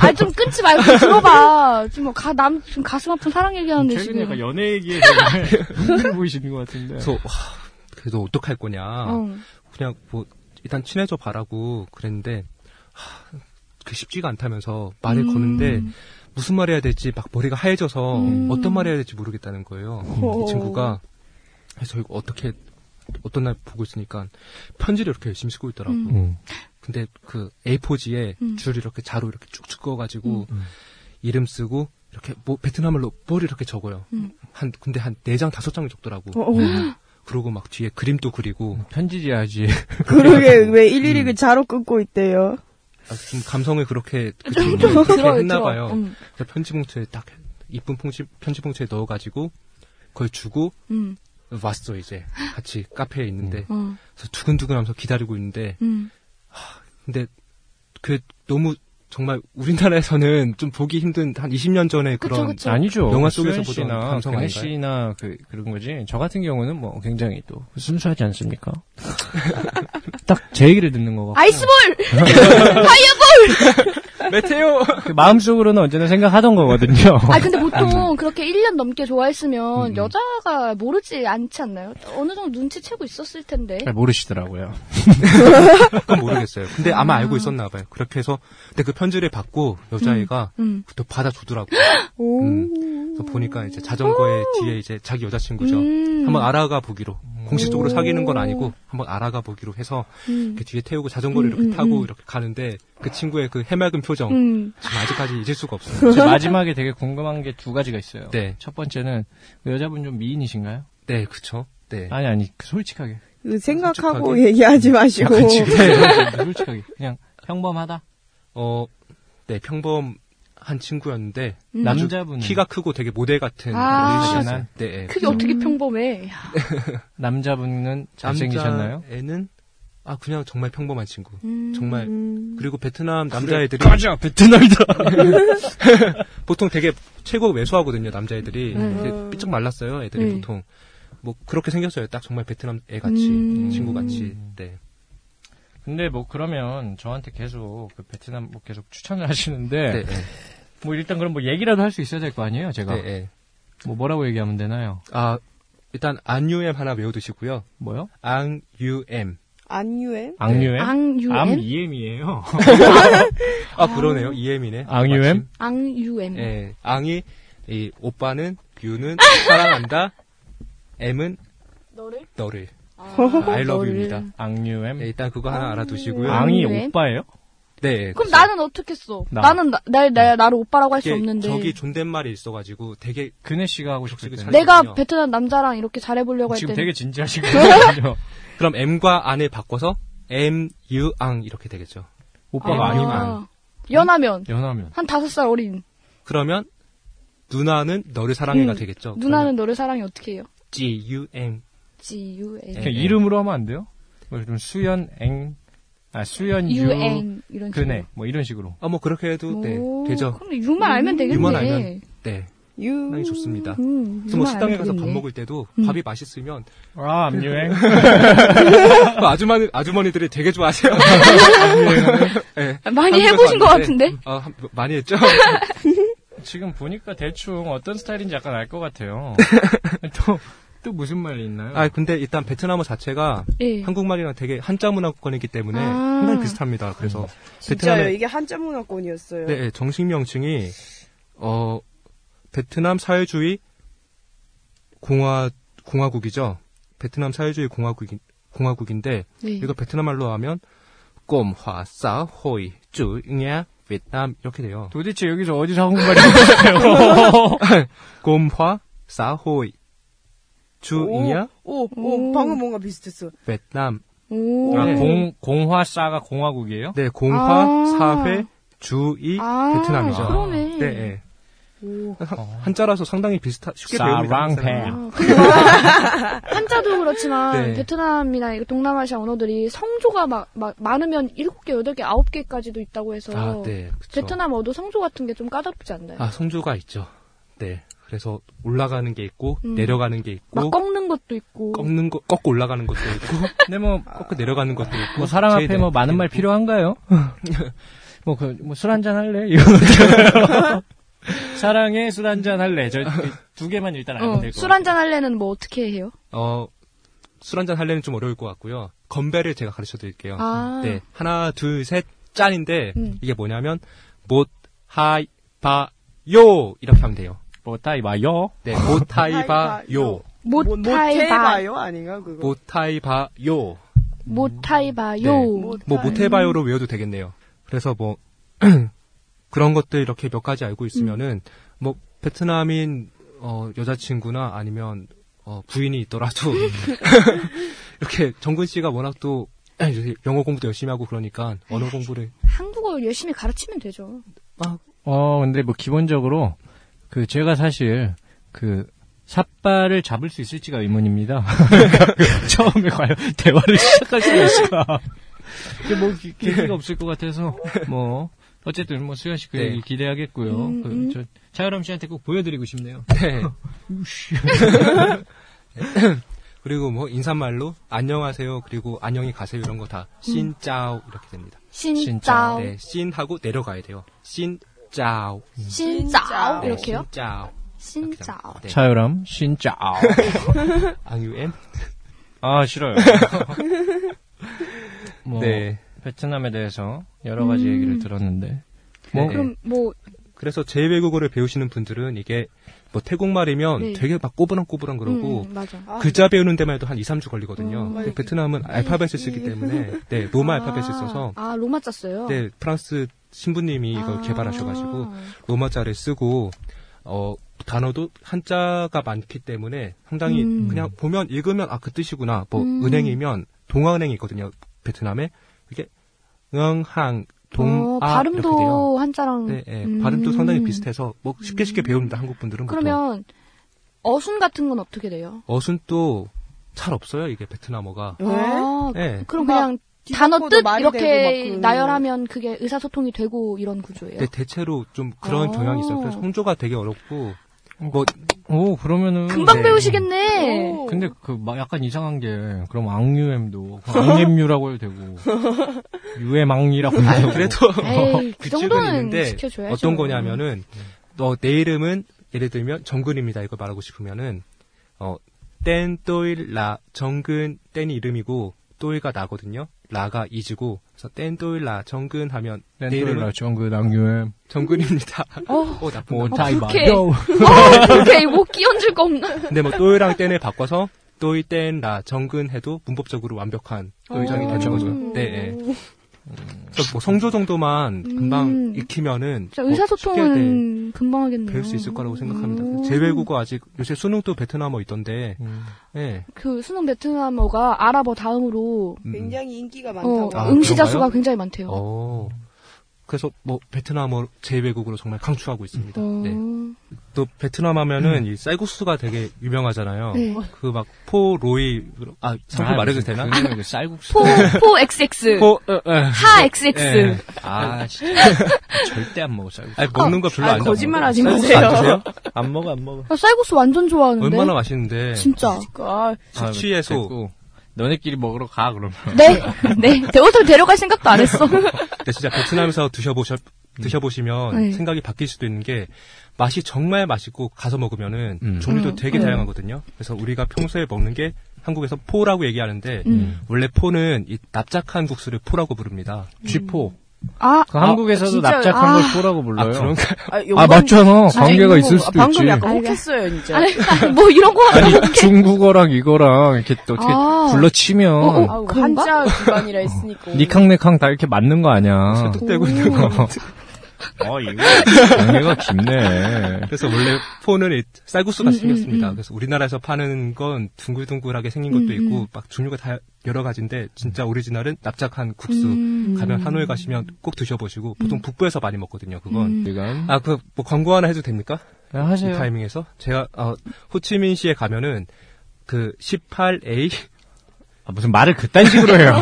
Speaker 4: 아 좀 끊지 말고 들어봐. 지금 가남 지금 가슴 아픈 사랑 얘기하는데
Speaker 3: 최근에 약간
Speaker 4: 지금.
Speaker 3: 연애 얘기에 되게 눈을 보이시는 것 같은데.
Speaker 6: 그래서 와, 그래도 어떡할 거냐.
Speaker 4: 어.
Speaker 6: 그냥 뭐 일단 친해져 바라고 그랬는데 하, 그 쉽지가 않다면서 말을
Speaker 4: 음.
Speaker 6: 거는데 무슨 말 해야 될지 막 머리가 하얘져서
Speaker 4: 음. 어.
Speaker 6: 어떤 말 해야 될지 모르겠다는 거예요.
Speaker 5: 오.
Speaker 6: 이 친구가 그래서 이거 어떻게 어떤 날 보고 있으니까 편지를 이렇게 열심히 쓰고 있더라고.
Speaker 4: 음.
Speaker 3: 음.
Speaker 6: 근데 그 A4지에
Speaker 4: 음.
Speaker 6: 줄 이렇게 자로 이렇게 쭉쭉 그어가지고 이름 쓰고 이렇게 뭐 베트남말로 뭘 이렇게 적어요.
Speaker 4: 음.
Speaker 6: 한 근데 한 네 장 다섯 장을 적더라고. 음.
Speaker 5: 어, 어.
Speaker 6: 그러고 막 뒤에 그림도 그리고
Speaker 3: 편지지 하지.
Speaker 5: 그러게 왜 일일이 그 자로 끊고 있대요.
Speaker 6: 아, 좀 감성을 그렇게 그
Speaker 4: 들어요,
Speaker 6: 그렇게
Speaker 4: 들어요.
Speaker 6: 했나 봐요.
Speaker 4: 음,
Speaker 6: 그래서 편지 봉투에 딱 이쁜 봉지 편지 봉투에 넣어 가지고 그걸 주고
Speaker 4: 음,
Speaker 6: 왔어 이제 같이 카페에 있는데
Speaker 4: 어,
Speaker 6: 그래서 두근두근하면서 기다리고 있는데
Speaker 4: 음.
Speaker 6: 근데 그 너무 정말 우리나라에서는 좀 보기 힘든 한 20년 전에
Speaker 4: 그쵸,
Speaker 6: 그런
Speaker 4: 그쵸.
Speaker 3: 아니죠.
Speaker 6: 영화 속에서
Speaker 3: 수현
Speaker 6: 보던
Speaker 3: 씨나
Speaker 6: 감성
Speaker 3: 강혜
Speaker 6: 아닌가요?
Speaker 3: 씨나 그 그런 거지. 저 같은 경우는 뭐 굉장히 또 순수하지 않습니까? 딱 제 얘기를 듣는 거 같고.
Speaker 4: 아이스볼!
Speaker 6: 메테오
Speaker 3: 그 마음속으로는 언제나 생각하던 거거든요.
Speaker 4: 아, 근데 보통 그렇게 1년 넘게 좋아했으면
Speaker 3: 음.
Speaker 4: 여자가 모르지 않지 않나요? 어느 정도 눈치채고 있었을 텐데.
Speaker 3: 잘 모르시더라고요.
Speaker 6: 그건 모르겠어요. 근데 아마 알고 있었나 봐요. 그렇게 해서 근데 그 편지를 받고 여자애가
Speaker 4: 음.
Speaker 6: 또 받아주더라고.
Speaker 5: 오.
Speaker 6: 음. 그래서 보니까 이제 자전거에 뒤에 이제 자기 여자친구죠.
Speaker 4: 음.
Speaker 6: 한번 알아가 보기로 공식적으로 사귀는 건 아니고 한번 알아가 보기로 해서
Speaker 4: 음.
Speaker 6: 이렇게 뒤에 태우고 자전거를
Speaker 4: 음,
Speaker 6: 이렇게
Speaker 4: 음,
Speaker 6: 타고
Speaker 4: 음.
Speaker 6: 이렇게 가는데 그 친구의 그 해맑은 표정
Speaker 4: 음.
Speaker 6: 지금 아직까지 잊을 수가 없어요.
Speaker 3: 제 마지막에 되게 궁금한 게 두 가지가 있어요.
Speaker 6: 네.
Speaker 3: 첫 번째는 그 여자분 좀 미인이신가요?
Speaker 6: 네, 그쵸. 네.
Speaker 3: 아니 아니 그 솔직하게.
Speaker 5: 그 생각하고
Speaker 6: 솔직하게.
Speaker 5: 얘기하지 마시고.
Speaker 3: 약간 지금
Speaker 6: 네.
Speaker 3: 생각해보니까 솔직하게 그냥 평범하다.
Speaker 6: 어, 네, 평범한 친구였는데
Speaker 4: 음.
Speaker 6: 아주
Speaker 3: 남자분
Speaker 6: 키가 크고 되게 모델 같은
Speaker 4: 아.
Speaker 6: 의지였어요. 네, 네.
Speaker 4: 그게 어떻게 평범해.
Speaker 3: 남자분은 잘생기셨나요?
Speaker 6: 애는 아 그냥 정말 평범한 친구.
Speaker 4: 음.
Speaker 6: 정말
Speaker 5: 음.
Speaker 6: 그리고 베트남 남자애들이
Speaker 3: 가자 베트남이다.
Speaker 6: 보통 되게 최고 왜소하거든요 남자애들이
Speaker 4: 네.
Speaker 6: 되게 삐쩍 말랐어요 애들이
Speaker 4: 네.
Speaker 6: 보통 뭐 그렇게 생겼어요 딱 정말 베트남 애 같이
Speaker 4: 음.
Speaker 6: 친구 같이 네
Speaker 3: 근데 뭐 그러면 저한테 계속 그 베트남 뭐 계속 추천을 하시는데
Speaker 6: 네, 네,
Speaker 3: 뭐 일단 그럼 뭐 얘기라도 할 수 있어야 될 거 아니에요 제가
Speaker 6: 네, 네.
Speaker 3: 뭐 뭐라고 얘기하면 되나요?
Speaker 6: 아 일단 안유엠 하나 외워두시고요
Speaker 3: 뭐요?
Speaker 6: 네. 앙유엠
Speaker 5: 안유엠?
Speaker 3: 악유엠? 네? 암
Speaker 4: 앙유엠?
Speaker 3: 이엠이에요.
Speaker 6: 아 그러네요 이엠이네
Speaker 3: 앙유엠?
Speaker 4: 앙유엠.
Speaker 6: 마침. 예 앙이 이 오빠는 유는 사랑한다 엠은
Speaker 4: 너를? 아.
Speaker 6: 너를 아, I love you입니다
Speaker 3: 악유엠?
Speaker 6: 예, 일단 그거 하나 알아두시고요
Speaker 3: 앙이
Speaker 4: 악유엠?
Speaker 3: 오빠예요?
Speaker 6: 네
Speaker 4: 그럼
Speaker 6: 그래서
Speaker 4: 나는 어떻게 써?
Speaker 3: 나.
Speaker 4: 나는 나, 날, 날, 나를 오빠라고 할 수
Speaker 6: 이게
Speaker 4: 없는데.
Speaker 6: 저기 존댓말이 있어가지고 되게
Speaker 3: 그네 씨가 하고 싶을 때
Speaker 6: 지금
Speaker 4: 내가
Speaker 6: 살거든요.
Speaker 4: 베트남 남자랑 이렇게 잘해보려고 할
Speaker 3: 지금
Speaker 4: 때는
Speaker 3: 되게 진지하신 거거든요.
Speaker 6: 그럼 M과 안을 바꿔서 M, U, 앙 이렇게 되겠죠.
Speaker 3: 오빠가
Speaker 6: 아니면
Speaker 3: 아니면
Speaker 6: 안.
Speaker 4: 연하면
Speaker 3: 연하면
Speaker 4: 한 다섯 살 어린
Speaker 6: 그러면 누나는 너를 사랑해가
Speaker 4: 음,
Speaker 6: 되겠죠.
Speaker 4: 누나는 너를 사랑해 어떻게 해요?
Speaker 6: 그러면 G, U, M.
Speaker 4: G U N
Speaker 6: 네.
Speaker 3: 그냥 이름으로 하면 안 돼요? 뭐 좀 수연 앵, 아 수연
Speaker 4: U
Speaker 3: 유,
Speaker 4: N 이런 식으로.
Speaker 3: 그네 뭐 이런 식으로.
Speaker 6: 아, 뭐 그렇게 해도 네,
Speaker 4: 오,
Speaker 6: 되죠. 음,
Speaker 4: 그럼 유만 알면 되겠네.
Speaker 6: 유만 알면 네,
Speaker 5: 유.
Speaker 6: 상당히 좋습니다.
Speaker 4: 음,
Speaker 6: 그래서 뭐
Speaker 4: 유만
Speaker 6: 식당에
Speaker 4: 알면
Speaker 6: 가서 밥
Speaker 4: 되겠네. 음.
Speaker 6: 먹을 때도 밥이 맛있으면
Speaker 3: 아 암유행.
Speaker 6: 그 아주머니 아주머니들이 되게 좋아하세요. 네,
Speaker 4: 아, 많이
Speaker 6: 한국에서
Speaker 4: 해보신 것
Speaker 6: 왔는데,
Speaker 4: 같은데.
Speaker 6: 아, 한- 많이 했죠.
Speaker 3: 지금 보니까 대충 어떤 스타일인지 약간 알 것 같아요. 또, 또 무슨 말이 있나요?
Speaker 6: 아 근데 일단 베트남어 자체가
Speaker 4: 예.
Speaker 6: 한국말이랑 되게 한자 문화권이기 때문에
Speaker 4: 아. 음.
Speaker 6: 상당히 비슷합니다. 그래서
Speaker 5: 진짜요.
Speaker 6: 베트남에
Speaker 5: 이게 한자 문화권이었어요.
Speaker 6: 네, 네, 정식 명칭이 어 베트남 사회주의 공화 공화국이죠. 베트남 사회주의 공화국 공화국인데
Speaker 4: 네.
Speaker 6: 이거 베트남 말로 하면 꼼화싸 호이 쭈냐 베트남 이렇게 돼요.
Speaker 3: 도대체 여기서 어디서 한국말이 나왔어요?
Speaker 6: 꼼화싸 호이 쭈냐
Speaker 5: 오, 오,
Speaker 4: 오.
Speaker 5: 방금 뭔가 비슷했어.
Speaker 6: 베트남
Speaker 4: 오.
Speaker 3: 아, 공, 공화싸가 공화국이에요?
Speaker 6: 네 공화
Speaker 4: 아.
Speaker 6: 사회 주의
Speaker 4: 아,
Speaker 6: 베트남이죠. 네,
Speaker 4: 그러네.
Speaker 6: 네.
Speaker 5: 오.
Speaker 6: 한- 한자라서 상당히 비슷하 쉽게 배우니까
Speaker 3: 그 사랑해.
Speaker 4: 아, 근데 막 한자도 그렇지만
Speaker 6: 네.
Speaker 4: 베트남이나 이거 동남아시아 언어들이 성조가 막, 막 많으면 일곱 개, 여덟 개, 아홉 개까지도 있다고 해서
Speaker 6: 아, 네, 그쵸.
Speaker 4: 베트남어도 성조 같은 게 좀 까다롭지 않나요?
Speaker 6: 아, 성조가 있죠. 네. 그래서 올라가는 게 있고
Speaker 4: 음.
Speaker 6: 내려가는 게
Speaker 4: 막
Speaker 6: 있고
Speaker 4: 꺾는 것도
Speaker 6: 뭐?
Speaker 4: 있고.
Speaker 6: 꺾는 거 꺾고 올라가는 것도 있고 네,
Speaker 3: 근데 뭐,
Speaker 6: 꺾고 내려가는 것도 있고
Speaker 3: 뭐 사랑 앞에
Speaker 6: 제일
Speaker 3: 뭐 많은
Speaker 6: 네,
Speaker 3: 말
Speaker 6: 네.
Speaker 3: 필요한가요? 뭐, 그, 뭐, 술 한잔 할래? 이거 어때요? 사랑해, 술 한잔 할래. 저 두 개만 일단 알면 될것
Speaker 4: 어, 술 한잔 할래는 뭐 어떻게 해요?
Speaker 6: 어, 술 한잔 할래는 좀 어려울 것 같고요. 건배를 제가 가르쳐 드릴게요.
Speaker 4: 아.
Speaker 6: 네. 하나, 둘, 셋 짠인데
Speaker 4: 음.
Speaker 6: 이게 뭐냐면 못 하이 바요 이렇게 하면 돼요.
Speaker 3: 뭐타이 마요.
Speaker 6: 네. 못 하이 바요.
Speaker 5: 하이바요.
Speaker 4: 못
Speaker 5: 뭐, 모-
Speaker 4: 타이바,
Speaker 5: 모태바요 아닌가 그거?
Speaker 6: 못 하이 바요.
Speaker 4: 못 타이바요. 음.
Speaker 6: 네.
Speaker 5: 모-
Speaker 6: 뭐 모태바요로 외워도 되겠네요. 그래서 뭐 그런 것들 이렇게 몇 가지 알고 있으면은 뭐 베트남인 어, 여자친구나 아니면 어, 부인이 있더라도 이렇게 정근 씨가 워낙 또 이제 영어 공부도 열심히 하고 그러니까 언어 공부를
Speaker 4: 한국어 열심히 가르치면 되죠.
Speaker 3: 어, 근데 뭐 기본적으로 그 제가 사실 그 삿발을 잡을 수 있을지가 의문입니다. 그러니까 처음에 과연 대화를 시작할 수 있을까? 근데 뭐 기- 계기가 없을 것 같아서 뭐 어쨌든 뭐 수현 씨 그
Speaker 6: 네.
Speaker 3: 얘기 기대하겠고요.
Speaker 4: 음,
Speaker 3: 그
Speaker 4: 음.
Speaker 3: 저 차유람 씨한테 꼭 보여드리고 싶네요.
Speaker 6: 네. 그리고 뭐 인사말로 안녕하세요 그리고 안녕히 가세요 이런 거
Speaker 4: 음.
Speaker 6: 다 신짜오 이렇게 됩니다.
Speaker 4: 신짜오.
Speaker 6: 네, 신하고 내려가야 돼요. 신짜오.
Speaker 4: 신짜오.
Speaker 6: 네,
Speaker 4: 아, 이렇게요?
Speaker 6: 신짜오. 이렇게
Speaker 4: 신짜오.
Speaker 6: 합니다. 네.
Speaker 3: 차유람 진짜 아우.
Speaker 6: 앙유엠.
Speaker 3: 아 싫어요. 뭐
Speaker 6: 네.
Speaker 3: 베트남에 대해서 여러 가지
Speaker 4: 음.
Speaker 3: 얘기를 들었는데 뭐
Speaker 6: 네.
Speaker 4: 그럼 뭐,
Speaker 6: 그래서 제외국어를 배우시는 분들은 이게 뭐 태국말이면
Speaker 4: 네.
Speaker 6: 되게 막 꼬부랑꼬부랑 그러고
Speaker 4: 음, 맞아.
Speaker 6: 글자 배우는 데만 해도 한 2, 3주 걸리거든요.
Speaker 4: 음,
Speaker 6: 근데 베트남은 알파벳을 쓰기 때문에 네, 로마 알파벳을 써서
Speaker 4: 아, 로마 짰어요.
Speaker 6: 네, 프랑스 신부님이 이걸
Speaker 4: 아.
Speaker 6: 개발하셔가지고 로마자를 쓰고 어 단어도 한자가 많기 때문에 상당히
Speaker 4: 음.
Speaker 6: 그냥 보면 읽으면 아 그 뜻이구나 뭐
Speaker 4: 음.
Speaker 6: 은행이면 동아은행이 있거든요 베트남에 이게 응항 동아 이렇게 돼요.
Speaker 4: 어, 발음도 한자랑.
Speaker 6: 네, 네,
Speaker 4: 음.
Speaker 6: 발음도 상당히 비슷해서 뭐 쉽게 쉽게 배웁니다 한국 분들은 보통
Speaker 4: 그러면, 어순 같은 건 어떻게 돼요?
Speaker 6: 어순 또 잘 없어요 이게 베트남어가
Speaker 4: 아,
Speaker 6: 네.
Speaker 4: 그럼
Speaker 5: 막
Speaker 4: 그냥 단어
Speaker 5: 뒤집고도
Speaker 4: 뜻
Speaker 5: 말이 되고
Speaker 4: 이렇게
Speaker 5: 막 그-
Speaker 4: 나열하면 그게 의사소통이 되고 이런 구조예요.
Speaker 6: 근데 대체로 좀 그런
Speaker 4: 아.
Speaker 6: 경향이 있어요 그래서 홍조가 되게 어렵고 뭐
Speaker 3: 오 그러면은
Speaker 4: 금방
Speaker 6: 네.
Speaker 4: 배우시겠네.
Speaker 5: 오.
Speaker 3: 근데 그 마- 약간 이상한 게 그럼 앙유엠도 앙엠유라고 해도 되고 유엠앙이라고 해도 되고
Speaker 6: 아, 그래도
Speaker 4: 에이, 그
Speaker 6: 규칙은
Speaker 4: 정도는
Speaker 6: 있는데
Speaker 4: 지켜줘야죠.
Speaker 6: 어떤 거냐면은
Speaker 4: 음.
Speaker 6: 너 내 이름은 예를 들면 정근입니다. 이걸 말하고 싶으면은 어, 땐 또일 라 정근 땐이 이름이고 또일가 나거든요. 라가 이즈고 그래서 땐 또일 라 정근 하면 내 이름은 아,
Speaker 3: 렌돌라 정그 앙유엠
Speaker 6: 정근입니다.
Speaker 4: 어,
Speaker 6: 어 나쁜
Speaker 3: 뭐
Speaker 6: 거.
Speaker 3: 타이바
Speaker 4: 불쾌해. 이렇게 이거 끼얹을 거 없나?
Speaker 6: 근데 뭐 또일랑 땐을 바꿔서 또일 땐 라 정근 해도 문법적으로 완벽한 의정이 되는 거죠.
Speaker 4: 음.
Speaker 6: 네. 예. 그래서 뭐 성조 정도만 금방
Speaker 4: 음.
Speaker 6: 익히면은
Speaker 4: 진짜
Speaker 6: 뭐 쉽게, 네.
Speaker 4: 의사소통은 금방 하겠네요.
Speaker 6: 배울 수 있을 거라고
Speaker 4: 음.
Speaker 6: 생각합니다. 제외국어 아직 요새 수능도 베트남어 있던데,
Speaker 3: 음.
Speaker 6: 예.
Speaker 4: 그 수능 베트남어가 아랍어 다음으로
Speaker 6: 음.
Speaker 7: 굉장히 인기가
Speaker 4: 어,
Speaker 7: 많다고.
Speaker 6: 아,
Speaker 4: 응시자
Speaker 6: 그런가요?
Speaker 4: 수가 굉장히 많대요.
Speaker 6: 어. 그래서 뭐 베트남어 제외국으로 정말 강추하고 있습니다.
Speaker 7: 음.
Speaker 4: 어.
Speaker 6: 네. 또 베트남 하면은 이 쌀국수가 되게 유명하잖아요.
Speaker 4: 네.
Speaker 6: 그 막 포 로이 아 성표 말해도 되나?
Speaker 3: 그 쌀국수
Speaker 4: 포, 포 XX.
Speaker 6: 포 어, 어.
Speaker 4: 하 XX.
Speaker 6: 예.
Speaker 3: 아 진짜 절대 안 먹어 쌀국수
Speaker 6: 아니 먹는 거 별로
Speaker 7: 아,
Speaker 6: 안 좋아해요.
Speaker 7: 거짓말 하지
Speaker 6: 쌀국수
Speaker 7: 마세요.
Speaker 6: 안 드세요? 안 먹어 안 먹어.
Speaker 4: 나 쌀국수 완전 좋아하는데.
Speaker 6: 얼마나 네. 맛있는데.
Speaker 4: 진짜.
Speaker 5: 아,
Speaker 6: 숙취해소.
Speaker 3: 됐고, 너네끼리 먹으러 가 그러면
Speaker 4: 네, 네. 대호텔 데려갈 생각도 안 했어.
Speaker 6: 근데 진짜 베트남에서 드셔보셔, 드셔보시면
Speaker 4: 네.
Speaker 6: 생각이 바뀔 수도 있는 게 맛이 정말 맛있고 가서 먹으면은
Speaker 3: 음.
Speaker 6: 종류도
Speaker 4: 음,
Speaker 6: 되게
Speaker 4: 네.
Speaker 6: 다양하거든요. 그래서 우리가 평소에 먹는 게 한국에서 포라고 얘기하는데
Speaker 4: 음.
Speaker 6: 원래 포는 이 납작한 국수를 포라고 부릅니다.
Speaker 3: 쥐포
Speaker 4: 아,
Speaker 3: 그 한국에서도
Speaker 5: 진짜,
Speaker 3: 납작한
Speaker 4: 아.
Speaker 3: 걸 포라고
Speaker 6: 아,
Speaker 3: 불러요
Speaker 6: 그런가?
Speaker 5: 아,
Speaker 3: 아,
Speaker 5: 요건-
Speaker 3: 맞잖아
Speaker 5: 진짜
Speaker 3: 관계가
Speaker 5: 이거
Speaker 3: 있을
Speaker 5: 뭐-
Speaker 3: 수도
Speaker 5: 방금
Speaker 3: 있지
Speaker 5: 약간 혹했어요,
Speaker 6: 네.
Speaker 5: 진짜.
Speaker 4: 아니, 뭐 이런 거 하나.
Speaker 3: 아니 중국어랑 이거랑 이렇게 또 어떻게
Speaker 4: 아.
Speaker 3: 불러치면
Speaker 4: 어, 어.
Speaker 5: 아우,
Speaker 4: 그런가?
Speaker 5: 한자 기반이라 했으니까.
Speaker 3: 니캉네캉 다 이렇게 맞는 거 아니야
Speaker 6: 떼고 있는 거.
Speaker 3: 어, 이거 관계가 깊네.
Speaker 6: 그래서 원래 포는 이 쌀국수가
Speaker 4: 음,
Speaker 6: 생겼습니다.
Speaker 4: 음, 음.
Speaker 6: 그래서 우리나라에서 파는 건 둥글둥글하게 생긴 것도
Speaker 4: 음,
Speaker 6: 있고
Speaker 4: 음.
Speaker 6: 막 종류가 다 여러 가지인데 진짜 오리지널은 납작한 국수.
Speaker 4: 음,
Speaker 6: 가면 하노이 가시면 꼭 드셔보시고 보통 북부에서 많이 먹거든요. 그건
Speaker 3: 지금
Speaker 6: 아, 그, 뭐, 광고 하나 해도 됩니까?
Speaker 3: 그냥
Speaker 6: 이
Speaker 3: 하세요.
Speaker 6: 타이밍에서? 제가, 어, 호치민시에 가면은, 그, 18A,
Speaker 3: 아, 무슨 말을 그딴 식으로 해요.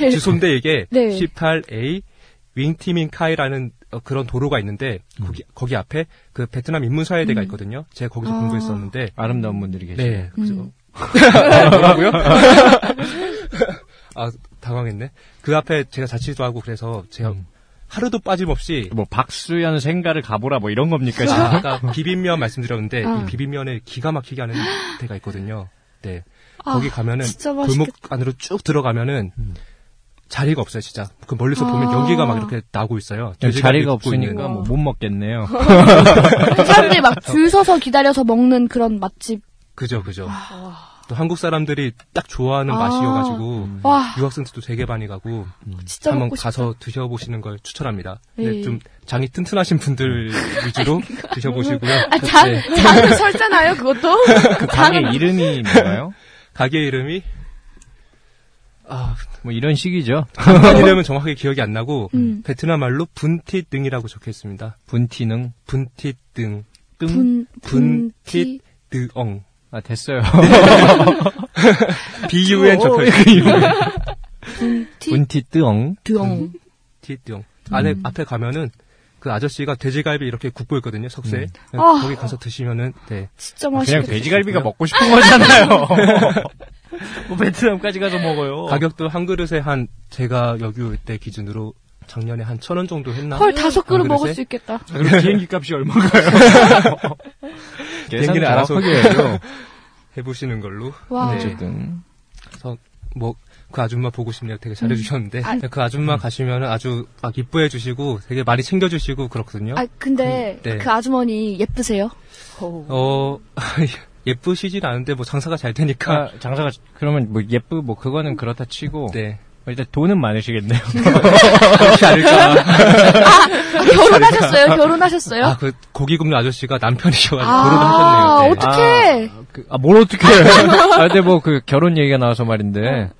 Speaker 4: 네?
Speaker 6: 주소인데 이게,
Speaker 4: 네.
Speaker 6: 18A, 윙티민카이라는 어, 그런 도로가 있는데, 거기, 거기 앞에 그 베트남 인문사회대가 있거든요. 제가 거기서
Speaker 4: 음. 아.
Speaker 6: 공부했었는데,
Speaker 3: 아름다운 분들이 계시죠.
Speaker 6: 네. 그래서
Speaker 4: 음.
Speaker 6: 뭐라고요? 아, 당황했네. 그 앞에 제가 자취도 하고 그래서 제가 하루도 빠짐없이
Speaker 3: 뭐 박수현 생가를 가보라 뭐 이런 겁니까 지금?
Speaker 6: 아, 아까 비빔면 말씀드렸는데
Speaker 4: 아.
Speaker 6: 이 비빔면에 기가 막히게 하는 데가 있거든요. 네.
Speaker 4: 아,
Speaker 6: 거기 가면은
Speaker 4: 진짜
Speaker 6: 골목
Speaker 4: 맛있겠다.
Speaker 6: 안으로 쭉 들어가면은
Speaker 3: 음.
Speaker 6: 자리가 없어요, 진짜. 그 멀리서
Speaker 4: 아.
Speaker 6: 보면 연기가 막 이렇게 나고 있어요. 돼지갈비
Speaker 3: 네, 자리가
Speaker 6: 굽고 있는.
Speaker 3: 없으니까 뭐못 먹겠네요. 그
Speaker 4: 사람들이 막 줄 서서 기다려서 먹는 그런 맛집.
Speaker 6: 그죠, 그죠. 또 한국 사람들이 딱 좋아하는
Speaker 4: 아.
Speaker 6: 맛이어가지고
Speaker 3: 음.
Speaker 4: 와,
Speaker 6: 유학생들도 되게 많이 가고
Speaker 4: 진짜
Speaker 6: 음. 한번
Speaker 4: 먹고 싶다.
Speaker 6: 가서 드셔보시는 걸 추천합니다.
Speaker 4: 예.
Speaker 6: 근데 좀 장이 튼튼하신 분들 위주로 드셔보시고요.
Speaker 4: 아, 장,
Speaker 6: 네.
Speaker 4: 장을 설잖아요, 그것도?
Speaker 3: 그 강의 이름이 뭐예요?
Speaker 6: 가게 이름이 아,
Speaker 3: 뭐 이런 식이죠.
Speaker 6: 이름은 정확하게 기억이 안 나고
Speaker 4: 음.
Speaker 6: 베트남 말로 분티등이라고 적혀 있습니다.
Speaker 3: 분티능
Speaker 6: 분티등,
Speaker 3: 뜸.
Speaker 4: 분,
Speaker 6: 분,
Speaker 4: 티.
Speaker 6: 티, 드엉.
Speaker 3: 아 됐어요.
Speaker 6: BUN 적혀 있어요.
Speaker 4: 티.
Speaker 3: 분티뜨엉.
Speaker 4: 드엉.
Speaker 6: 티드엉. 안에
Speaker 4: 음.
Speaker 6: 앞에 가면은 그 아저씨가 돼지갈비 이렇게 굽고 있거든요. 석쇠.
Speaker 4: 아.
Speaker 6: 거기 가서 드시면은 네.
Speaker 4: 진짜
Speaker 3: 그냥
Speaker 4: 맛있겠다.
Speaker 3: 돼지갈비가 먹고 싶은 거잖아요. 뭐 베트남까지 가서 먹어요.
Speaker 6: 가격도 한 그릇에 한 제가 여기 때 기준으로 작년에 한 천 원 정도 했나?
Speaker 4: 헐, 다섯 그릇
Speaker 6: 한
Speaker 4: 먹을
Speaker 6: 그릇에?
Speaker 4: 수 있겠다.
Speaker 3: 그럼 비행기 값이 얼마인가요?
Speaker 6: 비행기는 알아서
Speaker 3: 해요.
Speaker 6: 해보시는 걸로.
Speaker 4: 와.
Speaker 6: 네.
Speaker 3: 어쨌든
Speaker 6: 뭐 그 아줌마 보고 싶네요. 되게 잘해주셨는데
Speaker 4: 아.
Speaker 6: 그
Speaker 3: 음.
Speaker 6: 아줌마 가시면은 아주 막 이뻐해주시고 되게 많이 챙겨주시고 그렇거든요.
Speaker 4: 아, 근데
Speaker 6: 네.
Speaker 4: 그 아주머니 예쁘세요?
Speaker 6: 어 예쁘시진 않은데 뭐 장사가 잘 되니까.
Speaker 3: 아, 장사가 그러면 뭐 예쁘 뭐 그거는 그렇다 치고
Speaker 6: 네.
Speaker 3: 일단 돈은 많으시겠네요.
Speaker 6: 그렇지 않을까.
Speaker 4: 아, 결혼하셨어요? 결혼하셨어요?
Speaker 6: 아그 고기 굽는 아저씨가 남편이셔가지고
Speaker 4: 아,
Speaker 6: 결혼을 하셨네요. 네.
Speaker 4: 어떡해.
Speaker 3: 아, 그, 아, 뭘 어떻게 해. 아, 근데 뭐 그 결혼 얘기가 나와서 말인데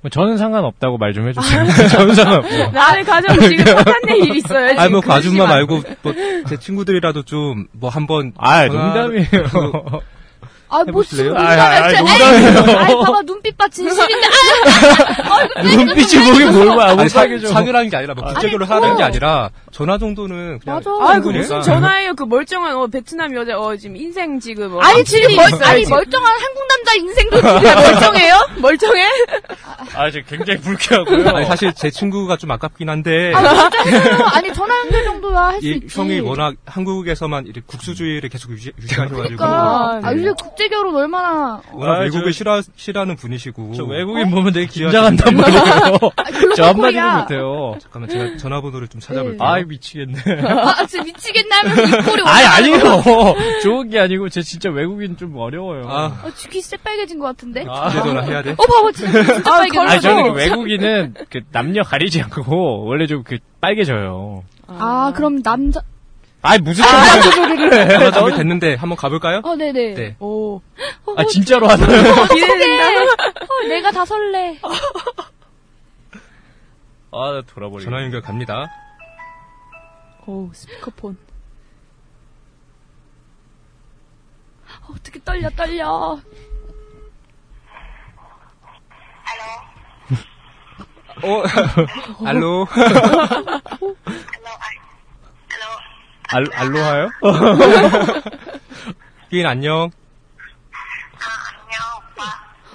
Speaker 3: 뭐 저는 상관없다고 말 좀 해주세요. 저는 상관없고.
Speaker 5: 나의 가정 지금 파탄낼 일 있어요. 지금.
Speaker 6: 아니 뭐그
Speaker 5: 그러지
Speaker 6: 아줌마
Speaker 5: 마.
Speaker 6: 말고 뭐 제 친구들이라도 좀 뭐 한번
Speaker 3: 아,
Speaker 6: 전화- 그
Speaker 3: 농담이에요.
Speaker 4: 아, 무슨
Speaker 6: 해보실래요?
Speaker 4: 농담이야.
Speaker 3: 아, 아, 아,
Speaker 4: 농담이야. 아이, 봐봐, 눈빛 봐, 진심인데.
Speaker 3: 눈빛이 보기 뭘 봐.
Speaker 6: 아니
Speaker 3: 못
Speaker 6: 사,
Speaker 3: 사귀죠.
Speaker 6: 사귀라는 게 아니라 막 구체적으로
Speaker 3: 뭐.
Speaker 6: 하라는 게 아니라 전화 정도는 그냥
Speaker 4: 맞아.
Speaker 5: 아, 그 무슨
Speaker 6: 친구니까.
Speaker 5: 전화예요? 그 멀쩡한 어 베트남 여자 어 지금 인생 지금 어,
Speaker 4: 아니, 지금
Speaker 5: 있어요,
Speaker 4: 멀, 아니,
Speaker 5: 지금.
Speaker 4: 멀쩡한 한국 남자 인생도 지금
Speaker 5: 멀쩡해요? 멀쩡해?
Speaker 3: 아, 저 굉장히 불쾌하고요.
Speaker 6: 아니 사실 제 친구가 좀 아깝긴 한데
Speaker 4: 진짜요. 아니, 전화 한 개 정도야 할 수
Speaker 6: 이
Speaker 4: 있지.
Speaker 6: 형이 워낙 한국에서만 이렇게 국수주의를 계속 유지, 유지하셔가지고
Speaker 4: 그러니까
Speaker 5: 네.
Speaker 4: 아, 요새 국제 결혼 얼마나
Speaker 6: 워낙
Speaker 3: 아,
Speaker 6: 외국을
Speaker 3: 저-
Speaker 6: 싫어, 싫어하는 분이시고
Speaker 3: 저 외국인 보면 되게 긴장한단 어?
Speaker 4: 아,
Speaker 3: 말이에요. 저 한마디도
Speaker 4: 코리아.
Speaker 3: 못해요.
Speaker 6: 잠깐만 제가 전화번호를 좀 찾아볼게요
Speaker 3: 아이, 미치겠네.
Speaker 4: 아, 진짜 미치겠네 하면서 입꼬리
Speaker 3: 아이,
Speaker 4: 올라가는
Speaker 3: 아니에요.
Speaker 4: 거.
Speaker 3: 좋은 게 아니고, 제 진짜 외국인 좀 어려워요.
Speaker 6: 아,
Speaker 4: 어, 귀 새빨개진 것 같은데?
Speaker 6: 이제 전화 해야 돼?
Speaker 4: 어, 봐봐, 진짜, 진짜
Speaker 5: 아,
Speaker 4: 빨개져.
Speaker 3: 아. 아니, 저는
Speaker 5: 그래서-
Speaker 3: 그 외국인은 그 남녀 가리지 않고, 원래 좀 그 빨개져요.
Speaker 4: 아, 그럼 남자,
Speaker 3: 아이, 무슨 아, 소리를
Speaker 6: 전화
Speaker 3: 해.
Speaker 6: 준비 됐는데 한번 가볼까요?
Speaker 4: 어, 네네.
Speaker 6: 네.
Speaker 5: 오.
Speaker 4: 어,
Speaker 3: 아, 진짜로 하나요?
Speaker 4: 기대된다. 어, 내가 다 설레.
Speaker 3: 아, 나 돌아버리겠네.
Speaker 6: 전화 연결 갑니다
Speaker 5: 오 스피커폰.
Speaker 4: 어, 어떻게 떨려, 떨려.
Speaker 6: 어, 알로
Speaker 3: 알, 알로하요?
Speaker 6: 귀인 안녕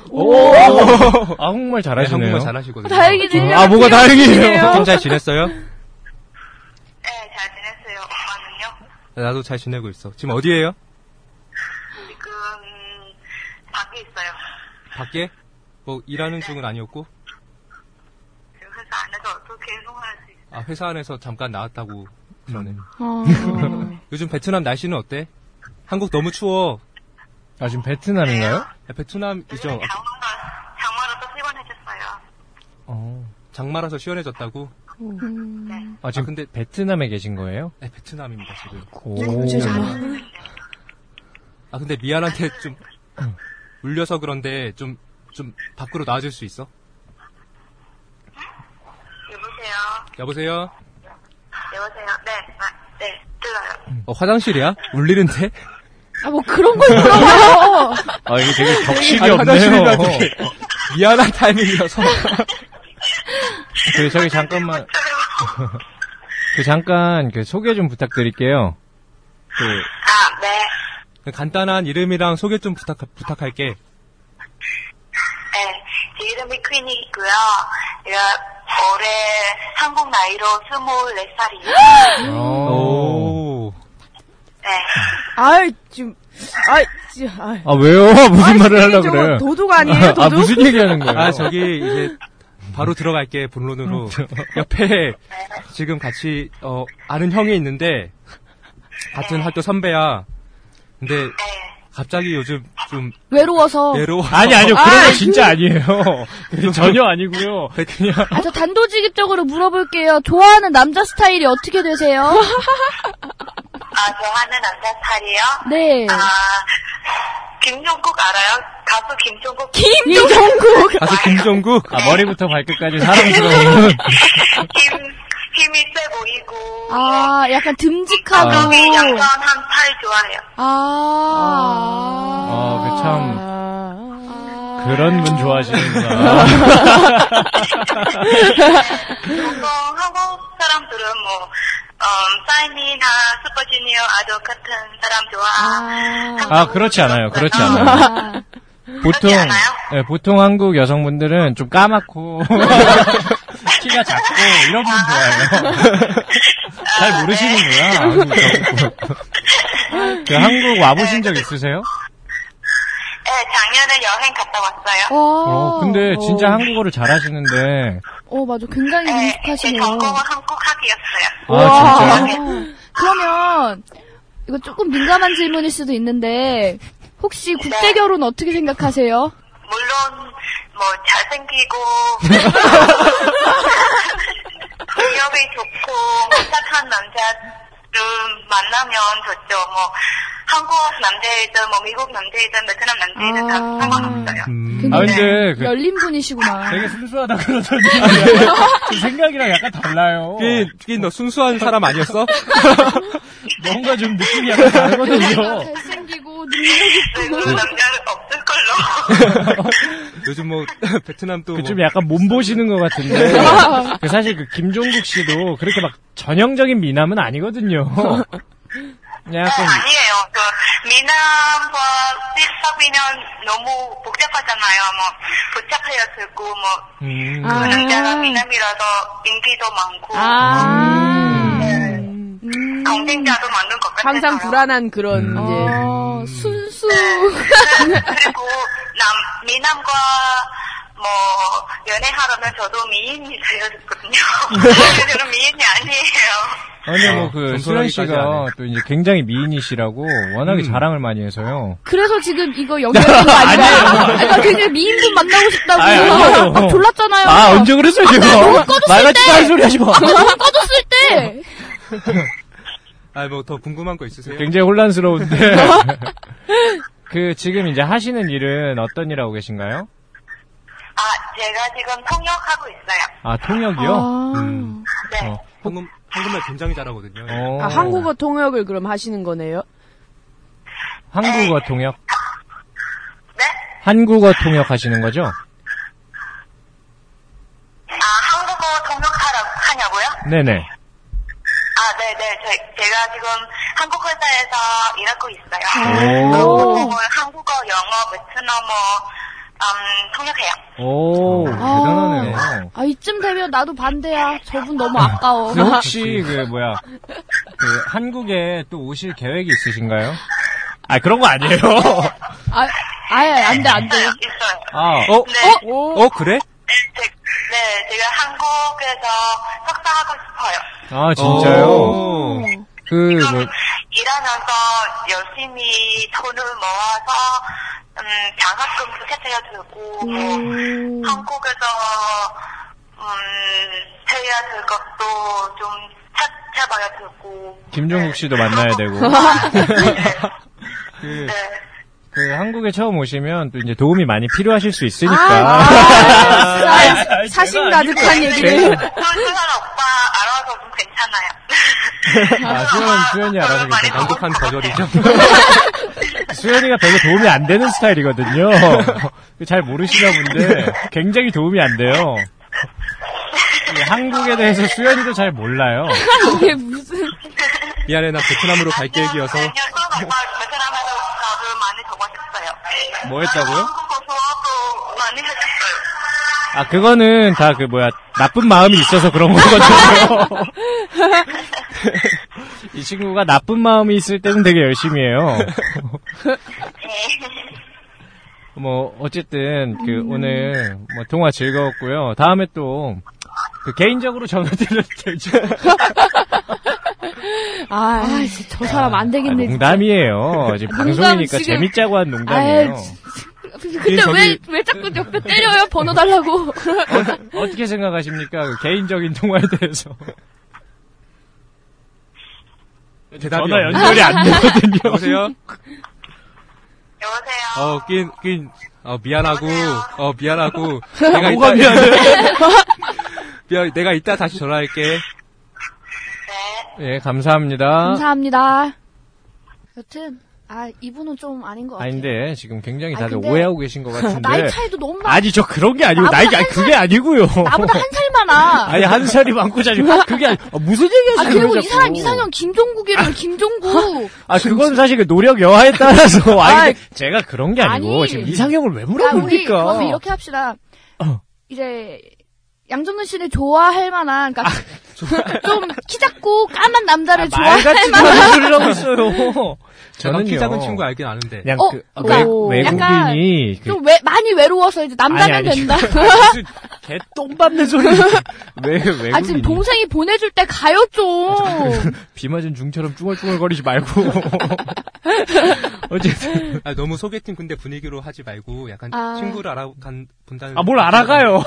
Speaker 3: 오! 아, 한국말
Speaker 6: 네,
Speaker 3: 잘하시네요.
Speaker 6: 한국말 잘하시거든요
Speaker 4: 다행이네.
Speaker 3: 아, 뭐가 다행이에요.
Speaker 6: 보통 잘 지냈어요?
Speaker 7: 네, 잘 지냈어요. 오빠는요?
Speaker 6: 네, 나도 잘 지내고 있어 지금 어디에요?
Speaker 7: 지금 밖에 있어요.
Speaker 6: 밖에? 뭐 일하는 중은 아니었고?
Speaker 7: 지금 회사 안에서 어떻게 행동할 수 있어요?
Speaker 6: 아 회사 안에서 잠깐 나왔다고 그러네
Speaker 3: 음.
Speaker 4: 어,
Speaker 6: 요즘 베트남 날씨는 어때? 한국 너무 추워
Speaker 3: 아, 지금 베트남인가요?
Speaker 6: 야, 베트남이죠
Speaker 7: 장마가, 장마로 또 피곤해졌어요.
Speaker 3: 어.
Speaker 6: 장마라서 시원해졌다고?
Speaker 3: 아, 지금
Speaker 6: 아, 근데-
Speaker 3: 베트남에 계신 거예요?
Speaker 6: 네, 베트남입니다 지금
Speaker 3: 오.
Speaker 6: 아 근데 미안한 게 좀 울려서 그런데 좀 좀 밖으로 나와줄 수 있어?
Speaker 7: 여보세요?
Speaker 6: 여보세요?
Speaker 7: 여보세요? 네, 아, 네, 들어요.
Speaker 6: 어, 화장실이야? 울리는데?
Speaker 4: 아, 뭐 그런 걸 물어봐요.
Speaker 3: 아, 이게 되게 격식이
Speaker 6: 아니, 화장실이라는
Speaker 3: 없네요. 어.
Speaker 6: 게 미안한 타이밍이어서
Speaker 3: 그, 저기 잠깐만. 그, 잠깐, 그, 소개 좀 부탁드릴게요. 그,
Speaker 7: 아, 네,
Speaker 6: 그 간단한 이름이랑 소개 좀 부탁, 부탁할게
Speaker 7: 네. 제 이름이 퀸이고요. 제가 올해 한국 나이로 24살이에요.
Speaker 3: 어. 오.
Speaker 7: 네.
Speaker 5: 아이 지금 아이 지금 아이.
Speaker 3: 아, 왜요? 무슨
Speaker 5: 아이,
Speaker 3: 말을 하려고
Speaker 5: 저거
Speaker 3: 그래요?
Speaker 5: 도둑 아니에요? 도둑?
Speaker 3: 아, 무슨 얘기 하는 거예요?
Speaker 6: 아 저기 이제 바로 들어갈게
Speaker 3: 음,
Speaker 6: 본론으로 옆에 지금 같이 어, 아는 형이 있는데 같은 학교 선배야 근데 갑자기 요즘 좀
Speaker 4: 외로워서.
Speaker 3: 어.
Speaker 6: 외로워
Speaker 3: 아니, 아니요. 그런 거 진짜 아니에요. 그게 전혀 아니고요. 그냥,
Speaker 4: 아, 저 단도직입적으로 물어볼게요. 좋아하는 남자 스타일이 어떻게 되세요?
Speaker 7: 아, 좋아하는 남자 살이요?
Speaker 4: 네.
Speaker 7: 아, 김종국 알아요? 가수 김종국
Speaker 4: 김종국.
Speaker 6: 가수 김종국.
Speaker 3: 아, 머리부터 발끝까지 사랑스러운.
Speaker 7: 힘 힘이 세 보이고
Speaker 4: 아, 약간 듬직하고.
Speaker 3: 아.
Speaker 7: 몸이 양선한 팔 좋아해요.
Speaker 4: 아. 아,
Speaker 3: 어, 그 참,
Speaker 5: 아,
Speaker 3: 그런 분 좋아하시는구나.
Speaker 7: 보통 한국 사람들은 뭐 음, 사인이나 슈퍼주니어 아저 같은 사람 좋아. 어.
Speaker 4: 아.
Speaker 3: 아, 그렇지 않아요. 그렇지 않아요.
Speaker 4: 아.
Speaker 3: 보통,
Speaker 7: 않아요?
Speaker 3: 예, 보통 한국 여성분들은 좀 까맣고, 키가 작고, 이런 분 좋아해요.
Speaker 7: 아,
Speaker 3: 잘
Speaker 7: 네.
Speaker 3: 모르시는구나. 한국 여성분. 그 한국 와보신 적 있으세요?
Speaker 7: 네, 작년에 여행 갔다 왔어요.
Speaker 3: 어, 근데 진짜 한국어를 잘하시는데,
Speaker 4: 어, 맞아. 굉장히
Speaker 7: 네, 제
Speaker 4: 능숙하시네요.
Speaker 7: 전공은 한국학이었어요.
Speaker 3: 아, 진짜요?
Speaker 4: 어, 그러면, 이거 조금 민감한 질문일 수도 있는데, 혹시 국제 결혼 어떻게 생각하세요?
Speaker 7: 물론 뭐 잘생기고 능력이 좋고 뭐 착한 남자를 만나면 좋죠. 뭐 한국 남자이든 뭐 미국 남자이든 베트남 남자이든 다
Speaker 4: 아.
Speaker 7: 상관없어요.
Speaker 6: 음,
Speaker 3: 아,
Speaker 4: 굉장히
Speaker 3: 근데, 그,
Speaker 4: 열린 분이시구나.
Speaker 3: 되게 순수하다 그러더니, 좀 생각이랑 약간 달라요.
Speaker 6: 삐, 삐, 너 순수한 사람 아니었어?
Speaker 3: 뭔가 좀 느낌이 약간 다르거든요.
Speaker 4: 잘생기고 능력이
Speaker 7: 네, 그런 남자는 없을 걸로.
Speaker 6: 요즘 뭐 베트남도 뭐,
Speaker 3: 그 좀 약간 몸보시는 것 같은데. 그 사실 그 김종국 씨도 그렇게 막 전형적인 미남은 아니거든요. 그냥
Speaker 7: 네,
Speaker 3: 약간,
Speaker 7: 아니에요. 그 미남과 삐사비는 너무 복잡하잖아요. 뭐 부착하여 들고 뭐
Speaker 3: 음,
Speaker 7: 그
Speaker 4: 아.
Speaker 7: 남자가 미남이라서 인기도 많고 네,
Speaker 5: 아.
Speaker 4: 음.
Speaker 7: 경쟁자도 많은 것 같아요.
Speaker 5: 항상 불안한 그런
Speaker 3: 음.
Speaker 5: 이제
Speaker 4: 어, 순수.
Speaker 7: 그리고 남 미남과 뭐 연애하려면 저도 미인이 되었거든요. 저는 미인이 아니에요.
Speaker 3: 근데 뭐그
Speaker 6: 겸손하기까지
Speaker 3: 수현 씨가
Speaker 6: 안 해.
Speaker 3: 또 이제 굉장히 미인이시라고 워낙에
Speaker 6: 음.
Speaker 3: 자랑을 많이 해서요.
Speaker 4: 그래서 지금 이거 연결된 거 아니야? 그러니까 굉장히 미인분 만나고 싶다고
Speaker 3: 아니, 아니에요.
Speaker 4: 막 졸랐잖아요.
Speaker 3: 아, 언제 그랬어요, 제가? 말 같지도 않은 소리 하지 마.
Speaker 4: 눈 꺼졌을 때.
Speaker 6: 아, 뭐 더 궁금한 거 있으세요?
Speaker 3: 굉장히 혼란스러운데. 그 지금 이제 하시는 일은 어떤 일 하고 계신가요?
Speaker 7: 아 제가 지금 통역하고 있어요.
Speaker 3: 아, 통역이요?
Speaker 4: 아.
Speaker 6: 음.
Speaker 7: 네.
Speaker 3: 어.
Speaker 6: 한국 한국말 굉장히 잘하거든요.
Speaker 3: 어.
Speaker 5: 아, 한국어 통역을 그럼 하시는 거네요.
Speaker 3: 한국어 통역?
Speaker 7: 네?
Speaker 3: 한국어 통역 하시는 거죠?
Speaker 7: 아 한국어 통역하라고 하냐고요?
Speaker 3: 네네.
Speaker 7: 아 네네 저, 제가 지금 한국 회사에서 일하고
Speaker 4: 아.
Speaker 7: 있어요.
Speaker 3: 오.
Speaker 7: 보통은 한국어, 영어, 베트남어 음, 통역해요.
Speaker 3: 오,
Speaker 4: 아.
Speaker 3: 대단하네요.
Speaker 4: 아, 이쯤 되면 나도 반대야. 저분 너무 아까워.
Speaker 3: 근데 혹시 그 뭐야 그 한국에 또 오실 계획이 있으신가요? 아 그런 거 아니에요.
Speaker 4: 아, 아예 안 돼, 안 돼.
Speaker 7: 있어요.
Speaker 3: 아,
Speaker 6: 어?
Speaker 7: 네.
Speaker 6: 어? 어 그래?
Speaker 7: 제- 네, 제가 한국에서 석사하고 싶어요.
Speaker 3: 아 진짜요?
Speaker 6: 오.
Speaker 3: 그
Speaker 4: 네,
Speaker 7: 좀
Speaker 4: 아.
Speaker 3: 뭐
Speaker 7: 일하면서 열심히 돈을 모아서 음, 장학금도 세태어 들고 뭐,
Speaker 4: 음.
Speaker 7: 한국에서 음, 해야 될 것도 좀 찾아봐야 되고 네.
Speaker 3: 김종국 씨도 만나야 되고 그,
Speaker 7: 네.
Speaker 3: 그 한국에 처음 오시면 또 이제 도움이 많이 필요하실 수 있으니까.
Speaker 5: 아,
Speaker 3: 아니, 제가
Speaker 5: 사심 가득한 얘기를.
Speaker 7: 수현 그 오빠 알아서 좀 괜찮아요.
Speaker 3: 아, 수현, 수현이 알아서
Speaker 7: 저를 많이
Speaker 3: 괜찮아요.
Speaker 6: 완곡한 거절이죠.
Speaker 3: 수현이가 별로 도움이 안 되는 스타일이거든요. 잘 모르시나 본데 굉장히 도움이 안 돼요. 이 한국에 대해서 수현이도 잘 몰라요.
Speaker 4: 이게 무슨.
Speaker 6: 미안해 나 베트남으로 갈 계획이어서
Speaker 7: 수현 오빠 베트남에서 저를 많이 도와줬어요. 아,
Speaker 3: 뭐 했다고요?
Speaker 7: 한국어 조언도 많이 해줬어요.
Speaker 3: 아 그거는 다 그 뭐야 나쁜 마음이 있어서 그런 거거든요. 이 친구가 나쁜 마음이 있을 때는 되게 열심히 해요.
Speaker 7: 네.
Speaker 3: 뭐 어쨌든 그
Speaker 4: 음.
Speaker 3: 오늘 뭐 통화 즐거웠고요. 다음에 또 그 개인적으로 전화 드려도 되죠.
Speaker 4: 아,
Speaker 5: 아,
Speaker 4: 진짜 저 사람 안 되겠네.
Speaker 3: 아니, 농담이에요. 지금
Speaker 4: 농담
Speaker 3: 방송이니까
Speaker 4: 지금-
Speaker 3: 재밌자고 한 농담이에요.
Speaker 4: 아이, 근데
Speaker 6: 저기-
Speaker 4: 왜, 왜 자꾸 옆에 때려요? 번호 달라고.
Speaker 3: 어떻게 생각하십니까? 그 개인적인 통화에 대해서.
Speaker 6: 대답이
Speaker 3: 전화
Speaker 6: 없네.
Speaker 3: 연결이 안 되거든요.
Speaker 6: 여보세요?
Speaker 7: 여보세요.
Speaker 3: 어,
Speaker 6: 어, 낀, 낀, 어, 미안하고,
Speaker 7: 여보세요?
Speaker 6: 어, 미안하고, 내가 이따, 미안, 내가 이따 다시 전화할게.
Speaker 7: 네.
Speaker 3: 예, 감사합니다.
Speaker 4: 감사합니다. 여튼 아 이분은 좀 아닌 것 같아요.
Speaker 3: 아닌데, 지금 굉장히
Speaker 4: 아,
Speaker 3: 다들
Speaker 4: 근데-
Speaker 3: 오해하고 계신 것 같은데.
Speaker 4: 나이 차이도 너무 많아.
Speaker 3: 아니, 저 그런 게 아니고,
Speaker 4: 나보다
Speaker 3: 나이가, 아니, 그게 아니고요.
Speaker 4: 나보다 한 살 많아.
Speaker 3: 아니, 한 살이 많고 자지. 그게 아니, 아, 무슨 얘기
Speaker 4: 아
Speaker 3: 하시는
Speaker 4: 그리고
Speaker 3: 거예요,
Speaker 4: 이 사람
Speaker 3: 자꾸.
Speaker 4: 이상형 김종국이랑 김종국.
Speaker 3: 아, 그건 사실 그 노력 여하에 따라서. 아니, 근데 제가 그런 게 아니고,
Speaker 4: 아니.
Speaker 3: 지금 이상형을 왜
Speaker 4: 야, 우리
Speaker 3: 물어봅니까?
Speaker 4: 그럼 이렇게 합시다.
Speaker 3: 어.
Speaker 4: 이제 양정근 씨를 좋아할 만한, 그러니까 좀 키 작고 까만 남자를
Speaker 3: 아, 말
Speaker 4: 좋아할
Speaker 3: 같은
Speaker 4: 만한.
Speaker 3: 소리 들으라고 있어요.
Speaker 6: 저는 키 작은
Speaker 3: 저는요.
Speaker 6: 친구 알긴 아는데.
Speaker 3: 그냥
Speaker 4: 어,
Speaker 3: 그
Speaker 4: 그러니까
Speaker 3: 외, 국인이
Speaker 4: 좀 외, 많이 외로워서 이제 남자면 된다.
Speaker 3: 개똥 밟는 소리. 왜그 외국인이?
Speaker 4: 아 지금 동생이 보내줄 때 가요
Speaker 3: 아,
Speaker 4: 좀.
Speaker 3: 비 맞은 중처럼 쭈글쭈글거리지 말고. 어쨌든
Speaker 6: 아, 너무 소개팅 근데 분위기로 하지 말고 약간
Speaker 4: 아.
Speaker 6: 친구를 알아간 본다는.
Speaker 3: 아 뭘 알아가요.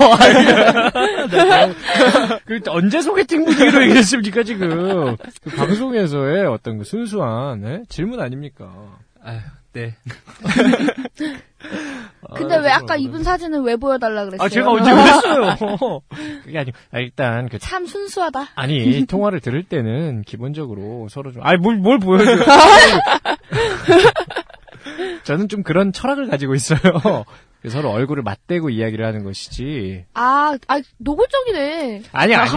Speaker 3: 그 언제 소개팅 분위기로 얘기했습니까 지금? 그 방송에서의 어떤 그 순수한 예? 질문 아닙니까?
Speaker 6: 아휴, 네.
Speaker 4: 근데 왜 아까 이분 사진을 왜 보여달라 그랬어요?
Speaker 3: 아 제가 언제 그랬어요? 그게 아니고 아, 일단 그
Speaker 4: 참 순수하다.
Speaker 3: 아니 이 통화를 들을 때는 기본적으로 서로 좀 아니 뭘 뭘 보여줘 저는 좀 그런 철학을 가지고 있어요 그래서 서로 얼굴을 맞대고 이야기를 하는 것이지
Speaker 4: 아, 아 노골적이네.
Speaker 3: 아니 아니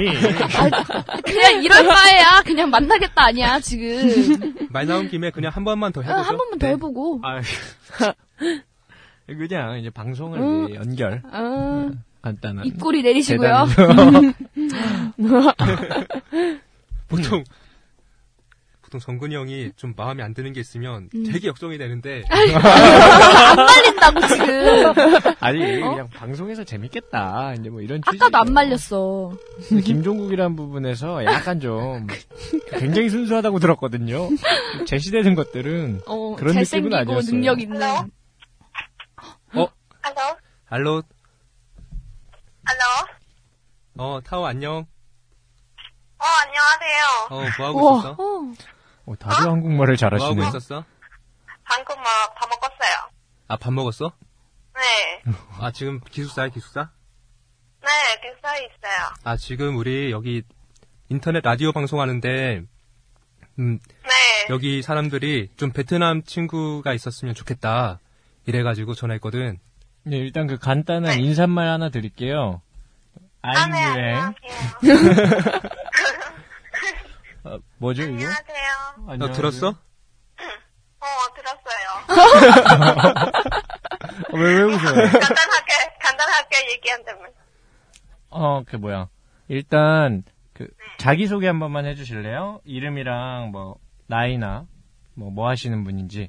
Speaker 4: 그냥 이럴 바에야 그냥 만나겠다 아니야 지금.
Speaker 6: 말 나온 김에 그냥 한 번만 더
Speaker 4: 어,
Speaker 6: 해보죠.
Speaker 4: 한 번만 더
Speaker 6: 네.
Speaker 4: 해보고.
Speaker 3: 아, 그냥 이제 방송을
Speaker 4: 음.
Speaker 3: 위해 연결
Speaker 4: 어,
Speaker 3: 간단한
Speaker 4: 입꼬리 내리시고요.
Speaker 3: 네. 대단히- 음.
Speaker 6: 보통 보통 정근이 형이 좀 마음에 안 드는 게 있으면
Speaker 4: 음.
Speaker 6: 되게 역정이 되는데
Speaker 4: 아. 안 말린다고 지금.
Speaker 3: 아니 그냥 방송에서 재밌겠다 이제 뭐 이런 취지예요.
Speaker 4: 어? 아까도 안 말렸어.
Speaker 3: 근데 김종국이란 부분에서 약간 좀 굉장히 순수하다고 들었거든요 제시되는 것들은
Speaker 4: 어,
Speaker 3: 그런
Speaker 4: 잘생기고
Speaker 3: 느낌은 아니었어요.
Speaker 4: 능력 있는.
Speaker 7: 네. 할로?
Speaker 6: 알로
Speaker 7: 할로?
Speaker 6: 어 타오 안녕
Speaker 7: 어, 안녕하세요.
Speaker 6: 어 뭐하고
Speaker 4: 우와.
Speaker 6: 있었어
Speaker 4: 어.
Speaker 3: 어, 다들
Speaker 6: 뭐하고
Speaker 3: 한국말을 잘하시네.
Speaker 6: 있었어
Speaker 7: 방금 막 밥 먹었어요.
Speaker 6: 아 밥 먹었어
Speaker 7: 네.
Speaker 6: 아 지금 기숙사야 기숙사
Speaker 7: 네, 기사에 있어요.
Speaker 6: 아 지금 우리 여기 인터넷 라디오 방송하는데 음
Speaker 7: 네.
Speaker 6: 여기 사람들이 좀 베트남 친구가 있었으면 좋겠다 이래가지고 전화했거든 어,
Speaker 3: 네, 일단 그 간단한 인사말 하나 드릴게요.
Speaker 7: 아, 네,
Speaker 3: 안녕.
Speaker 7: 안녕하세요.
Speaker 3: 어, 뭐죠
Speaker 6: 네.
Speaker 3: 이거?
Speaker 7: 안녕하세요.
Speaker 6: 너 아, 들었어
Speaker 7: 어, 들었어요.
Speaker 3: 왜 왜 웃어요?
Speaker 7: 간단하게, 간단하게 얘기한다면.
Speaker 3: 어, 그 뭐야? 일단
Speaker 7: 네.
Speaker 3: 그 자기 소개 한 번만 해주실래요? 이름이랑 뭐 나이나 뭐 뭐 하시는 분인지.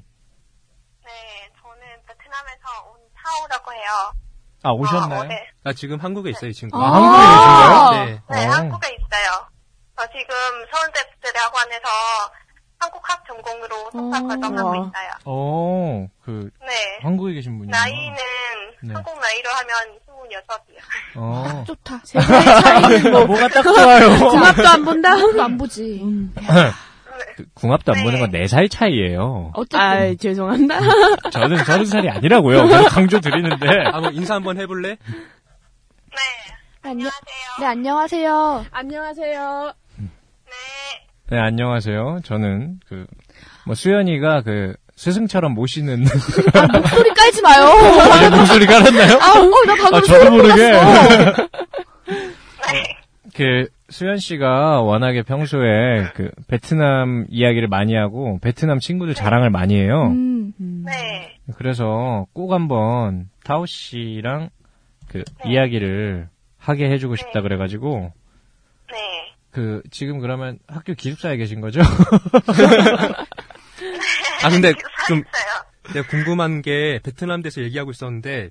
Speaker 7: 네, 저는 베트남에서 온 차오라고 해요.
Speaker 3: 아
Speaker 7: 어,
Speaker 3: 오셨나요?
Speaker 7: 네,
Speaker 6: 아 지금 한국에 있어 이 친구
Speaker 3: 아, 한국에 계신가요?
Speaker 6: 네
Speaker 7: 네
Speaker 3: 어.
Speaker 7: 한국에 있어요. 저 지금 서울대학교 대학원에서 한국학 전공으로 석사
Speaker 4: 어.
Speaker 7: 과정하고
Speaker 5: 와.
Speaker 7: 있어요.
Speaker 3: 어, 그
Speaker 7: 네.
Speaker 3: 한국에 계신 분이요.
Speaker 7: 나이는
Speaker 3: 네.
Speaker 7: 한국 나이로 하면 26이요.
Speaker 3: 어.
Speaker 4: 좋다.
Speaker 3: 뭐, 뭐가 딱 좋아요.
Speaker 5: 궁합도 안 본다?
Speaker 4: 그거 안 보지.
Speaker 3: 음. 그 궁합도 안 보는 건 네 살 차이예요.
Speaker 4: 어쨌든
Speaker 5: 아, 죄송한다.
Speaker 3: 저는 서른 살이 아니라고요. 계속 강조 드리는데.
Speaker 6: 아 뭐 인사 한번 해볼래
Speaker 7: 네.
Speaker 4: 안녕.
Speaker 7: 안녕하세요.
Speaker 4: 네 안녕하세요.
Speaker 5: 안녕하세요.
Speaker 7: 네.
Speaker 3: 네, 안녕하세요. 저는 그, 뭐, 수연이가 그, 스승처럼 모시는.
Speaker 4: 소리 깔지 마요.
Speaker 3: 아, 목소리 깔았나요?
Speaker 4: 아, 어, 나 방금
Speaker 3: 아,
Speaker 4: 소름
Speaker 3: 저도 모르게.
Speaker 4: 돋았어.
Speaker 7: 네.
Speaker 6: 어.
Speaker 3: 그, 수연 씨가 워낙에 평소에 그, 베트남 이야기를 많이 하고, 베트남 친구들 자랑을 많이 해요.
Speaker 4: 음.
Speaker 7: 네.
Speaker 3: 그래서 꼭 한번 타오 씨랑 그, 이야기를 하게 해주고 싶다 그래가지고,
Speaker 7: 네.
Speaker 3: 그, 지금 그러면 학교 기숙사에 계신 거죠?
Speaker 6: 아 근데 좀
Speaker 7: 기숙사였어요.
Speaker 6: 내가 궁금한 게 베트남 데서 얘기하고 있었는데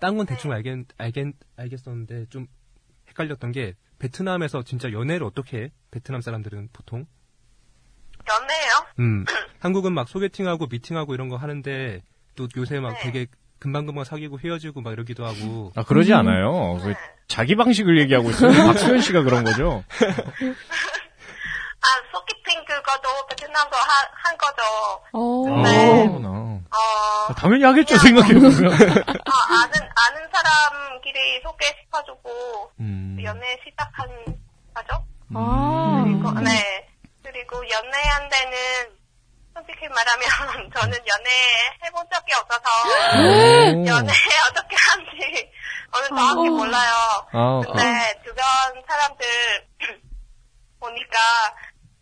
Speaker 6: 딴 건
Speaker 7: 네.
Speaker 6: 대충 알겠, 알겠, 알겠었는데 좀 헷갈렸던 게 베트남에서 진짜 연애를 어떻게 해? 베트남 사람들은 보통
Speaker 7: 연애요?
Speaker 6: 음 한국은 막 소개팅하고 미팅하고 이런 거 하는데 또 요새 막
Speaker 7: 네.
Speaker 6: 되게 금방금방 사귀고 헤어지고 막 이러기도 하고
Speaker 3: 아, 그러지
Speaker 4: 음.
Speaker 3: 않아요. 그 자기 방식을 얘기하고 있어요. 박수현 씨가 그런 거죠?
Speaker 7: 아, 소개팅 그거도 베트남도 하, 한 거죠.
Speaker 4: 어.
Speaker 7: 네.
Speaker 3: 그렇구나.
Speaker 7: 어,
Speaker 3: 아, 당연히 하겠죠, 생각해보면.
Speaker 7: 아, 아는, 아는 사람끼리 소개시켜주고, 그
Speaker 6: 음.
Speaker 7: 연애 시작한, 하죠?
Speaker 4: 아.
Speaker 7: 그리고, 네. 그리고 연애한 데는, 솔직히 말하면, 저는 연애 해본 적이 없어서,
Speaker 3: 오.
Speaker 7: 연애 어떻게 하는지, 저는 정확히
Speaker 4: 어.
Speaker 7: 몰라요.
Speaker 3: 아, 아,
Speaker 7: 근데 주변 네, 사람들 보니까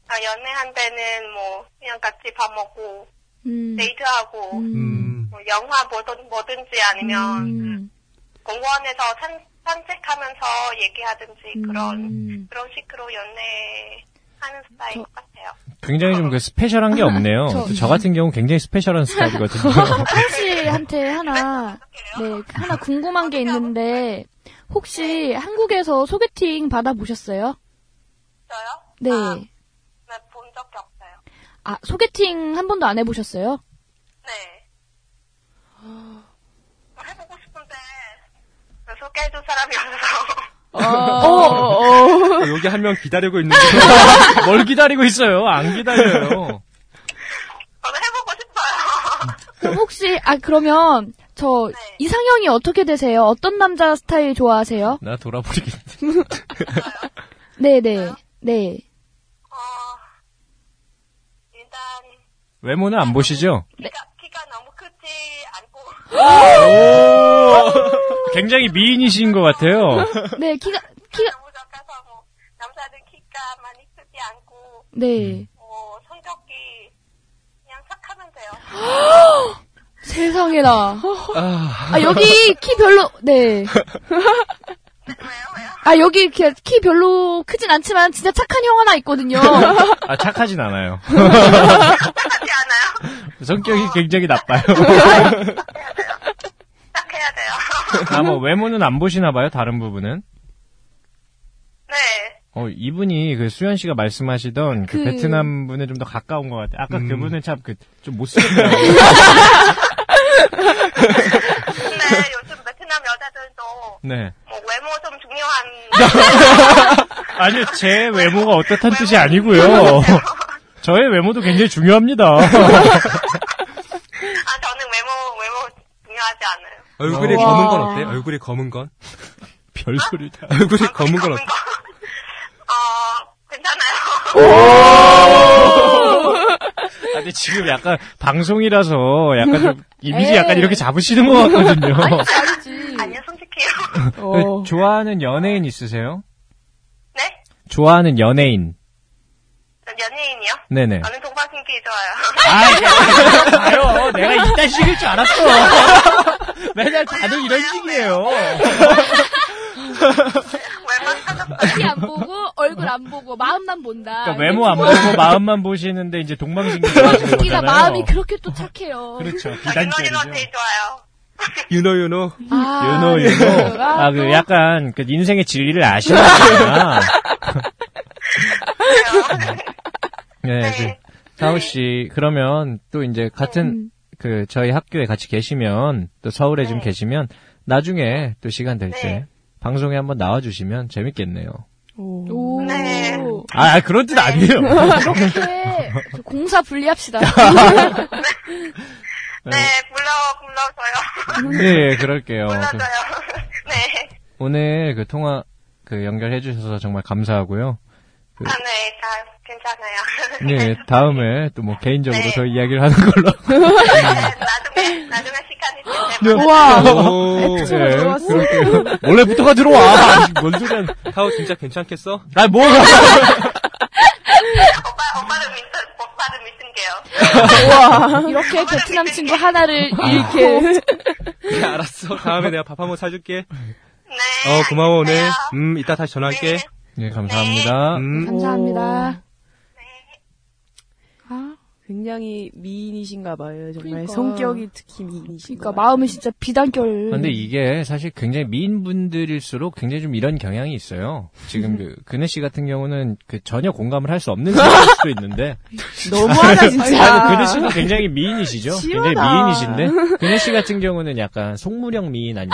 Speaker 7: 아, 연애한 데는 뭐 그냥 같이 밥 먹고
Speaker 4: 음.
Speaker 7: 네, 데이트하고
Speaker 6: 음.
Speaker 7: 뭐 영화 뭐든 뭐든지 아니면
Speaker 4: 음.
Speaker 7: 공원에서 산, 산책하면서 얘기하든지
Speaker 4: 음.
Speaker 7: 그런 음. 그런 식으로 연애하는 스타일 것 같아요.
Speaker 3: 굉장히 좀 그 스페셜한 게 없네요.
Speaker 4: 저-
Speaker 3: 저, 같은 경우 굉장히 스페셜한 스타일이거든요.
Speaker 4: 탁 씨한테 하나, 네, 하나 궁금한 게 있는데,
Speaker 7: 네.
Speaker 4: 혹시 한국에서 소개팅 받아보셨어요?
Speaker 7: 저요?
Speaker 4: 네.
Speaker 7: 아, 네, 본 적이 없어요.
Speaker 4: 아, 소개팅 한 번도 안 해보셨어요?
Speaker 7: 네.
Speaker 4: 아.
Speaker 7: 뭐 해보고 싶은데 소개해줄 사람이 없어서.
Speaker 6: 여기 한 명 기다리고 있는데
Speaker 3: 뭘 기다리고 있어요? 안 기다려요.
Speaker 7: 저는 해보고
Speaker 6: 음.
Speaker 7: 싶어요.
Speaker 4: 그럼 혹시, 아, 그러면, 저,
Speaker 7: 네.
Speaker 4: 이상형이 어떻게 되세요? 어떤 남자 스타일 좋아하세요?
Speaker 3: 나 돌아버리겠네.
Speaker 7: 아.
Speaker 4: 네네. 네.
Speaker 7: 어, 일단,
Speaker 3: 외모는 안 보시죠?
Speaker 7: 키가, 키가 너무 크지 않고,
Speaker 3: 굉장히 미인이신 것 같아요.
Speaker 4: 네, 키가, 키가,
Speaker 7: 너무 작아서 뭐, 남자들 키가 많이 크지 않고,
Speaker 3: 음.
Speaker 4: 네.
Speaker 7: 뭐, 성격이 그냥 착하면 돼요.
Speaker 4: 세상에나. 아, 여기 키 별로, 네.
Speaker 7: 왜요, 왜요?
Speaker 4: 아, 여기 키- 키 별로 크진 않지만 진짜 착한 형 하나 있거든요.
Speaker 3: 아, 착하진 않아요.
Speaker 7: 착하지 않아요?
Speaker 3: 성격이 굉장히 나빠요.
Speaker 7: 착해야 돼요.
Speaker 3: 아, 뭐, 외모는 안 보시나 봐요, 다른 부분은.
Speaker 7: 네.
Speaker 3: 어, 이분이 그 수현 씨가 말씀하시던 그,
Speaker 4: 그-
Speaker 3: 베트남 분에 좀 더 가까운 것 같아요. 아까
Speaker 6: 음.
Speaker 3: 그분은 참 그 좀 못생겨요.
Speaker 7: 근데 요즘 베트남 여자들도,
Speaker 3: 네.
Speaker 7: 뭐, 외모 좀 중요한.
Speaker 3: 아니요, 제 외모가 어떻다는 뜻이 아니고요. 저의 외모도 굉장히 중요합니다.
Speaker 7: 아, 저는 외모, 외모 중요하지 않아요.
Speaker 6: 얼굴이
Speaker 4: 와.
Speaker 6: 검은 건 어때? 얼굴이 검은 건?
Speaker 3: 별소리다.
Speaker 6: 얼굴이 검은 건 어때?
Speaker 7: 어, 괜찮아요.
Speaker 3: 근데 지금 약간 방송이라서 약간 좀 이미지
Speaker 4: 에이.
Speaker 3: 약간 이렇게 잡으시는 것 같거든요.
Speaker 7: 아니요, 솔직해요.
Speaker 5: 어.
Speaker 3: 그 좋아하는 연예인 있으세요?
Speaker 7: 네?
Speaker 3: 좋아하는 연예인.
Speaker 7: 연예인이요?
Speaker 3: 네네.
Speaker 7: 저는 동방신기 좋아요.
Speaker 3: 아, 요 내가 이딴 식일 줄 알았어. 맨날 다들 이런 식이에요.
Speaker 7: 외모 찾았어요.
Speaker 4: 키 안 보고, 얼굴 안 보고, 마음만 본다.
Speaker 3: 그러니까 외모 안 보고 마음만 보시는데 이제 동방신기 좋아하시는
Speaker 4: 기가
Speaker 3: 거잖아요.
Speaker 4: 마음이 그렇게 또 착해요.
Speaker 3: 그렇죠.
Speaker 7: 윤호이노
Speaker 3: 비단적이죠.
Speaker 7: 제일 좋아요.
Speaker 6: 유노 유노
Speaker 4: 아,
Speaker 3: 윤호 윤호.
Speaker 4: 아,
Speaker 3: 아그 약간 그 인생의 진리를 아시는구나. 네.
Speaker 7: 네.
Speaker 3: 그, 사우 씨 그러면 또 이제 같은 그 저희 학교에 같이 계시면 또 서울에 지금 계시면 나중에 또 시간 될 때
Speaker 7: 네.
Speaker 3: 방송에 한번 나와주시면 재밌겠네요.
Speaker 4: 오.
Speaker 7: 네.
Speaker 3: 아, 아, 그런 뜻 아니에요.
Speaker 4: 이렇게 공사 분리합시다.
Speaker 7: 네, 불러, 불러줘요.
Speaker 3: 네, 예, 그럴게요. 그-
Speaker 7: 불러줘요. 네.
Speaker 3: 오늘 그 통화 그 연결해 주셔서 정말 감사하고요.
Speaker 7: 아, 네, 다 괜찮아요.
Speaker 3: 네, 다음에 또 뭐 개인적으로
Speaker 7: 네.
Speaker 3: 더 이야기를 하는 걸로.
Speaker 7: 나중에, 나중에 시간 있을 때. 만나-
Speaker 6: 오.
Speaker 3: 네,
Speaker 5: 들어왔어.
Speaker 3: 그럴게요. 원래부터가 들어와. 아니, 뭔 소리야.
Speaker 6: 타오 진짜 괜찮겠어?
Speaker 3: 아, 뭐.
Speaker 7: 오빠, 오빠는 믿은, 오빠는 믿은 게요.
Speaker 4: 이렇게 베트남 친구 하나를
Speaker 3: 아.
Speaker 4: 잃고.
Speaker 6: 그래 알았어. 다음에 내가 밥 한번 사줄게.
Speaker 7: 네.
Speaker 6: 어 고마워 오늘.
Speaker 7: 알겠어요.
Speaker 6: 음 이따 다시 전화할게.
Speaker 7: 네.
Speaker 3: 네, 감사합니다.
Speaker 6: 음.
Speaker 4: 감사합니다. 아,
Speaker 5: 굉장히 미인이신가 봐요. 정말
Speaker 4: 그러니까.
Speaker 5: 성격이 특히 미인이신
Speaker 4: 그러니까
Speaker 5: 것 같아요.
Speaker 4: 마음이 진짜 비단결.
Speaker 3: 근데 이게 사실 굉장히 미인분들일수록 굉장히 좀 이런 경향이 있어요. 지금 그 그네 씨 같은 경우는 그 전혀 공감을 할 수 없는 사람일 수도 있는데
Speaker 5: 너무하다 진짜.
Speaker 3: 아니, 그네 씨는 굉장히 미인이시죠? 굉장히
Speaker 5: 싫어라.
Speaker 3: 미인이신데? 그네 씨 같은 경우는 약간 속무령 미인 아니에요?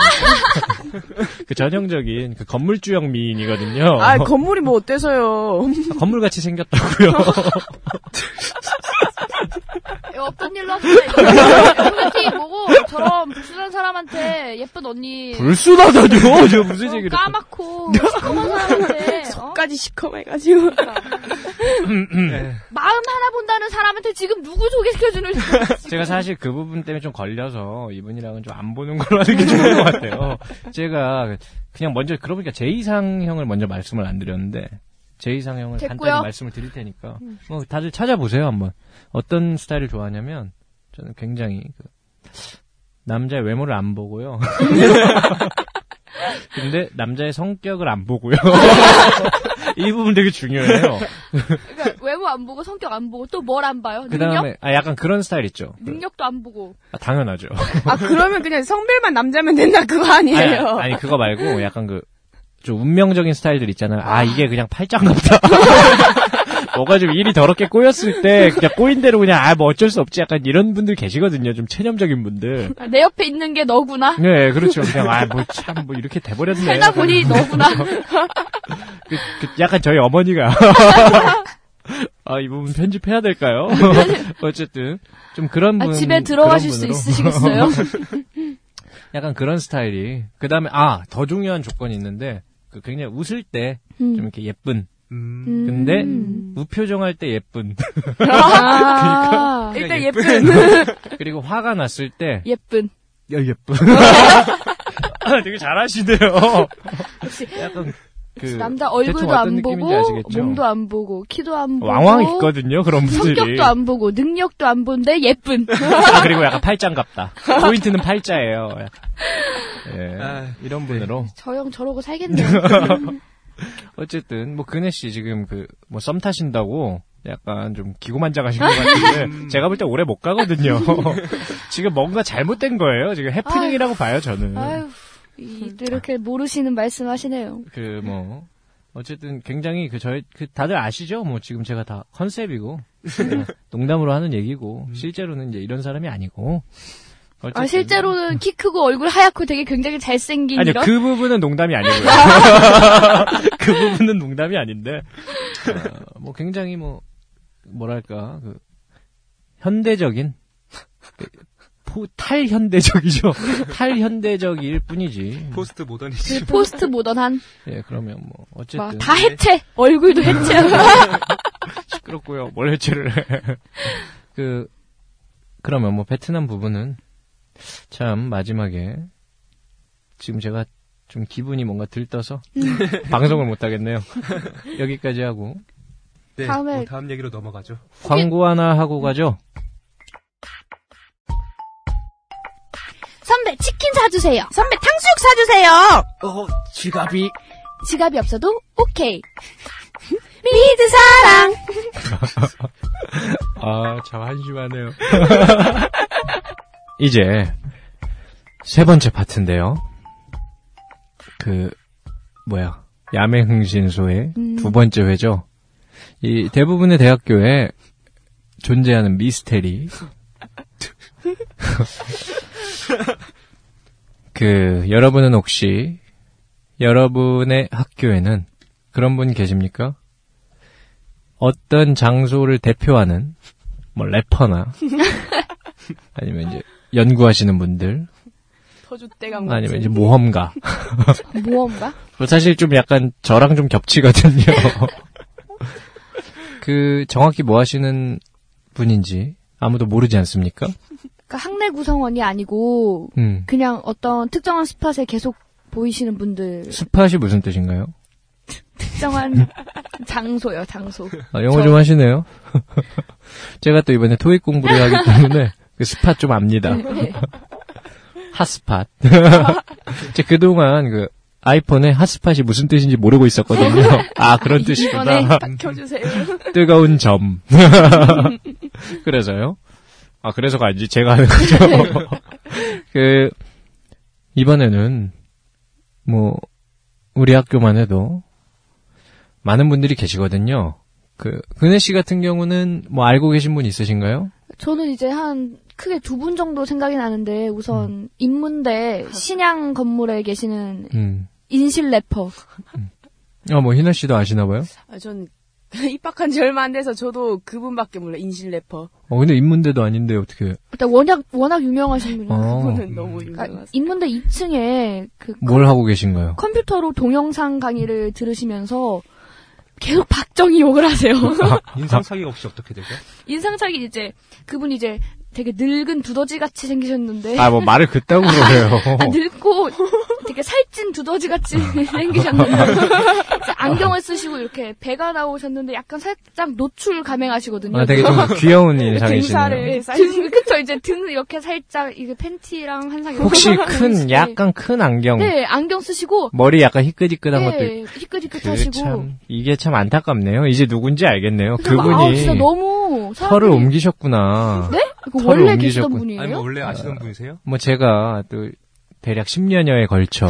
Speaker 3: 그 전형적인 그 건물주형 미인이거든요.
Speaker 5: 아, 건물이 뭐 어때서요?
Speaker 3: 건물같이 생겼다고요.
Speaker 4: 어떤 일로 하시나요? 소개팅 보고 예쁜 언니
Speaker 3: 불순하다뇨? 저 무슨
Speaker 4: 어,
Speaker 3: 얘기를.
Speaker 4: 까맣고 시커먼 사람한테 어?
Speaker 5: 까지 시커매가지고.
Speaker 4: 마음 하나 본다는 사람한테 지금 누구 소개시켜주는
Speaker 3: 제가 사실 그 부분 때문에 좀 걸려서 이분이랑은 좀 안 보는 걸로 하는 게 좋은 것 같아요. 제가 그냥 먼저 그러고 보니까 제 이상형을 먼저 말씀을 안 드렸는데 제 이상형을
Speaker 4: 됐고요. 음.
Speaker 3: 간단히 말씀을 드릴 테니까 뭐 다들 찾아보세요 한번 어떤 스타일을 좋아하냐면 저는 굉장히 그 남자의 외모를 안 보고요. 근데 남자의 성격을 안 보고요. 이 부분 되게 중요해요.
Speaker 4: 그러니까 외모 안 보고 성격 안 보고 또 뭘 안 봐요?
Speaker 3: 그
Speaker 4: 능력?
Speaker 3: 다음에 아 약간 그런 스타일 있죠.
Speaker 4: 능력도 안 보고
Speaker 3: 아, 당연하죠.
Speaker 5: 아, 그러면 그냥 성별만 남자면 된다, 그거 아니에요.
Speaker 3: 아니, 아니, 그거 말고 약간 그 좀 운명적인 스타일들 있잖아요. 아 이게 그냥 팔짱 같다. 뭐가 좀 일이 더럽게 꼬였을 때 그냥 꼬인 대로 그냥 아 뭐 어쩔 수 없지 약간 이런 분들 계시거든요. 좀 체념적인 분들.
Speaker 4: 아, 내 옆에 있는 게 너구나
Speaker 3: 네 그렇죠. 그냥 아 뭐 참 뭐 이렇게 돼버렸네.
Speaker 4: 살다 보니 너구나 아,
Speaker 3: 그- 그 약간 저희 어머니가 아 이 부분 편집해야 될까요? 어쨌든 좀 그런 분
Speaker 4: 아, 집에 들어가실
Speaker 3: 그런
Speaker 4: 수
Speaker 3: 분으로.
Speaker 4: 있으시겠어요?
Speaker 3: 약간 그런 스타일이. 그 다음에, 아, 더 중요한 조건이 있는데, 그 굉장히 웃을 때 좀 이렇게 예쁜.
Speaker 6: 음,
Speaker 3: 근데, 무표정할 때 예쁜. 그러니까
Speaker 8: 아,
Speaker 4: 일단
Speaker 3: 예쁜.
Speaker 4: 예쁜
Speaker 3: 그리고 화가 났을 때,
Speaker 4: 예쁜
Speaker 3: 야, 예쁜. 아, 되게 잘하시네요. 약간, 그,
Speaker 4: 남자
Speaker 3: 대충
Speaker 4: 얼굴도
Speaker 3: 어떤
Speaker 4: 안
Speaker 3: 느낌인지
Speaker 4: 보고
Speaker 3: 아시겠죠?
Speaker 4: 몸도 안 보고 키도 안 보고
Speaker 3: 왕왕 있거든요, 그런 분들이.
Speaker 4: 성격도 안 보고 능력도 안 본데 예쁜
Speaker 3: 아, 그리고 약간 팔짱 같다. 포인트는 팔자예요. 예,
Speaker 6: 아,
Speaker 3: 이런 분으로.
Speaker 4: 저 형 저러고 살겠네요
Speaker 3: 어쨌든 뭐 그네 씨 지금 그 뭐 썸 타신다고 약간 좀 기고만장하신 것 같은데
Speaker 4: 음.
Speaker 3: 제가 볼 때 오래 못 가거든요. 지금 뭔가 잘못된 거예요. 지금 해프닝이라고 봐요 저는.
Speaker 4: 아유 이- 또 이렇게 모르시는 말씀하시네요
Speaker 3: 그 뭐 어쨌든 굉장히 그 저희 그 다들 아시죠? 뭐 지금 제가 다 컨셉이고 그냥 농담으로 하는 얘기고 실제로는 이제 이런 사람이 아니고.
Speaker 4: 음. 아
Speaker 3: 어쨌든.
Speaker 4: 실제로는 키 크고 얼굴 하얗고 되게 굉장히 잘생긴
Speaker 3: 그렇죠. 아니요
Speaker 4: 이런
Speaker 3: 그 부분은 농담이 아니고요. 그 부분은 농담이 아닌데 어, 뭐 굉장히 뭐 뭐랄까 그 현대적인 그 포- 탈현대적이죠. 탈현대적일 뿐이지.
Speaker 6: 포스트 모더니즘.
Speaker 4: 그 포스트 모던한
Speaker 3: 예 그러면 뭐
Speaker 4: 막
Speaker 3: 어쨌든
Speaker 4: 다 해체 얼굴도 해체하고
Speaker 3: 시끄럽고요. 뭘 해체를 해. 그 그러면 뭐 베트남 부분은 참 마지막에 지금 제가 좀 기분이 뭔가 들떠서 방송을 못 하겠네요. 여기까지 하고
Speaker 6: 네,
Speaker 4: 다음에-
Speaker 6: 뭐 다음 얘기로 넘어가죠.
Speaker 3: 광고 하나 하고 가죠.
Speaker 4: 선배 치킨 사주세요
Speaker 8: 선배 탕수육 사주세요.
Speaker 3: 어 지갑이
Speaker 4: 지갑이 없어도 오케이 미드 사랑
Speaker 3: 아참 한심하네요. 이제 세 번째 파트인데요. 그 뭐야 야매흥신소의 두 번째 회죠. 이 대부분의 대학교에 존재하는 미스테리. 그 여러분은 혹시 여러분의 학교에는 그런 분 계십니까? 어떤 장소를 대표하는 뭐 래퍼나 아니면 이제 연구하시는 분들
Speaker 5: 터줏대감 같은.
Speaker 3: 아니면 뭐. 이제 모험가
Speaker 4: 모험가
Speaker 3: 뭐 사실 좀 약간 저랑 좀 겹치거든요. 그 정확히 뭐 하시는 분인지 아무도 모르지 않습니까?
Speaker 4: 그러니까 학내 구성원이 아니고
Speaker 3: 음.
Speaker 4: 그냥 어떤 특정한 스팟에 계속 보이시는 분들
Speaker 3: 스팟이 무슨 뜻인가요?
Speaker 4: 특정한 장소요 장소
Speaker 3: 아, 영어 좀 하시네요. 제가 또 이번에 토익 공부를 하기 때문에 그 스팟 좀 압니다.
Speaker 4: 네.
Speaker 3: 핫스팟. 제가 그동안 그 아이폰에 핫스팟이 무슨 뜻인지 모르고 있었거든요. 아, 그런
Speaker 4: 이번에
Speaker 3: 뜻이구나.
Speaker 5: 켜주세요.
Speaker 3: 뜨거운 점. 그래서요? 아, 그래서가 아니지. 제가 하는 거죠. 그, 이번에는, 뭐, 우리 학교만 해도 많은 분들이 계시거든요. 그, 근혜 씨 같은 경우는 뭐 알고 계신 분 있으신가요?
Speaker 4: 저는 이제 한 크게 두 분 정도 생각이 나는데 우선 인문대 신양 건물에 계시는
Speaker 3: 음.
Speaker 4: 인실 래퍼
Speaker 3: 아, 뭐, 희나 씨도 아시나 봐요?
Speaker 5: 아, 전 입학한 지 얼마 안 돼서 저도 그분밖에 몰라 인신 래퍼
Speaker 3: 어, 근데 인문대도 아닌데 어떻게
Speaker 4: 일단 워낙 워낙 유명하신 분이라.
Speaker 3: 어,
Speaker 5: 그분은 너무
Speaker 4: 그러니까
Speaker 5: 유명하세요.
Speaker 4: 인문대 2층에 그
Speaker 3: 뭘 하고 계신가요?
Speaker 4: 컴퓨터로 동영상 강의를 들으시면서 계속 박정희 욕을 하세요.
Speaker 6: 인상 사기가 혹시 어떻게 되죠?
Speaker 4: 인상착이 이제 그분 이제 되게 늙은 두더지 같이 생기셨는데
Speaker 3: 아, 뭐 말을 그따구로 해요.
Speaker 4: 아, 늙고 되게 살찐 두더지 같이 생기셨는데 이제 안경을 쓰시고 이렇게 배가 나오셨는데 약간 살짝 노출 감행하시거든요.
Speaker 3: 아, 되게 좀 귀여운 인상이시네요.
Speaker 5: 등살을
Speaker 4: 네,
Speaker 5: 사이즈
Speaker 4: 등, 그쵸, 이제 등 이렇게 살짝, 이게 팬티랑 한상 이렇게
Speaker 3: 혹시
Speaker 4: 올라가는
Speaker 3: 큰
Speaker 4: 스타일.
Speaker 3: 약간 큰 안경,
Speaker 4: 네, 안경 쓰시고,
Speaker 3: 머리 약간 희끗희끗한 것도 있고.
Speaker 4: 네, 희끗희끗
Speaker 3: 그
Speaker 4: 하시고.
Speaker 3: 참, 이게 참 안타깝네요. 이제 누군지 알겠네요.
Speaker 4: 아,
Speaker 3: 그분이
Speaker 4: 진짜 너무.
Speaker 3: 털을
Speaker 4: 사람들이-
Speaker 3: 옮기셨구나.
Speaker 4: 네? 그
Speaker 3: 털을
Speaker 4: 원래 계시던
Speaker 3: 옮기셨군.
Speaker 4: 분이에요?
Speaker 6: 아니 뭐 원래 아시는 분이세요?
Speaker 3: 뭐 제가 또 대략 10년여에 걸쳐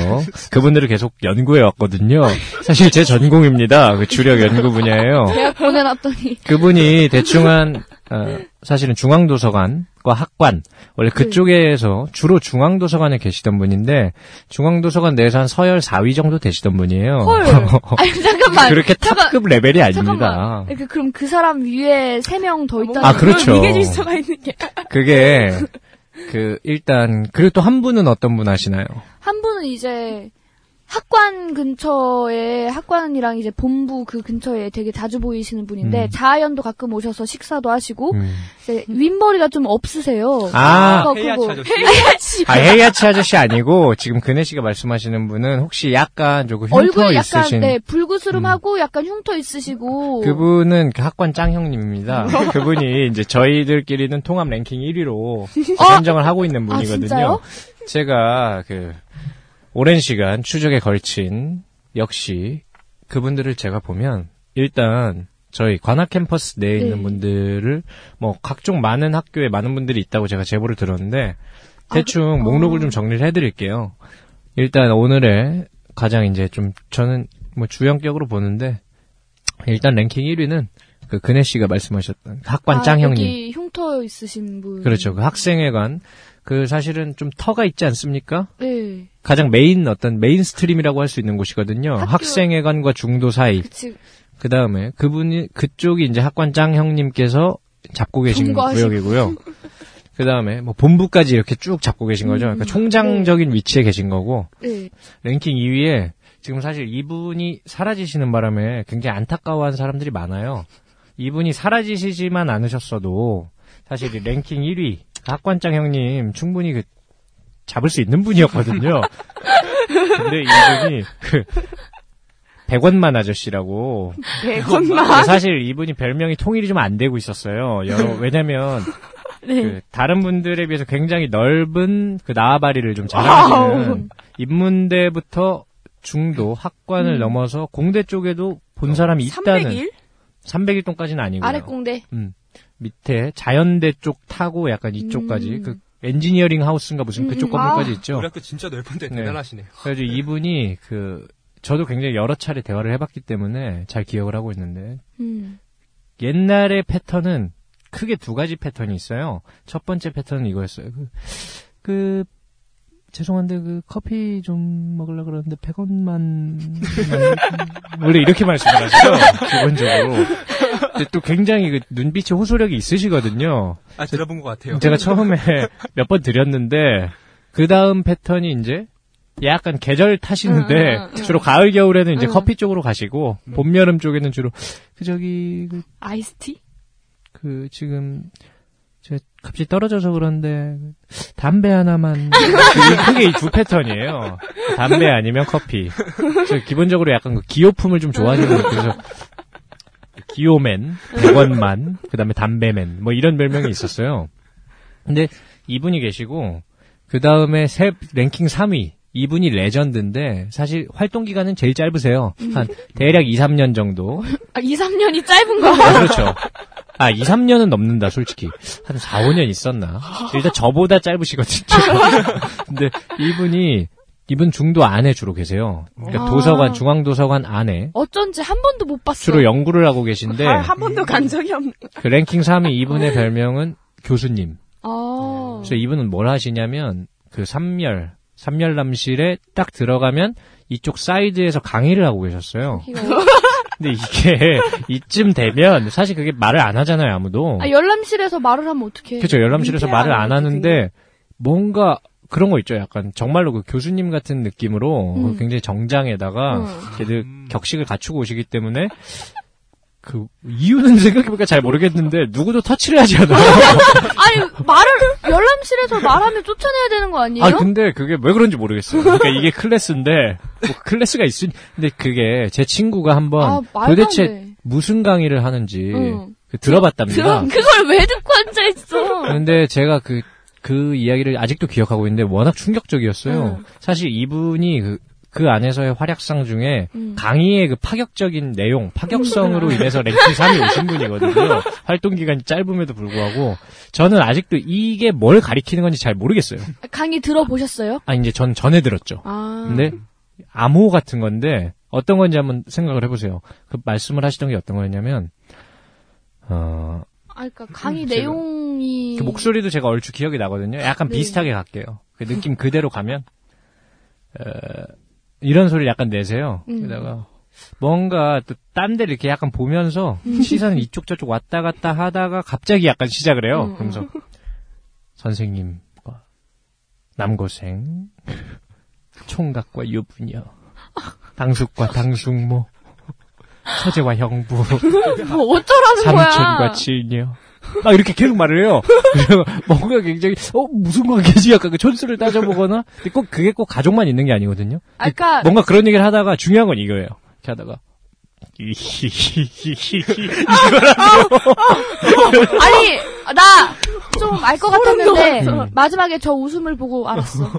Speaker 3: 그분들을 계속 연구해 왔거든요. 사실 제 전공입니다. 그 주력 연구 분야예요.
Speaker 4: 대학 보내놨더니.
Speaker 3: 그분이 대충 한 어, 사실은 중앙도서관과 학관
Speaker 4: 네.
Speaker 3: 원래 그쪽에서 주로 중앙도서관에 계시던 분인데 중앙도서관 내에서 한 서열 4위 정도 되시던 분이에요.
Speaker 4: 헐. 아니, 잠깐만.
Speaker 3: 어. 그렇게
Speaker 4: 잠깐-
Speaker 3: 탑급 레벨이 아닙니다.
Speaker 4: 잠깐만. 이렇게 그럼 그 사람 위에 세 명
Speaker 6: 어,
Speaker 4: 더 있다는.
Speaker 3: 아, 그렇죠.
Speaker 5: 이게 질서가 있는 게
Speaker 3: 그게 그 일단 그리고 또 한 분은 어떤 분 아시나요?
Speaker 4: 한 분은 이제 학관 근처에 학관이랑 이제 본부 그 근처에 되게 자주 보이시는 분인데
Speaker 3: 음.
Speaker 4: 자아연도 가끔 오셔서 식사도 하시고
Speaker 3: 음.
Speaker 4: 이제 윗머리가 좀 없으세요.
Speaker 3: 아.
Speaker 4: 그래서
Speaker 6: 헤이아치
Speaker 4: 그거-
Speaker 6: 아저씨.
Speaker 4: 헤이아치.
Speaker 3: 아, 헤이아치 아저씨 아니고, 지금 그네 씨가 말씀하시는 분은 혹시 약간 조금 흉터
Speaker 4: 얼굴 약간
Speaker 3: 있으신. 음.
Speaker 4: 네 불구스름하고 약간 흉터 있으시고
Speaker 3: 그분은 그 학관 짱형님입니다.
Speaker 4: 어.
Speaker 3: 그분이 이제 저희들끼리는 통합 랭킹 1위로 선정을 하고 있는
Speaker 4: 어? 아,
Speaker 3: 분이거든요.
Speaker 4: 진짜요?
Speaker 3: 제가 그, 오랜 시간 추적에 걸친, 역시, 그분들을 제가 보면, 일단, 저희 관악 캠퍼스 내에 있는
Speaker 4: 네.
Speaker 3: 분들을, 뭐, 각종 많은 학교에 많은 분들이 있다고 제가 제보를 들었는데,
Speaker 4: 아,
Speaker 3: 대충
Speaker 4: 어.
Speaker 3: 목록을 좀 정리를 해드릴게요. 일단 오늘의 가장 이제 좀 저는 뭐 주연격으로 보는데 일단 랭킹 1위는 그 근혜 씨가 말씀하셨던 그 학관
Speaker 4: 아,
Speaker 3: 짱 형님
Speaker 4: 여기 흉터 있으신 분
Speaker 3: 그렇죠 그 학생회관 그 사실은 좀 터가 있지 않습니까?
Speaker 4: 네
Speaker 3: 가장 메인 어떤 메인스트림이라고 할 수 있는 곳이거든요.
Speaker 4: 학교-
Speaker 3: 학생회관과 중도 사이
Speaker 4: 그치
Speaker 3: 그 다음에 그분이 그쪽이 이제 학관 짱 형님께서 잡고 계신
Speaker 4: 경고하신
Speaker 3: 구역이고요. 그 다음에 뭐 본부까지 이렇게 쭉 잡고 계신
Speaker 4: 음,
Speaker 3: 거죠. 그러니까 총장적인 위치에 계신 거고
Speaker 4: 네
Speaker 3: 랭킹 2위에 지금 사실 이분이 사라지시는 바람에 굉장히 안타까워하는 사람들이 많아요. 이분이 사라지시지만 않으셨어도 사실 이 랭킹 1위 학관장 형님 충분히 그 잡을 수 있는 분이었거든요. 근데 이분이 그 백원만 아저씨라고 네,
Speaker 5: 백원만
Speaker 3: 사실 이분이 별명이 통일이 좀 안 되고 있었어요. 여러- 왜냐면
Speaker 5: 네.
Speaker 3: 그 다른 분들에 비해서 굉장히 넓은 그 나아바리를 좀
Speaker 5: 와우.
Speaker 3: 자랑하시는 인문대부터 중도 학관을
Speaker 5: 음.
Speaker 3: 넘어서 공대 쪽에도 본 사람이 있다는
Speaker 5: 301
Speaker 3: 300일? 동까지는 아니고요.
Speaker 4: 아래 공대
Speaker 3: 밑에 자연대 쪽 타고 약간 이쪽까지
Speaker 4: 음.
Speaker 3: 그 엔지니어링 하우스인가 무슨 그쪽
Speaker 4: 음.
Speaker 3: 건물까지
Speaker 5: 아.
Speaker 3: 있죠.
Speaker 6: 우리 학교 진짜 넓은데
Speaker 3: 네.
Speaker 6: 대단하시네요.
Speaker 3: 그래서 이분이 그 저도 굉장히 여러 차례 대화를 해봤기 때문에 잘 기억을 하고 있는데
Speaker 4: 음.
Speaker 3: 옛날의 패턴은 크게 두 가지 패턴이 있어요. 첫 번째 패턴은 이거였어요. 그, 그, 죄송한데 그 커피 좀 먹으려 그러는데 100원만 원래 이렇게 말씀을 하시죠 기본적으로 근데 또 굉장히 그 눈빛의 호소력이 있으시거든요
Speaker 6: 아 들어본 것 같아요.
Speaker 3: 제가 처음에 몇 번 드렸는데 그 다음 패턴이 이제 약간 계절 타시는데
Speaker 5: 응, 응, 응.
Speaker 3: 주로 가을 겨울에는 이제
Speaker 5: 응.
Speaker 3: 커피 쪽으로 가시고 봄 여름 쪽에는 주로 그 저기 그
Speaker 5: 아이스티
Speaker 3: 그 지금 제가 값이 떨어져서 그런데 담배 하나만 이- 크게 이 두 패턴이에요. 담배 아니면 커피. 저 기본적으로 약간 그 기호품을 좀 좋아하시는 것 같아서 기호맨, 백원만, 그다음에 담배맨 뭐 이런 별명이 있었어요. 근데 이분이 계시고 그다음에 세 랭킹 3위 이분이 레전드인데 사실 활동 기간은 제일 짧으세요. 한 대략 2, 3년 정도.
Speaker 4: 아 2, 3년이 짧은 거
Speaker 3: 아, 그렇죠. 아, 2, 3년은 넘는다, 솔직히. 한 4, 5년 있었나? 일단 저보다 짧으시거든요. 근데 이분이, 이분 중도 안에 주로 계세요. 그러니까
Speaker 4: 아.
Speaker 3: 도서관, 중앙도서관 안에
Speaker 4: 어쩐지 한 번도 못 봤어
Speaker 3: 주로 연구를 하고 계신데,
Speaker 5: 아, 한 번도 간 적이 없는
Speaker 3: 그 랭킹 3위 이분의 별명은 교수님.
Speaker 4: 아
Speaker 3: 그래서 이분은 뭘 하시냐면, 그 삼열, 삼열남실에 딱 들어가면 이쪽 사이드에서 강의를 하고 계셨어요.
Speaker 4: 이거
Speaker 3: 근데 이게 이쯤 되면 사실 그게 말을 안 하잖아요, 아무도.
Speaker 4: 아, 열람실에서 말을 하면 어떡해.
Speaker 3: 그렇죠. 열람실에서
Speaker 5: 민폐야,
Speaker 3: 말을 안
Speaker 5: 이렇게
Speaker 3: 하는데 뭔가 그런 거 있죠. 약간 정말로 그 교수님 같은 느낌으로
Speaker 4: 음.
Speaker 3: 굉장히 정장에다가
Speaker 4: 응.
Speaker 3: 걔들 격식을 갖추고 오시기 때문에 그 이유는 생각해보니까 잘 모르겠는데 누구도 터치를 하지 않아요.
Speaker 4: 아니, 말을, 열람실에서 말하면 쫓아내야 되는 거 아니에요?
Speaker 3: 아 근데 그게 왜 그런지 모르겠어요. 그러니까 이게 클래스인데 뭐 클래스가 있으니 근데 그게 제 친구가
Speaker 4: 아,
Speaker 3: 한번
Speaker 4: 말도 안
Speaker 3: 도대체
Speaker 4: 돼.
Speaker 3: 무슨 강의를 하는지
Speaker 4: 응.
Speaker 3: 그 들어봤답니다.
Speaker 4: 그럼 그걸 왜 듣고 앉아있어?
Speaker 3: 근데 제가 그, 그 이야기를 아직도 기억하고 있는데 워낙 충격적이었어요.
Speaker 4: 응.
Speaker 3: 사실 이분이 그, 그 안에서의 활약상 중에
Speaker 4: 음.
Speaker 3: 강의의 그 파격적인 내용, 파격성으로 인해서 랭킹 3이 오신 분이거든요. 활동 기간이 짧음에도 불구하고 저는 아직도 이게 뭘 가리키는 건지 잘 모르겠어요.
Speaker 4: 강의 들어보셨어요?
Speaker 3: 아 이제 전 전에 들었죠.
Speaker 5: 아.
Speaker 3: 근데 암호 같은 건데 어떤 건지 한번 생각을 해보세요. 그 말씀을 하시던 게 어떤 거였냐면 어,
Speaker 4: 아, 그니까 강의
Speaker 3: 음, 제가-
Speaker 4: 내용이.
Speaker 3: 그 목소리도 제가 얼추 기억이 나거든요. 약간
Speaker 4: 네.
Speaker 3: 비슷하게 갈게요. 그 느낌 그대로 가면 어, 이런 소리를 약간 내세요.
Speaker 4: 음.
Speaker 3: 게다가 뭔가 또 딴 데를 이렇게 약간 보면서
Speaker 4: 음.
Speaker 3: 시선을 이쪽 저쪽 왔다 갔다 하다가 갑자기 약간 시작을 해요.
Speaker 4: 음.
Speaker 3: 그러면서 선생님과 남고생 총각과 유부녀 당숙과 당숙모 처제와 형부
Speaker 4: 뭐 어쩌라는
Speaker 3: 삼촌과
Speaker 4: 거야.
Speaker 3: 친녀. 막 아, 이렇게 계속 말을 해요. 그래서 뭔가 굉장히 어 무슨 관계지 약간 그 촌수를 따져보거나 근데 꼭 그게 꼭 가족만 있는 게 아니거든요.
Speaker 4: 아, 그니까,
Speaker 3: 뭔가 그런 얘기를 하다가 중요한 건 이거예요. 이렇게 하다가 그 뭐-
Speaker 4: 아니, 나, 좀 알 것 같았는데,
Speaker 3: 음.
Speaker 4: 마지막에 저 웃음을 보고 알았어.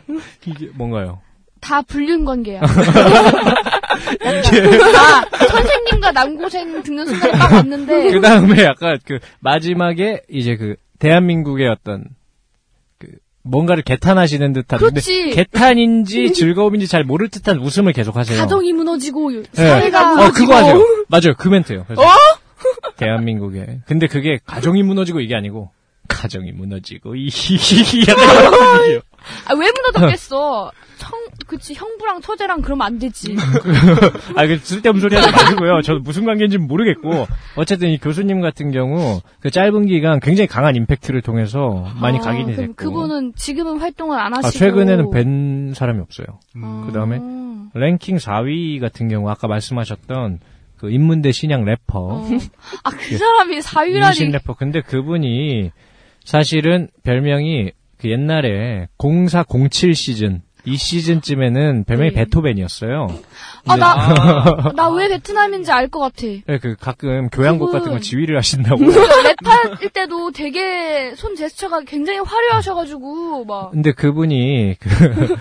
Speaker 3: 이게 뭔가요?
Speaker 4: 다 불륜 관계야. 나 선생님과 남고생 듣는 순간에 딱 왔는데,
Speaker 3: 그 다음에 약간 그 마지막에 이제 그 대한민국의 어떤 그 뭔가를 개탄하시는 듯한 근데
Speaker 4: 그렇지.
Speaker 3: 개탄인지 즐거움인지 잘 모를 듯한 웃음을 계속하세요.
Speaker 4: 가정이 무너지고,
Speaker 3: 네.
Speaker 4: 사회가
Speaker 3: 어,
Speaker 4: 무너지고.
Speaker 3: 그거 하세요. 맞아요. 그 멘트요. 그래서 대한민국에. 근데 그게 가정이 무너지고 이게 아니고, 가정이 무너지고, 이히히히. 약간 이런 느낌이에요.
Speaker 4: 아, 왜 무너졌겠어? 청, 그치, 형부랑 처제랑 그러면 안 되지.
Speaker 3: 아, 그 쓸데없는 소리 하지 마시고요. 저도 무슨 관계인지는 모르겠고. 어쨌든 이 교수님 같은 경우, 그 짧은 기간 굉장히 강한 임팩트를 통해서 많이
Speaker 4: 아,
Speaker 3: 각인이
Speaker 4: 그럼
Speaker 3: 됐고.
Speaker 4: 그분은 지금은 활동을 안
Speaker 3: 아,
Speaker 4: 하시고. 아.
Speaker 3: 최근에는 뵌 사람이 없어요.
Speaker 9: 음,
Speaker 3: 그다음에
Speaker 4: 어.
Speaker 3: 랭킹 4위 같은 경우, 아까 말씀하셨던 그 인문대 신양 래퍼.
Speaker 4: 어. 아, 그 사람이
Speaker 3: 임신
Speaker 4: 사유라니.
Speaker 3: 래퍼. 근데 그분이 사실은 별명이 그 옛날에 0407 시즌 이 시즌쯤에는 별명이
Speaker 4: 네.
Speaker 3: 베토벤이었어요.
Speaker 4: 아, 나, 나 왜 베트남인지 알 것 같아.
Speaker 3: 네, 그 가끔 교향곡 같은 거
Speaker 4: 그분.
Speaker 3: 지휘를 하신다고.
Speaker 4: 랩할 때도 되게 손 제스처가 굉장히 화려하셔가지고, 막.
Speaker 3: 근데 그분이 그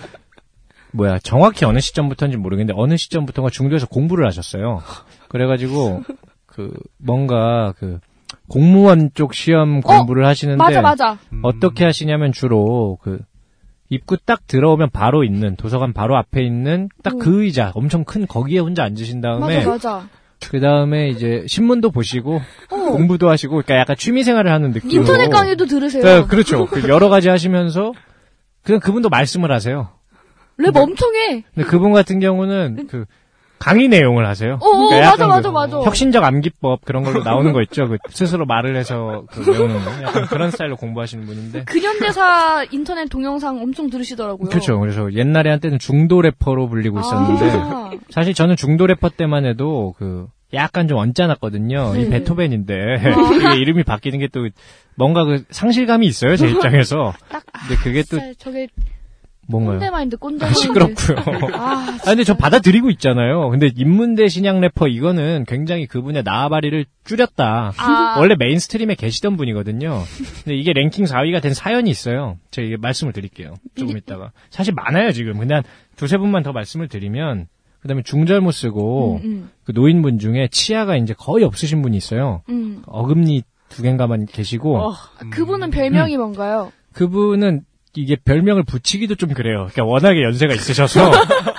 Speaker 3: 뭐야 정확히 어느 시점부터인지 모르겠는데 어느 시점부터가 중도에서 공부를 하셨어요. 그래가지고 그 뭔가 그 공무원 쪽 시험 공부를 하시는데
Speaker 4: 어, 맞아, 맞아.
Speaker 9: 음.
Speaker 3: 어떻게 하시냐면 주로 그 입구 딱 들어오면 바로 있는 도서관 바로 앞에 있는 딱 그 의자 엄청 큰 거기에 혼자 앉으신 다음에
Speaker 4: 음. 맞아, 맞아.
Speaker 3: 그 다음에 이제 신문도 보시고
Speaker 4: 어.
Speaker 3: 공부도 하시고 그러니까 약간 취미 생활을 하는 느낌으로
Speaker 4: 인터넷 강의도 들으세요.
Speaker 3: 그 네, 그렇죠. 그 여러 가지 하시면서 그냥 그분도 말씀을 하세요.
Speaker 4: 랩 엄청 해.
Speaker 3: 근데 그분 같은 경우는 그 강의 내용을 하세요.
Speaker 4: 어, 어,
Speaker 3: 그러니까
Speaker 4: 맞아,
Speaker 3: 약간
Speaker 4: 맞아,
Speaker 3: 그
Speaker 4: 맞아.
Speaker 3: 혁신적 암기법 그런 걸로 나오는 거 있죠. 그 스스로 말을 해서 그 외우는 거. 약간 그런 스타일로 공부하시는 분인데
Speaker 4: 근현대사 인터넷 동영상 엄청 들으시더라고요.
Speaker 3: 그렇죠. 그래서 옛날에 한때는 중도 래퍼로 불리고 있었는데
Speaker 4: 음, 어. 아,
Speaker 3: 사실 저는 중도 래퍼 때만 해도 그 약간 좀 언짢았거든요.
Speaker 4: 네.
Speaker 3: 이 베토벤인데
Speaker 4: 아.
Speaker 3: 이게 이름이 바뀌는 게 또 뭔가 그 상실감이 있어요 제 입장에서.
Speaker 4: 딱, 아,
Speaker 3: 근데 그게 또
Speaker 4: 진짜 저게
Speaker 3: 뭔가요?
Speaker 4: 꼰대마인드,
Speaker 3: 아,
Speaker 4: 꼰대마인드.
Speaker 3: 시끄럽고요.
Speaker 4: 아,
Speaker 3: 아 근데 저 받아들이고 있잖아요. 근데 인문대 신양 래퍼 이거는 굉장히 그분의 나아바리를 줄였다.
Speaker 4: 아.
Speaker 3: 원래 메인스트림에 계시던 분이거든요. 근데 이게 랭킹 4위가 된 사연이 있어요. 제가 이게 말씀을 드릴게요. 조금 있다가. 사실 많아요, 지금. 근데 한 두세 분만 더 말씀을 드리면, 그 다음에 중절 못 쓰고,
Speaker 4: 음, 음,
Speaker 3: 그 노인분 중에 치아가 이제 거의 없으신 분이 있어요.
Speaker 4: 음.
Speaker 3: 어금니 두 갠가만 계시고,
Speaker 5: 어,
Speaker 4: 아,
Speaker 5: 음.
Speaker 4: 그분은 별명이 뭔가요?
Speaker 3: 그분은 이게 별명을 붙이기도 좀 그래요. 그러니까 워낙에 연세가 있으셔서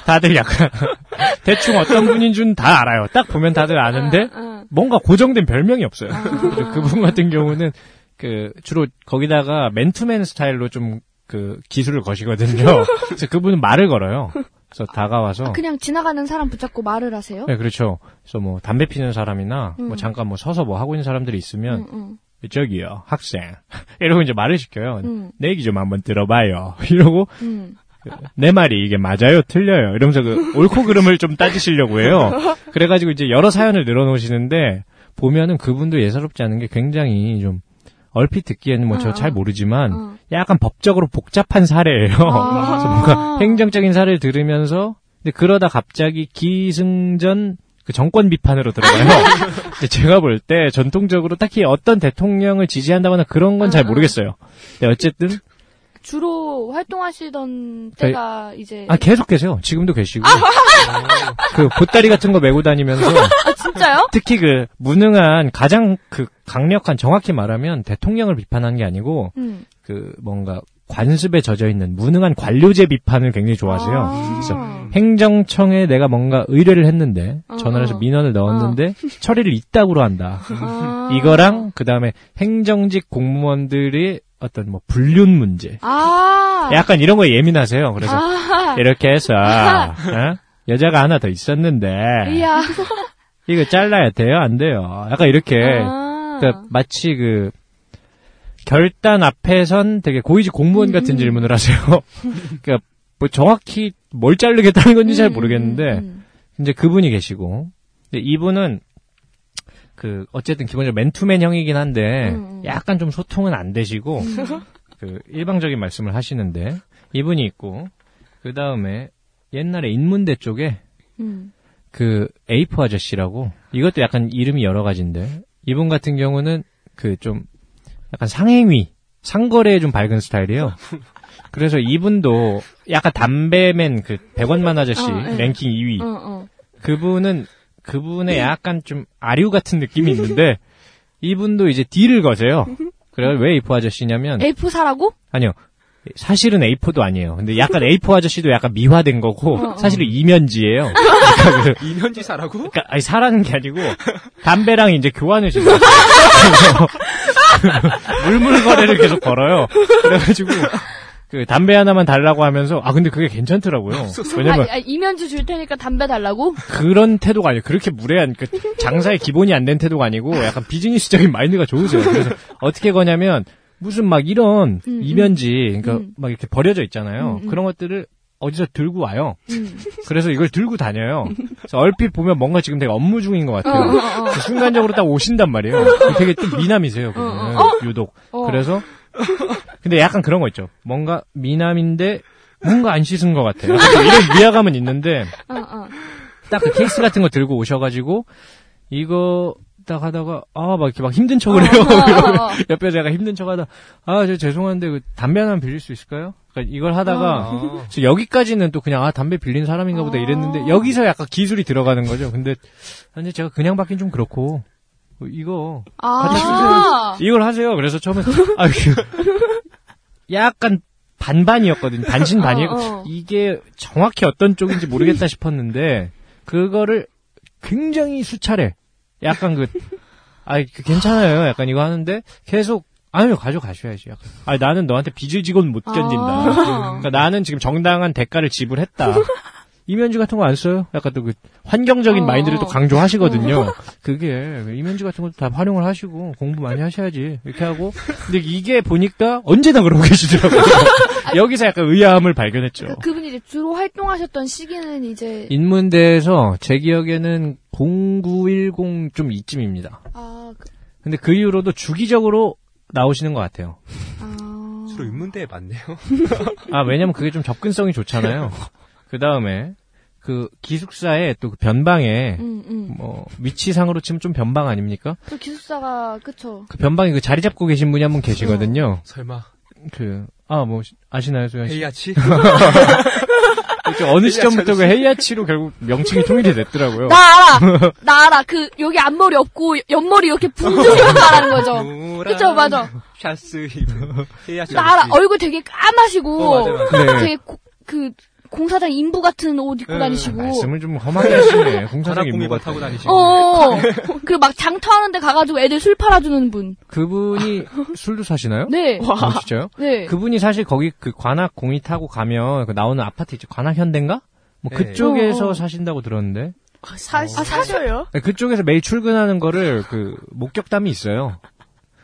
Speaker 3: 다들 약간 대충 어떤 분인 줄 다 알아요. 딱 보면 다들 아는데
Speaker 4: 아,
Speaker 3: 뭔가 고정된 별명이 없어요. 그래서 그분 같은 경우는 그 주로 거기다가 맨투맨 스타일로 좀 그 기술을 거시거든요. 그래서 그분은 말을 걸어요. 그래서 다가와서
Speaker 4: 아,
Speaker 10: 그냥 지나가는 사람 붙잡고 말을 하세요?
Speaker 3: 네, 그렇죠. 그래서 뭐 담배 피는 사람이나
Speaker 10: 음.
Speaker 3: 뭐 잠깐 뭐 서서 뭐 하고 있는 사람들이 있으면
Speaker 10: 응, 응.
Speaker 3: 저기요 학생 이러고 이제 말을 시켜요.
Speaker 10: 음.
Speaker 3: 내 얘기 좀 한번 들어봐요. 이러고
Speaker 10: 응.
Speaker 3: 내 말이 이게 맞아요, 틀려요. 이러면서 그 옳고 그름을 좀 따지시려고 해요. 그래가지고 이제 여러 사연을 늘어놓으시는데 보면은 그분도 예사롭지 않은 게 굉장히 좀 얼핏 듣기에는 뭐 저
Speaker 10: 어,
Speaker 3: 잘
Speaker 10: 어.
Speaker 3: 모르지만
Speaker 10: 어.
Speaker 3: 약간 법적으로 복잡한 사례예요.
Speaker 10: 아.
Speaker 3: 그래서 뭔가 행정적인 사례를 들으면서 근데 그러다 갑자기 기승전 그 정권 비판으로 들어가요. 근데 제가 볼 때 전통적으로 딱히 어떤 대통령을 지지한다거나 그런 건 잘
Speaker 10: 아, 아.
Speaker 3: 모르겠어요. 근데 어쨌든
Speaker 10: 주로 활동하시던
Speaker 3: 저희-
Speaker 10: 때가 이제
Speaker 3: 아 계속 계세요. 지금도 계시고
Speaker 10: 아,
Speaker 3: 그 보따리 같은 거 메고 다니면서
Speaker 10: 진짜요?
Speaker 3: 특히 그 무능한 가장 그 강력한 정확히 말하면 대통령을 비판한 게 아니고
Speaker 10: 음.
Speaker 3: 그 뭔가 관습에 젖어 있는 무능한 관료제 비판을 굉장히 좋아하세요.
Speaker 10: 아.
Speaker 3: 그래서 행정청에 내가 뭔가 의뢰를 했는데
Speaker 10: 어,
Speaker 3: 전화를 해서
Speaker 10: 어.
Speaker 3: 민원을 넣었는데 처리를 이따구로 한다.
Speaker 10: 아.
Speaker 3: 이거랑 그 다음에 행정직 공무원들이 어떤 뭐 불륜 문제
Speaker 10: 아.
Speaker 3: 약간 이런 거에 예민하세요. 그래서
Speaker 10: 아. 예.
Speaker 3: 이렇게 해서 어? 여자가 하나 더 있었는데
Speaker 10: 이야.
Speaker 3: 이거 잘라야 돼요? 안 돼요? 약간 이렇게
Speaker 10: 아.
Speaker 3: 그러니까 마치 그 결단 앞에선 되게 고위직 공무원 같은
Speaker 10: 음, 음.
Speaker 3: 질문을 하세요. 그러니까 뭐 정확히 뭘 자르겠다는 건지 잘
Speaker 10: 음,
Speaker 3: 모르겠는데
Speaker 10: 음, 음.
Speaker 3: 이제 그분이 계시고 근데 이분은 그 어쨌든 기본적으로 맨투맨형이긴 한데
Speaker 10: 음, 음.
Speaker 3: 약간 좀 소통은 안 되시고 그 일방적인 말씀을 하시는데 이분이 있고 그 다음에 옛날에 인문대 쪽에
Speaker 10: 음.
Speaker 3: 그 에이프 아저씨라고 이것도 약간 이름이 여러 가지인데 이분 같은 경우는 그 좀 약간 상행위 상거래에 좀 밝은 스타일이에요. 그래서 이분도 약간 담배맨 그 100원만 아저씨
Speaker 10: 어, 네.
Speaker 3: 랭킹 2위
Speaker 10: 어,
Speaker 3: 음.
Speaker 10: 어.
Speaker 3: 그분은 그분의 약간 좀 아류 같은 느낌이 있는데 이분도 이제 딜을 거세요. 그래요. 왜 에이프 아저씨냐면
Speaker 10: F 사라고?
Speaker 3: 아니요. 사실은 A4도 아니에요. 근데 약간 A4 아저씨도 약간 미화된 거고
Speaker 10: 어, 어.
Speaker 3: 사실은 이면지예요. 그
Speaker 6: 이면지 사라고?
Speaker 3: 그러니까 아니 사라는 게 아니고 담배랑 이제 교환을 지금 물물 거래를 계속 걸어요. 그래가지고 그 담배 하나만 달라고 하면서 아 근데 그게 괜찮더라고요. 왜냐면
Speaker 10: 아, 아, 이면주 줄 테니까 담배 달라고?
Speaker 3: 그런 태도가 아니에요. 그렇게 무례한 그 장사의 기본이 안 된 태도가 아니고 약간 비즈니스적인 마인드가 좋으세요. 그래서 어떻게 거냐면 무슨 막 이런
Speaker 10: 음,
Speaker 3: 이면지 그러니까
Speaker 10: 음.
Speaker 3: 막 이렇게 버려져 있잖아요.
Speaker 10: 음, 음.
Speaker 3: 그런 것들을 어디서 들고 와요.
Speaker 10: 음.
Speaker 3: 그래서 이걸 들고 다녀요. 그래서 얼핏 보면 뭔가 지금 되게 업무 중인 것
Speaker 10: 어,
Speaker 3: 같아요.
Speaker 10: 어, 어.
Speaker 3: 그 순간적으로 딱 오신단 말이에요. 되게 또 미남이세요, 그분은.
Speaker 10: 어, 어.
Speaker 3: 유독.
Speaker 10: 어.
Speaker 3: 그래서, 근데 약간 그런 거 있죠. 뭔가 미남인데, 뭔가 안 씻은 것 같아요. 이런 미화감은 있는데,
Speaker 10: 어, 어.
Speaker 3: 딱 그 케이스 같은 거 들고 오셔가지고, 이거, 딱 하다가, 아, 막 이렇게 막 힘든 척을 해요.
Speaker 10: 어, 어, 어.
Speaker 3: 옆에 제가 힘든 척 하다, 아, 저 죄송한데, 그 담배 하나 빌릴 수 있을까요? 그러니까 이걸 하다가,
Speaker 10: 어.
Speaker 6: 아.
Speaker 3: 그래서 여기까지는 또 그냥 아 담배 빌린 사람인가 보다
Speaker 10: 아.
Speaker 3: 이랬는데 여기서 약간 기술이 들어가는 거죠. 근데 근데 제가 그냥 받긴 좀 그렇고 어, 이거
Speaker 10: 아.
Speaker 3: 이걸 하세요. 그래서 처음에 아 그, 약간 반반이었거든요. 반신반이었고
Speaker 10: 어, 어.
Speaker 3: 이게 정확히 어떤 쪽인지 모르겠다 싶었는데 그거를 굉장히 수차례 약간 그 아, 그 괜찮아요. 약간 이거 하는데 계속 아니요 가져가셔야지. 약간 아 나는 너한테 빚을 지곤 못 견딘다.
Speaker 10: 아.
Speaker 3: 그러니까 나는 지금 정당한 대가를 지불했다. 이면지 같은 거 안 써요? 약간 또 그 환경적인
Speaker 10: 어.
Speaker 3: 마인드를 또 강조하시거든요. 그게 이면지 같은 것도 다 활용을 하시고 공부 많이 하셔야지 이렇게 하고 근데 이게 보니까 언제나 그러고 계시더라고요. 여기서 약간 의아함을 발견했죠.
Speaker 10: 그, 그분이 이제 주로 활동하셨던 시기는 이제
Speaker 3: 인문대에서 제 기억에는 0910 좀 이쯤입니다.
Speaker 10: 아, 그,
Speaker 3: 근데 그 이후로도 주기적으로 나오시는 것 같아요.
Speaker 10: 아.
Speaker 6: 주로 인문대에 맞네요.
Speaker 3: 아, 왜냐면 그게 좀 접근성이 좋잖아요. 그 다음에, 그, 기숙사에 또그 변방에,
Speaker 10: 음, 음.
Speaker 3: 뭐, 위치상으로 치면 좀 변방 아닙니까?
Speaker 10: 그 기숙사가 그쵸.
Speaker 3: 그 변방에 그 자리 잡고 계신 분이 한 분 계시거든요.
Speaker 6: 설마
Speaker 3: 그, 아, 뭐, 아시나요, 소연 씨?
Speaker 6: 헤이아치?
Speaker 3: 그 어느 시점부터 그 헤이아치로 결국 명칭이 통일이 됐더라고요.
Speaker 10: 나 알아, 나 알아. 그 여기 앞머리 없고 옆머리 이렇게 붕둥이로 말하는 거죠.
Speaker 6: 노란
Speaker 10: 그쵸, 맞아.
Speaker 6: 샤스 입은 헤이아치.
Speaker 10: 나 알아.
Speaker 6: 아저씨.
Speaker 10: 얼굴 되게 까마시고
Speaker 6: 어, 맞아, 맞아.
Speaker 3: 네.
Speaker 10: 되게 고- 그 공사장 인부 같은 옷 입고
Speaker 6: 응,
Speaker 10: 다니시고.
Speaker 3: 말씀을 좀 험하게 하시네. 공사장
Speaker 6: 공이
Speaker 3: 인부가.
Speaker 6: 타고 다니시고.
Speaker 10: 어, 그리고 막 장터하는데 가가지고 애들 술 팔아주는 분.
Speaker 3: 그분이 술도 사시나요?
Speaker 10: 네,
Speaker 3: 아, 진짜요?
Speaker 10: 네.
Speaker 3: 그 그분이 사실 거기 그 관악 공이 타고 가면 그 나오는 아파트 있죠. 관악 현대인가? 뭐
Speaker 6: 예.
Speaker 3: 그쪽에서
Speaker 4: 어, 어.
Speaker 3: 사신다고 들었는데
Speaker 5: 사,
Speaker 4: 아, 사셔요?
Speaker 3: 네, 그쪽에서 매일 출근하는 거를 그 목격담이 있어요.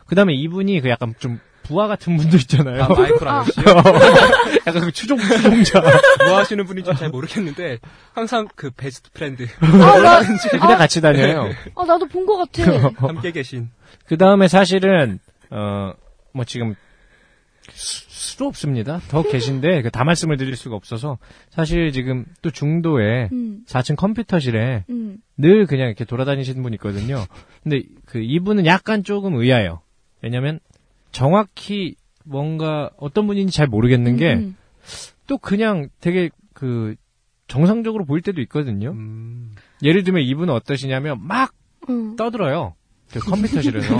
Speaker 3: 그다음에 이분이 그 약간 좀 부하 같은 분들 있잖아요.
Speaker 6: 아, 마이클 아저씨.
Speaker 3: 약간 그 추종 추종자.
Speaker 6: 뭐 하시는 분인지 잘 모르겠는데, 항상 그 베스트 프렌드.
Speaker 4: 아, 나,
Speaker 3: 그냥 같이 다녀요.
Speaker 4: 아, 나도 본 것
Speaker 3: 어.
Speaker 4: 같아.
Speaker 6: 함께 계신.
Speaker 3: 네. 그 다음에 사실은 어 뭐 지금 수- 수도 없습니다. 더 계신데 그다 말씀을 드릴 수가 없어서 사실 지금 또 중도에
Speaker 10: 음,
Speaker 3: 4층 컴퓨터실에
Speaker 10: 음.
Speaker 3: 늘 그냥 이렇게 돌아다니시는 분 있거든요. 근데 그 이분은 약간 조금 의아해요. 왜냐면 정확히 뭔가 어떤 분인지 잘 모르겠는 게 또
Speaker 10: 음,
Speaker 3: 그냥 되게 그 정상적으로 보일 때도 있거든요.
Speaker 6: 음.
Speaker 3: 예를 들면 이분은 어떠시냐면 막
Speaker 10: 음.
Speaker 3: 떠들어요. 그 컴퓨터실에서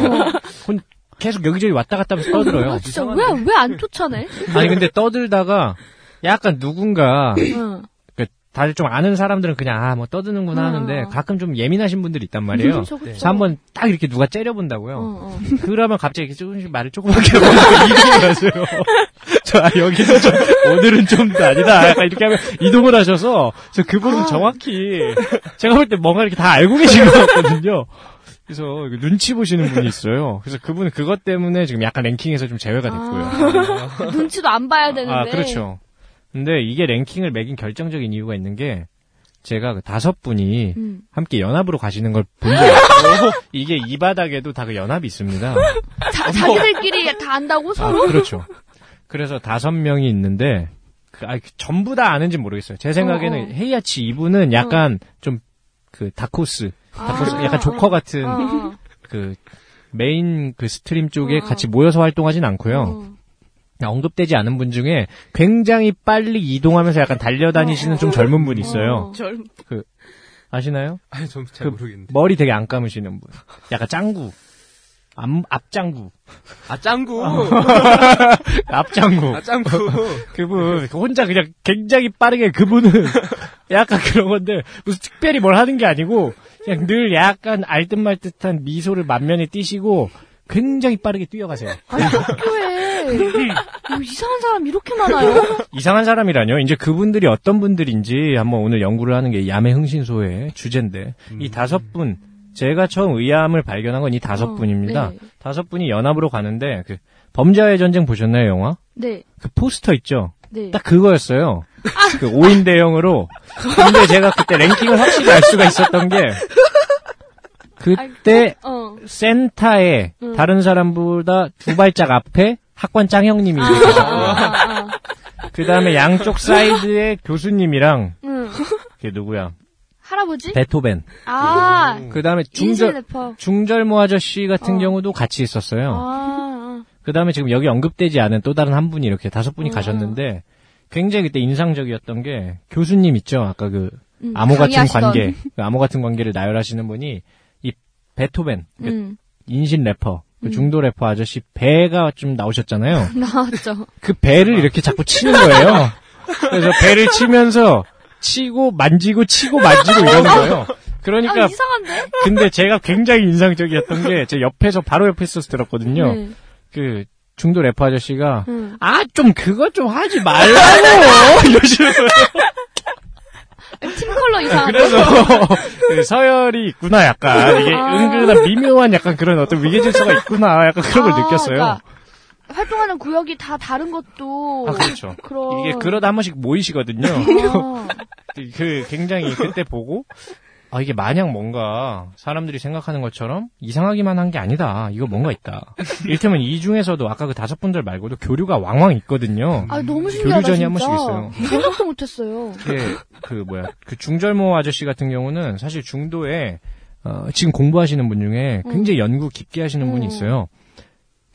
Speaker 3: 혼- 계속 여기저기 왔다 갔다 하면서 떠들어요.
Speaker 10: 아, 진짜 왜 왜 안 쫓아내?
Speaker 3: 아니 근데 떠들다가 약간 누군가
Speaker 10: 응.
Speaker 3: 다들 좀 아는 사람들은 그냥 아 뭐 떠드는구나 하는데
Speaker 10: 아.
Speaker 3: 가끔 좀 예민하신 분들이 있단 말이에요.
Speaker 10: 그쵸, 그쵸.
Speaker 3: 그래서 한번 딱 이렇게 누가 째려본다고요.
Speaker 10: 어, 어.
Speaker 3: 그러면 갑자기 이렇게 조금씩 말을 조금밖에 안 하세요. 저 아, 여기서 좀 오늘은 좀 아니다. 약간 이렇게 하면 이동을 하셔서 저
Speaker 10: 아.
Speaker 3: 그분은 정확히 제가 볼 때 뭔가 이렇게 다 알고 계신 것 같거든요. 그래서 이거 눈치 보시는 분이 있어요. 그래서 그분은 그것 때문에 지금 약간 랭킹에서 좀 제외가
Speaker 10: 아,
Speaker 3: 됐고요.
Speaker 10: 눈치도 안 봐야 되는데.
Speaker 3: 아 그렇죠. 근데 이게 랭킹을 매긴 결정적인 이유가 있는 게 제가 그 다섯 분이
Speaker 10: 음.
Speaker 3: 함께 연합으로 가시는 걸 본 적이 있고 이게 이 바닥에도 다 그 연합이 있습니다.
Speaker 10: 자, 자기들끼리 다 안다고
Speaker 3: 아,
Speaker 10: 서로.
Speaker 3: 그렇죠. 그래서 다섯 명이 있는데, 그, 아, 그 전부 다 아는지 모르겠어요. 제 생각에는
Speaker 10: 어, 어.
Speaker 3: 헤이아치 이분은 약간 좀 그 다코스, 다코스,
Speaker 10: 아,
Speaker 3: 약간 조커 같은
Speaker 10: 어, 어.
Speaker 3: 그 메인 그 스트림 쪽에
Speaker 10: 어, 어.
Speaker 3: 같이 모여서 활동하진 않고요.
Speaker 10: 어.
Speaker 3: 그냥 언급되지 않은 분 중에 굉장히 빨리 이동하면서 약간 달려다니시는 좀 젊은 분이 있어요.
Speaker 10: 어.
Speaker 5: 젊.
Speaker 3: 아시나요?
Speaker 6: 아니, 좀 잘
Speaker 3: 그
Speaker 6: 모르겠는데.
Speaker 3: 머리 되게 안 감으시는 분. 약간 짱구. 앞, 앞짱구.
Speaker 6: 아, 짱구!
Speaker 3: 앞짱구.
Speaker 6: 아, 짱구!
Speaker 3: 그분 혼자 그냥 굉장히 빠르게 그분은 약간 그런 건데 무슨 특별히 뭘 하는 게 아니고 그냥 늘 약간 알듯말듯한 미소를 만면에 띄시고 굉장히 빠르게 뛰어가세요.
Speaker 4: 아니, 학교에 뭐 이상한 사람 이렇게 많아요.
Speaker 3: 이상한 사람이라뇨. 이제 그분들이 어떤 분들인지 한번 오늘 연구를 하는 게 야매 흥신소의 주제인데 이 다섯 분 제가 처음 의아함을 발견한 건 이 다섯
Speaker 10: 어,
Speaker 3: 분입니다.
Speaker 10: 네.
Speaker 3: 다섯 분이 연합으로 가는데 그 범죄와의 전쟁 보셨나요 영화?
Speaker 10: 네.
Speaker 3: 그 포스터 있죠.
Speaker 10: 네.
Speaker 3: 딱 그거였어요. 그 5인 대형으로. 근데 제가 그때 랭킹을 확실히 알 수가 있었던 게, 그때
Speaker 10: 어.
Speaker 3: 센터에
Speaker 10: 음.
Speaker 3: 다른 사람보다 두 발짝 앞에 학관 짱형님이 계셨고요.
Speaker 10: 아, 아.
Speaker 3: 그 다음에 양쪽 사이드에 교수님이랑,
Speaker 10: 응.
Speaker 3: 그게 누구야?
Speaker 10: 할아버지?
Speaker 3: 베토벤.
Speaker 10: 아.
Speaker 3: 그 다음에
Speaker 10: 인생
Speaker 3: 네. 중절, 어.
Speaker 10: 래퍼.
Speaker 3: 중절모 아저씨 같은
Speaker 10: 어.
Speaker 3: 경우도 같이 있었어요.
Speaker 10: 아.
Speaker 3: 그 다음에 지금 여기 언급되지 않은 또 다른 한 분이 이렇게 다섯 분이
Speaker 10: 어.
Speaker 3: 가셨는데 굉장히 그때 인상적이었던 게 교수님 있죠 아까 그
Speaker 10: 음,
Speaker 3: 암호 같은
Speaker 10: 강의하시던.
Speaker 3: 관계 그 암호 같은 관계를 나열하시는 분이 이 베토벤 그
Speaker 10: 음.
Speaker 3: 인신 래퍼 그 중도 래퍼 아저씨 배가 좀 나오셨잖아요
Speaker 10: 나왔죠.
Speaker 3: 그 배를 이렇게 자꾸 치는 거예요 그래서 배를 치면서 치고 만지고 치고 만지고 이러는 거예요 그러니까
Speaker 10: 아, 이상한데?
Speaker 3: 근데 제가 굉장히 인상적이었던 게 제 옆에서 바로 옆에 있어서 들었거든요
Speaker 10: 네.
Speaker 3: 그 중도 래퍼 아저씨가
Speaker 10: 응.
Speaker 3: 아 좀 그거 좀 하지 말라고 이러시는 거예요.
Speaker 10: 팀 컬러 아, 이상.
Speaker 3: 그래서 그 서열이 있구나 약간 이게
Speaker 10: 아.
Speaker 3: 은근한 미묘한 약간 그런 어떤 위계 질서가 있구나 약간 그런 걸
Speaker 10: 아,
Speaker 3: 느꼈어요.
Speaker 10: 그러니까 활동하는 구역이 다 다른 것도
Speaker 3: 아 그렇죠.
Speaker 10: 그런
Speaker 3: 이게 그러다 한 번씩 모이시거든요.
Speaker 10: 아,
Speaker 3: 그 굉장히 그때 보고 아 이게 마냥 뭔가 사람들이 생각하는 것처럼 이상하기만 한 게 아니다. 이거 뭔가 있다. 이를테면 이 중에서도 아까 그 다섯 분들 말고도 교류가 왕왕 있거든요.
Speaker 10: 아, 너무 신기하다
Speaker 3: 교류전이
Speaker 10: 진짜.
Speaker 3: 한 번씩 있어요.
Speaker 10: 생각도 못했어요.
Speaker 3: 이게 그 뭐야 그 중절모 아저씨 같은 경우는 사실 중도에 어, 지금 공부하시는 분 중에 굉장히 연구 깊게 하시는 분이
Speaker 10: 음.
Speaker 3: 있어요.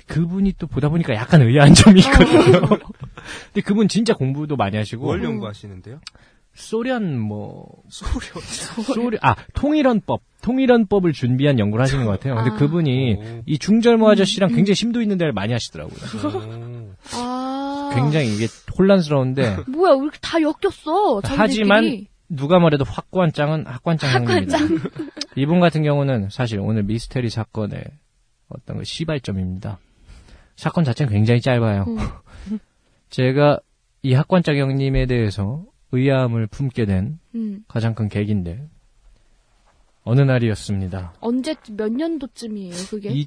Speaker 3: 그분이 또 보다 보니까 약간 의아한 점이 있거든요. 근데 그분 진짜 공부도 많이 하시고
Speaker 6: 뭘 연구하시는데요?
Speaker 10: 아.
Speaker 3: 소련 뭐
Speaker 6: 소련.
Speaker 3: 소련 아 통일헌법 통일헌법을 준비한 연구를 하시는 것 같아요. 음, 근데
Speaker 10: 아.
Speaker 3: 그분이
Speaker 6: 오.
Speaker 3: 이 중절모 아저씨랑 굉장히 심도 있는 데를 많이 하시더라고요.
Speaker 6: 오.
Speaker 10: 아,
Speaker 3: 굉장히 이게 혼란스러운데
Speaker 10: 뭐야, 왜 이렇게 다 엮였어? 자기들끼리.
Speaker 3: 하지만 음. 누가 뭐래도 확관장은 학관장 형님입니다. 이분 같은 경우는 사실 오늘 미스테리 사건의 어떤 그 시발점입니다. 사건 자체는 굉장히 짧아요. 제가 이 학관장 형님에 대해서 의아함을 품게 된
Speaker 10: 음.
Speaker 3: 가장 큰 계기인데 어느 날이었습니다.
Speaker 10: 언제 몇 년도쯤이에요
Speaker 4: 예?
Speaker 10: 그게?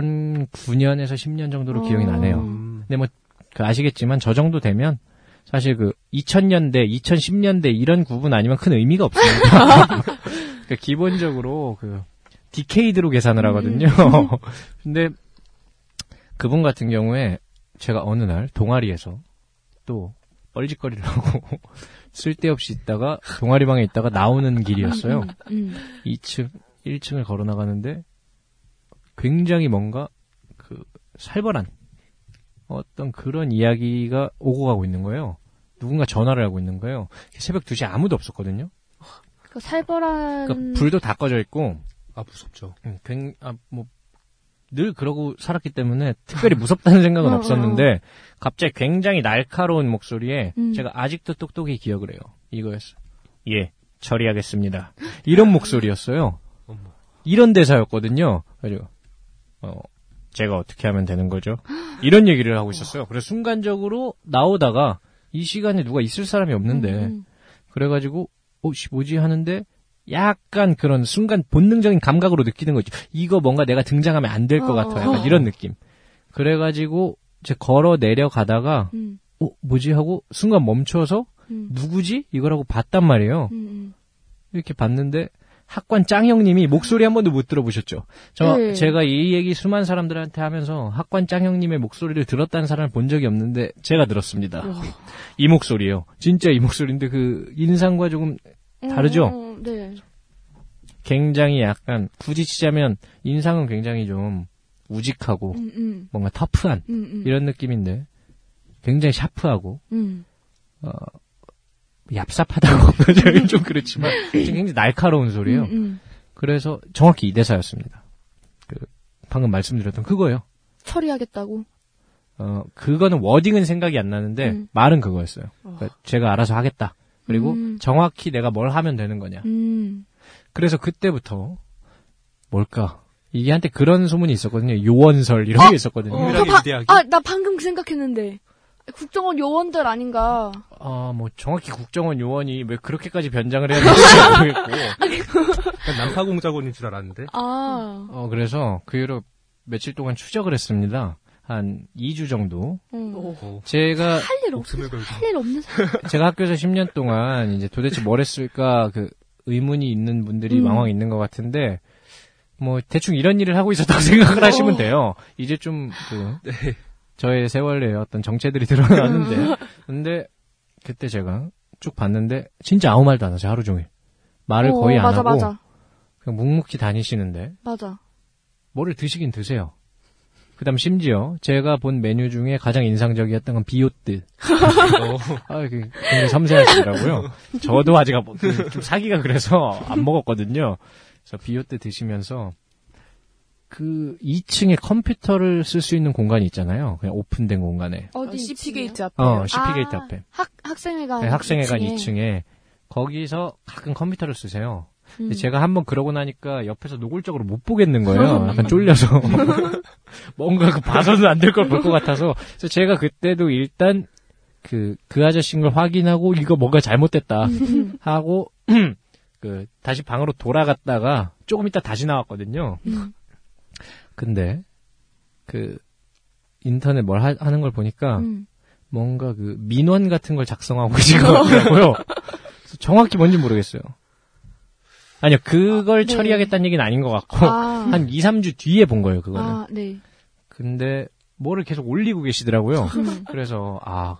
Speaker 3: 2009년에서 10년 정도로
Speaker 10: 어.
Speaker 3: 기억이 나네요.
Speaker 6: 음.
Speaker 3: 근데 뭐 그 아시겠지만 저 정도 되면 사실 그 2000년대, 2010년대 이런 구분 아니면 큰 의미가 없습니다. 그러니까 기본적으로 그 디케이드로 계산을 하거든요. 근데 그분 같은 경우에 제가 어느 날 동아리에서 또 뻘짓거리를 하고 쓸데없이 있다가 동아리 방에 있다가 나오는 길이었어요.
Speaker 10: 음.
Speaker 3: 2층, 1층을 걸어 나가는데 굉장히 뭔가 그 살벌한 어떤 그런 이야기가 오고 가고 있는 거예요. 누군가 전화를 하고 있는 거예요. 새벽 2시에 아무도 없었거든요.
Speaker 10: 그 살벌한
Speaker 3: 그러니까 불도 다 꺼져 있고
Speaker 6: 아 무섭죠.
Speaker 3: 음, 굉, 아, 뭐, 늘 그러고 살았기 때문에 특별히 무섭다는 생각은
Speaker 10: 어, 어,
Speaker 3: 없었는데, 갑자기 굉장히 날카로운 목소리에
Speaker 10: 음.
Speaker 3: 제가 아직도 똑똑히 기억을 해요. 이거였어. 예, 처리하겠습니다. 이런 목소리였어요.
Speaker 6: 어머.
Speaker 3: 이런 대사였거든요. 그래서, 어, 제가 어떻게 하면 되는 거죠? 이런 얘기를 하고 있었어요. 그래서 순간적으로 나오다가, 이 시간에 누가 있을 사람이 없는데,
Speaker 10: 음,
Speaker 3: 그래가지고 어, 씨, 뭐지 하는데 약간 그런 순간 본능적인 감각으로 느끼는 거죠. 이거 뭔가 내가 등장하면 안 될 것
Speaker 10: 어,
Speaker 3: 같아.
Speaker 10: 어.
Speaker 3: 약간 이런 느낌. 그래가지고 이제 걸어 내려가다가
Speaker 10: 음,
Speaker 3: 어, 뭐지 하고 순간 멈춰서
Speaker 10: 음,
Speaker 3: 누구지 이거라고 봤단 말이에요.
Speaker 10: 음, 음.
Speaker 3: 이렇게 봤는데 학관 짱 형님이 목소리 한 번도 못 들어보셨죠. 저
Speaker 5: 네.
Speaker 3: 제가 이 얘기 수많은 사람들한테 하면서 학관 짱 형님의 목소리를 들었다는 사람을 본 적이 없는데 제가 들었습니다. 이 목소리예요. 진짜 이 목소리인데 그 인상과 조금 다르죠?
Speaker 10: 어, 어, 네.
Speaker 3: 굉장히 약간 굳이 치자면 인상은 굉장히 좀 우직하고
Speaker 10: 음, 음,
Speaker 3: 뭔가 터프한
Speaker 10: 음, 음,
Speaker 3: 이런 느낌인데 굉장히 샤프하고
Speaker 10: 음.
Speaker 3: 어, 얍삽하다고 표현이 좀 그렇지만 굉장히 날카로운 소리예요.
Speaker 10: 음, 음.
Speaker 3: 그래서 정확히 이 대사였습니다. 그 방금 말씀드렸던 그거예요.
Speaker 10: 처리하겠다고.
Speaker 3: 어, 그거는 워딩은 생각이 안 나는데
Speaker 10: 음.
Speaker 3: 말은 그거였어요. 그러니까 제가 알아서 하겠다. 그리고
Speaker 10: 음.
Speaker 3: 정확히 내가 뭘 하면 되는 거냐.
Speaker 10: 음,
Speaker 3: 그래서 그때부터 뭘까? 이게 한때 그런 소문이 있었거든요. 요원설 이런 게 있었거든요.
Speaker 6: 어.
Speaker 10: 저
Speaker 6: 유일하게 위대하기?
Speaker 10: 아, 나 방금 그 생각했는데. 국정원 요원들 아닌가.
Speaker 3: 아, 뭐 정확히 국정원 요원이 왜 그렇게까지 변장을 해야 되는지 모르겠고.
Speaker 6: 난 난파공작원인 줄 알았는데
Speaker 10: 아,
Speaker 3: 어, 그래서 그 후로 며칠 동안 추적을 했습니다. 한 2주 정도.
Speaker 10: 음.
Speaker 3: 제가
Speaker 10: 할일 없,
Speaker 6: 어. 목숨을 걸고
Speaker 10: 할일 없는 사람.
Speaker 3: 제가 학교에서 10년 동안 이제 도대체 뭘 했을까 그 의문이 있는 분들이
Speaker 10: 음.
Speaker 3: 왕왕 있는 것 같은데 뭐 대충 이런 일을 하고 있었다고 생각을 하시면 돼요. 이제 좀그
Speaker 10: 네.
Speaker 3: 저의 세월의 어떤 정체들이
Speaker 10: 음.
Speaker 3: 드러나는데 근데 그때 제가 쭉 봤는데 진짜 아무 말도 안 하세요 하루 종일 말을
Speaker 10: 어,
Speaker 3: 거의 안
Speaker 10: 맞아,
Speaker 3: 하고
Speaker 10: 맞아,
Speaker 3: 그냥 묵묵히 다니시는데
Speaker 10: 맞아.
Speaker 3: 뭐를 드시긴 드세요. 그다음 심지어 제가 본 메뉴 중에 가장 인상적이었던 건 비오뜨. 아, 그, 굉장히 섬세하시더라고요. 저도 아직 안 먹- 그, 좀 사기가 그래서 안 먹었거든요. 그래서 비오 때 드시면서 그 2층에 컴퓨터를 쓸 수 있는 공간이 있잖아요. 그냥 오픈된 공간에.
Speaker 5: 어디 CP 게이트 앞에.
Speaker 3: 어, CP게이트
Speaker 10: 아,
Speaker 3: 앞에.
Speaker 10: 학, 학생회관.
Speaker 3: 네, 학생회관
Speaker 10: 2층에.
Speaker 3: 2층에. 거기서 가끔 컴퓨터를 쓰세요. 근데
Speaker 10: 음.
Speaker 3: 제가 한번 그러고 나니까 옆에서 노골적으로 못 보겠는 거예요. 약간 쫄려서. 뭔가 그 봐서는 안 될 걸 볼 것 같아서. 그래서 제가 그때도 일단 그, 그 아저씨인 걸 확인하고 이거 뭔가 잘못됐다 하고, 그, 다시 방으로 돌아갔다가 조금 이따 다시 나왔거든요.
Speaker 10: 음.
Speaker 3: 근데, 그, 인터넷 뭘 하, 는걸 보니까
Speaker 10: 음.
Speaker 3: 뭔가 그 민원 같은 걸 작성하고 계신 것
Speaker 10: 어.
Speaker 3: 같더라고요. 그래서 정확히 뭔지 모르겠어요. 아니요, 그걸
Speaker 10: 네.
Speaker 3: 처리하겠다는 얘기는 아닌 것 같고,
Speaker 10: 아,
Speaker 3: 한 2, 3주 뒤에 본 거예요, 그거는.
Speaker 10: 아, 네.
Speaker 3: 근데, 뭐를 계속 올리고 계시더라고요.
Speaker 10: 음.
Speaker 3: 그래서, 아,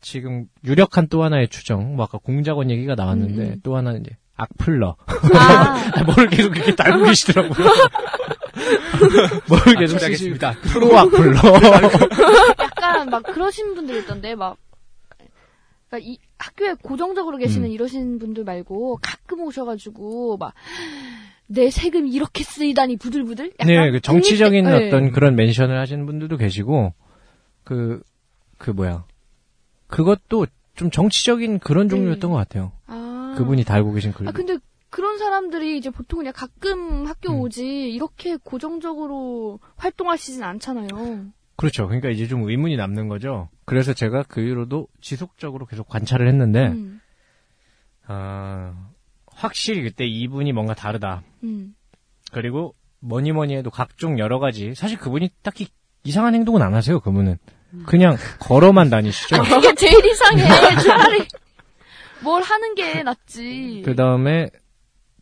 Speaker 3: 지금 유력한 또 하나의 추정, 뭐 아까 공작원 얘기가 나왔는데,
Speaker 10: 음, 음.
Speaker 3: 또 하나는 이제, 악플러.
Speaker 10: 아,
Speaker 3: 아, 뭐를 계속 이렇게 달고 계시더라고요. 뭐를 계속 쓰시
Speaker 6: 시작하겠습니다.
Speaker 3: 프로
Speaker 10: 아,
Speaker 3: 악플러.
Speaker 10: 약간 막 그러신 분들 있던데 막 그러니까 이 학교에 고정적으로 계시는
Speaker 3: 음.
Speaker 10: 이러신 분들 말고 가끔 오셔가지고 막 내 세금 이렇게 쓰이다니 부들부들 약간
Speaker 3: 네, 그 정치적인
Speaker 10: 독립- 네.
Speaker 3: 어떤 그런 멘션을 하시는 분들도 계시고, 그, 그 뭐야. 그것도 좀 정치적인 그런 종류였던
Speaker 10: 네.
Speaker 3: 것 같아요.
Speaker 10: 아,
Speaker 3: 그분이 달고 계신 글.
Speaker 10: 아 근데 그런 사람들이 이제 보통 그냥 가끔 학교
Speaker 3: 음.
Speaker 10: 오지 이렇게 고정적으로 활동하시진 않잖아요.
Speaker 3: 그렇죠. 그러니까 이제 좀 의문이 남는 거죠. 그래서 제가 그 이후로도 지속적으로 계속 관찰을 했는데
Speaker 4: 음.
Speaker 3: 아, 확실히 그때 이분이 뭔가 다르다.
Speaker 4: 음.
Speaker 3: 그리고 뭐니 뭐니 해도 각종 여러 가지 사실 그분이 딱히 이상한 행동은 안 하세요. 그분은
Speaker 10: 음.
Speaker 3: 그냥 걸어만 다니시죠.
Speaker 4: 그게 제일 이상해. 차라리 뭘 하는 게 낫지.
Speaker 3: 그 다음에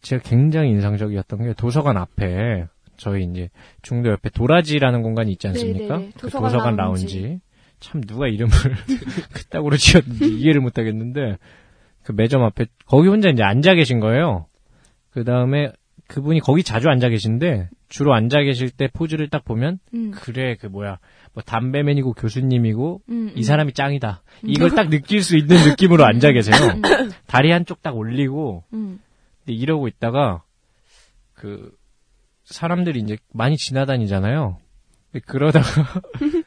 Speaker 3: 제가 굉장히 인상적이었던 게 도서관 앞에 저희 이제 중도 옆에 도라지라는 공간이 있지 않습니까?
Speaker 4: 네네네.
Speaker 3: 그
Speaker 4: 도서관
Speaker 3: 도서관
Speaker 4: 라운지.
Speaker 3: 라운지. 참 누가 이름을 그따구로 지었는지 이해를 못하겠는데 그 매점 앞에 거기 혼자 이제 앉아 계신 거예요. 그 다음에 그분이 거기 자주 앉아 계신데 주로 앉아 계실 때 포즈를 딱 보면
Speaker 4: 음.
Speaker 3: 그래 그 뭐야 뭐 담배맨이고 교수님이고
Speaker 4: 음,
Speaker 3: 이 사람이 짱이다 이걸 딱 느낄 수 있는 느낌으로 앉아 계세요. 다리 한쪽 딱 올리고
Speaker 4: 음.
Speaker 3: 근데 네, 이러고 있다가 그 사람들이 이제 많이 지나다니잖아요. 근데 그러다가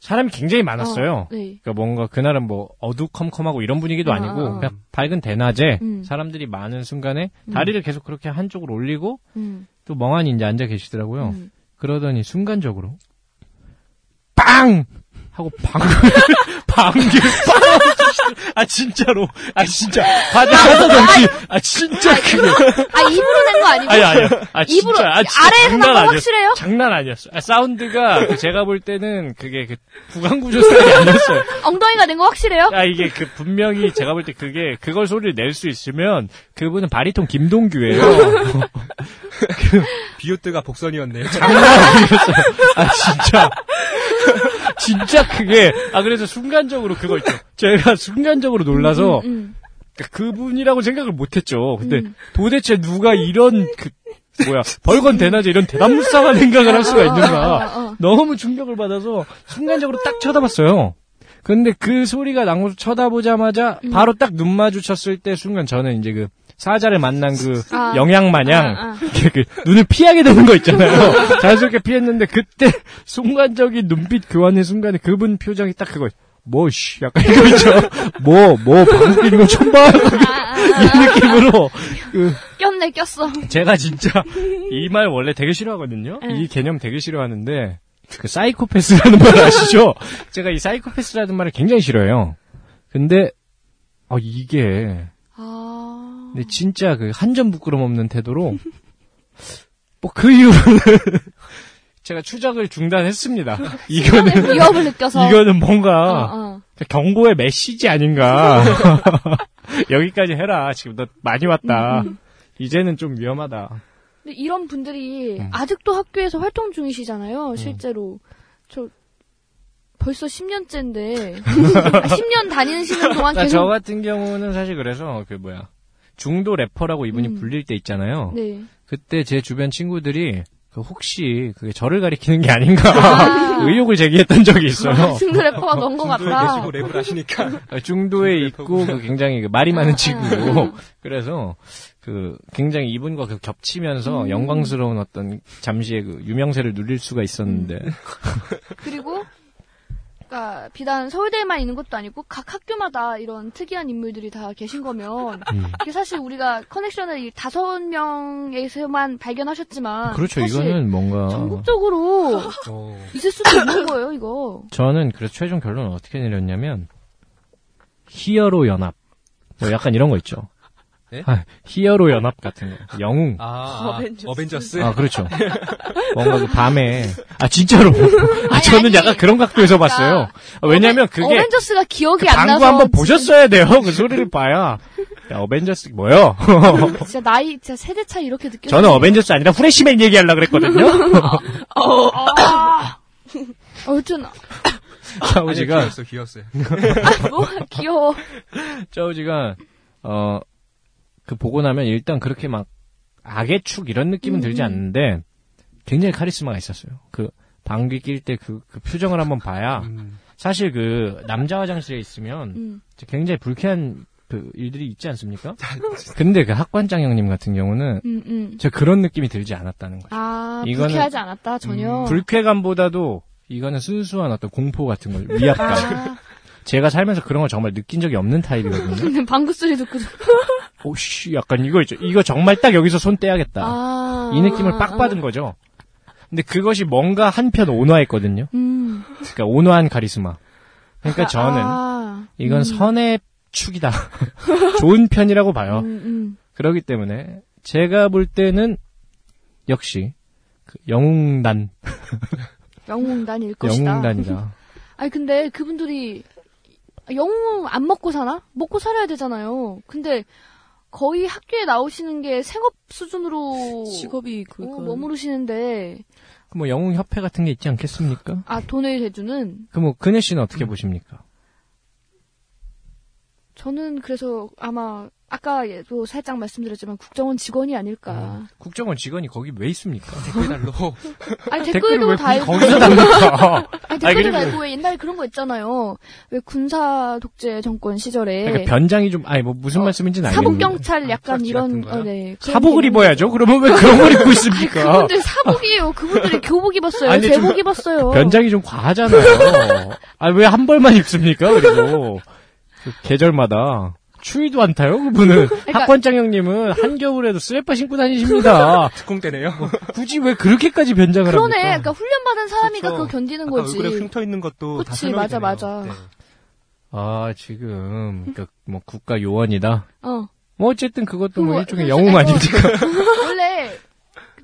Speaker 3: 사람이 굉장히 많았어요.
Speaker 4: 어, 네.
Speaker 3: 그러니까 뭔가 그날은 뭐 어두컴컴하고 이런 분위기도
Speaker 4: 아,
Speaker 3: 아니고
Speaker 4: 아, 아.
Speaker 3: 그냥 밝은 대낮에
Speaker 4: 음.
Speaker 3: 사람들이 많은 순간에 다리를 계속 그렇게 한쪽으로 올리고
Speaker 4: 음.
Speaker 3: 또 멍하니 이제 앉아 계시더라고요.
Speaker 4: 음.
Speaker 3: 그러더니 순간적으로 빵 하고 방귀를 방귀를 빵! 아 진짜로 아 진짜 과자 하나도 없지 아 진짜 크게
Speaker 4: 아 입으로 낸 거 아니고
Speaker 3: 아니 아니 아 진짜
Speaker 4: 입으로
Speaker 3: 아, 진짜
Speaker 4: 아래에서
Speaker 3: 장난
Speaker 4: 난거
Speaker 3: 아니었어.
Speaker 4: 확실해요?
Speaker 3: 장난 아니었어 아, 사운드가 그 제가 볼 때는 그게 그 구강구조 소리 아니었어요
Speaker 4: 엉덩이가 낸 거 확실해요?
Speaker 3: 아 이게 그 분명히 제가 볼 때 그게 그걸 소리를 낼 수 있으면 그분은 바리톤 김동규예요
Speaker 6: 비오트가 복선이었네요.
Speaker 3: 아 진짜 진짜 크게 아 그래서 순간적으로 그거 있죠 제가 순간적으로 놀라서
Speaker 4: 음.
Speaker 3: 그러니까 그분이라고 생각을 못했죠. 근데 도대체 누가 이런 그 뭐야 벌건 대낮에 이런 대담무쌍한 생각을 할 수가 있는가
Speaker 4: 어, 어.
Speaker 3: 너무 충격을 받아서 순간적으로 딱 쳐다봤어요. 근데 그 소리가 나고 쳐다보자마자
Speaker 4: 음.
Speaker 3: 바로 딱 눈 마주쳤을 때 순간 저는 이제 그 사자를 만난 그
Speaker 4: 아.
Speaker 3: 영양 마냥
Speaker 4: 아, 아.
Speaker 3: 이렇게 그 눈을 피하게 되는 거 있잖아요. 자연스럽게 피했는데 그때 순간적인 눈빛 교환의 순간에 그분 표정이 딱 그거 뭐씨 약간 이거 있죠. 뭐뭐 방금 이거 처음
Speaker 4: 아,
Speaker 3: 봐. 이 느낌으로 그
Speaker 4: 꼈네 꼈어.
Speaker 3: 제가 진짜 이 말 원래 되게 싫어하거든요.
Speaker 4: 네.
Speaker 3: 이 개념 되게 싫어하는데 그 사이코패스라는 말 아시죠? 제가 이 사이코패스라는 말을 굉장히 싫어해요. 근데 아 이게
Speaker 4: 아.
Speaker 3: 근데 진짜 그 한 점 부끄럼 없는 태도로 뭐 그 이후로는 제가 추적을 중단했습니다. 이거는
Speaker 4: 처음에 위협을 느껴서.
Speaker 3: 이거는
Speaker 4: 어,
Speaker 3: 뭔가
Speaker 4: 어.
Speaker 3: 경고의 메시지 아닌가. 여기까지 해라. 지금 너 많이 왔다.
Speaker 4: 음.
Speaker 3: 이제는 좀 위험하다.
Speaker 4: 근데 이런 분들이
Speaker 3: 음.
Speaker 4: 아직도 학교에서 활동 중이시잖아요, 실제로. 저, 벌써 10년째인데. 아, 10년 다니시는 동안
Speaker 3: 그러니까
Speaker 4: 아, 계속.
Speaker 3: 저 같은 경우는 사실 그래서 그 뭐야 중도 래퍼라고 이분이
Speaker 4: 음.
Speaker 3: 불릴 때 있잖아요.
Speaker 4: 네.
Speaker 3: 그때 제 주변 친구들이 그 혹시 그게 저를 가리키는 게 아닌가
Speaker 4: 아.
Speaker 3: 의혹을 제기했던 적이 있어요.
Speaker 4: 승도 래퍼가 먼 것
Speaker 6: 중도에
Speaker 4: 같다.
Speaker 6: 계시고 랩을 하시니까
Speaker 3: 아, 중도에 있고 그 굉장히 그 말이 많은
Speaker 4: 아,
Speaker 3: 친구고 그래서 그 굉장히 이분과 그 겹치면서
Speaker 4: 음.
Speaker 3: 영광스러운 어떤 잠시의 그 유명세를 누릴 수가 있었는데
Speaker 4: 음. 그리고, 그니까, 비단 서울대에만 있는 것도 아니고, 각 학교마다 이런 특이한 인물들이 다 계신 거면,
Speaker 3: 음.
Speaker 4: 이게 사실 우리가 커넥션을 이 다섯 명에서만 발견하셨지만,
Speaker 3: 그렇죠
Speaker 4: 아, 사실
Speaker 3: 이거는 뭔가
Speaker 4: 전국적으로
Speaker 6: 어,
Speaker 4: 있을 수도 있는 거예요, 이거.
Speaker 3: 저는 그래서 최종 결론을 어떻게 내렸냐면 히어로 연합 뭐 약간 이런 거 있죠
Speaker 6: 네?
Speaker 3: 아, 히어로 연합 같은 거 영웅
Speaker 6: 아,
Speaker 5: 어벤져스.
Speaker 6: 어벤져스.
Speaker 3: 아 그렇죠 뭔가 그 밤에 아 진짜로 아,
Speaker 4: 아니,
Speaker 3: 저는
Speaker 4: 아니.
Speaker 3: 약간 그런 각도에서 봤어요 아, 왜냐면 그게
Speaker 4: 어벤져스가 기억이
Speaker 3: 그
Speaker 4: 안
Speaker 3: 방구
Speaker 4: 나서
Speaker 3: 한번 보셨어야 돼요. 그 소리를 봐야. 야, 어벤져스 뭐요?
Speaker 4: 진짜, 진짜 나이 진짜 세대 차이 이렇게 느껴.
Speaker 3: 저는 어벤져스 아니라 후레쉬맨 얘기하려고 그랬거든요.
Speaker 4: 아. 어쨌든
Speaker 3: 짜우지가
Speaker 6: 귀여웠어, 귀여웠어요.
Speaker 4: 뭐 귀여워.
Speaker 3: 짜우지가 어 그 보고 나면 일단 그렇게 막 악의 축 이런 느낌은 들지
Speaker 4: 음.
Speaker 3: 않는데 굉장히 카리스마가 있었어요. 그 방귀 낄 때 그 표정을 한번 봐야
Speaker 6: 음.
Speaker 3: 사실 그 남자 화장실에 있으면
Speaker 4: 음.
Speaker 3: 굉장히 불쾌한 그 일들이 있지 않습니까?
Speaker 4: 아,
Speaker 3: 근데 그 학관장 형님 같은 경우는
Speaker 4: 음, 음.
Speaker 3: 저 그런 느낌이 들지 않았다는 거죠.
Speaker 4: 아,
Speaker 3: 이거는-
Speaker 4: 불쾌하지 않았다 전혀.
Speaker 3: 불쾌감보다도 이거는 순수한 어떤 공포 같은 걸 위압감.
Speaker 4: 아,
Speaker 3: 제가 살면서 그런 걸 정말 느낀 적이 없는 타입이거든요.
Speaker 4: 근데 방구 소리 듣고 좀-
Speaker 3: 오씨, 약간 이거 있죠. 이거 정말 딱 여기서 손 떼야겠다.
Speaker 4: 아.
Speaker 3: 이 느낌을 빡 받은 거죠. 근데 그것이 뭔가 한편 온화했거든요.
Speaker 11: 음.
Speaker 3: 그러니까 온화한 카리스마. 그러니까 저는
Speaker 11: 아,
Speaker 3: 이건
Speaker 11: 음.
Speaker 3: 선의 축이다. 좋은 편이라고 봐요.
Speaker 11: 음, 음.
Speaker 3: 그렇기 때문에 제가 볼 때는 역시 그 영웅단,
Speaker 4: 영웅단일 것이다.
Speaker 3: 영웅단이다. 그
Speaker 4: 아니 근데 그분들이 영웅 안 먹고 사나? 먹고 살아야 되잖아요. 근데 거의 학교에 나오시는 게 생업 수준으로
Speaker 5: 직업이
Speaker 4: 어,
Speaker 5: 그
Speaker 4: 머무르시는데
Speaker 3: 뭐 영웅협회 같은 게 있지 않겠습니까?
Speaker 4: 아 돈을 대주는
Speaker 3: 그럼 뭐 그네 씨는
Speaker 4: 음.
Speaker 3: 어떻게 보십니까?
Speaker 4: 저는 그래서 아마 아까도 살짝 말씀드렸지만 국정원 직원이 아닐까.
Speaker 3: 국정원 직원이 거기 왜 있습니까?
Speaker 6: 댓글달로
Speaker 4: 아니
Speaker 3: 댓글을
Speaker 4: 댓글도
Speaker 3: 왜
Speaker 4: 달고
Speaker 3: 거기서 달까?
Speaker 4: 아니, 댓글도
Speaker 3: 아니, 그러니까 그리고-
Speaker 4: 달고 왜 옛날에 그런 거 있잖아요. 왜 군사 독재 정권 시절에
Speaker 3: 그러니까 변장이 좀 아니 뭐 무슨 말씀인지는
Speaker 4: 네. 어, 사복
Speaker 3: 알겠는데
Speaker 4: 경찰 약간
Speaker 6: 아, 같은
Speaker 4: 이런
Speaker 6: 거요?
Speaker 4: 어, 네. 그런
Speaker 3: 사복을
Speaker 4: 게 있는데.
Speaker 3: 입어야죠. 그러면 왜 그런 걸 입고
Speaker 4: 아니,
Speaker 3: 있습니까?
Speaker 4: 그분들 사복이에요. 그분들이 교복 입었어요.
Speaker 3: 아니, 좀
Speaker 4: 제복 입었어요.
Speaker 3: 그 변장이 좀 과하잖아요. 아 왜 한 벌만 입습니까? 그리고 그 계절마다 추위도 안 타요 그분은
Speaker 4: 그러니까
Speaker 3: 학번장 형님은 한겨울에도 슬리퍼 신고 다니십니다. 뭐
Speaker 6: 특공대네요.
Speaker 3: 굳이 왜 그렇게까지 변장을
Speaker 4: 그러니까 그러네.
Speaker 3: 합니까?
Speaker 4: 그러니까 훈련받은 사람이가
Speaker 6: 그렇죠.
Speaker 4: 그걸 견디는
Speaker 6: 아까
Speaker 4: 거지.
Speaker 6: 얼굴에 흉터 있는 것도 다
Speaker 4: 그치,
Speaker 6: 설명이
Speaker 4: 맞아,
Speaker 6: 되네요.
Speaker 4: 맞아.
Speaker 3: 아 지금 그러니까 뭐 국가 요원이다.
Speaker 4: 어.
Speaker 3: 뭐 어쨌든 그것도 뭐
Speaker 4: 그거-
Speaker 3: 일종의
Speaker 4: 그거
Speaker 3: 영웅
Speaker 4: 약간-
Speaker 3: 아닙니까?
Speaker 4: 원래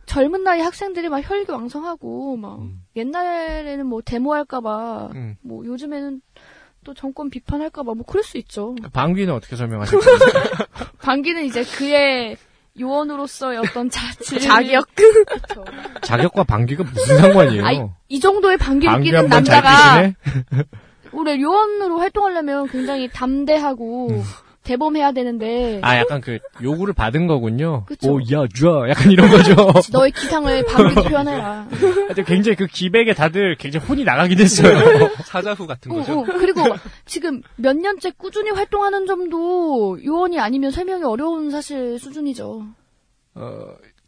Speaker 4: 젊은 나이 학생들이 막 혈기왕성하고 막 옛날에는 뭐 데모할까봐
Speaker 3: 음.
Speaker 4: 뭐 요즘에는 또 정권 비판할까봐 뭐 그럴 수 있죠.
Speaker 3: 방귀는 어떻게 설명하실까요?
Speaker 4: 방귀는 이제 그의 요원으로서의 어떤 자질.
Speaker 5: 자격.
Speaker 4: 그렇죠.
Speaker 3: 자격과 방귀가 무슨 상관이에요?
Speaker 4: 아이, 이 정도의 방귀
Speaker 3: 방귀
Speaker 4: 느끼는
Speaker 3: 한번 잘
Speaker 4: 남자가
Speaker 3: 끼시네.
Speaker 4: 원래 요원으로 활동하려면 굉장히 담대하고 대범해야 되는데
Speaker 3: 음. 아 약간 그 요구를 받은 거군요.
Speaker 4: 네. 그쵸.
Speaker 3: 오야 쥐어 약간 이런 거죠.
Speaker 4: 너의 기상을 방귀로 표현해라.
Speaker 3: 하여튼 굉장히 그 기백에 다들 굉장히 혼이 나가긴
Speaker 4: 네.
Speaker 3: 했어요.
Speaker 6: 사자후 같은
Speaker 4: 어,
Speaker 6: 거죠.
Speaker 4: 어. 그리고 지금 몇 년째 꾸준히 활동하는 점도 요원이 아니면 설명이 어려운 사실 수준이죠.
Speaker 3: 어,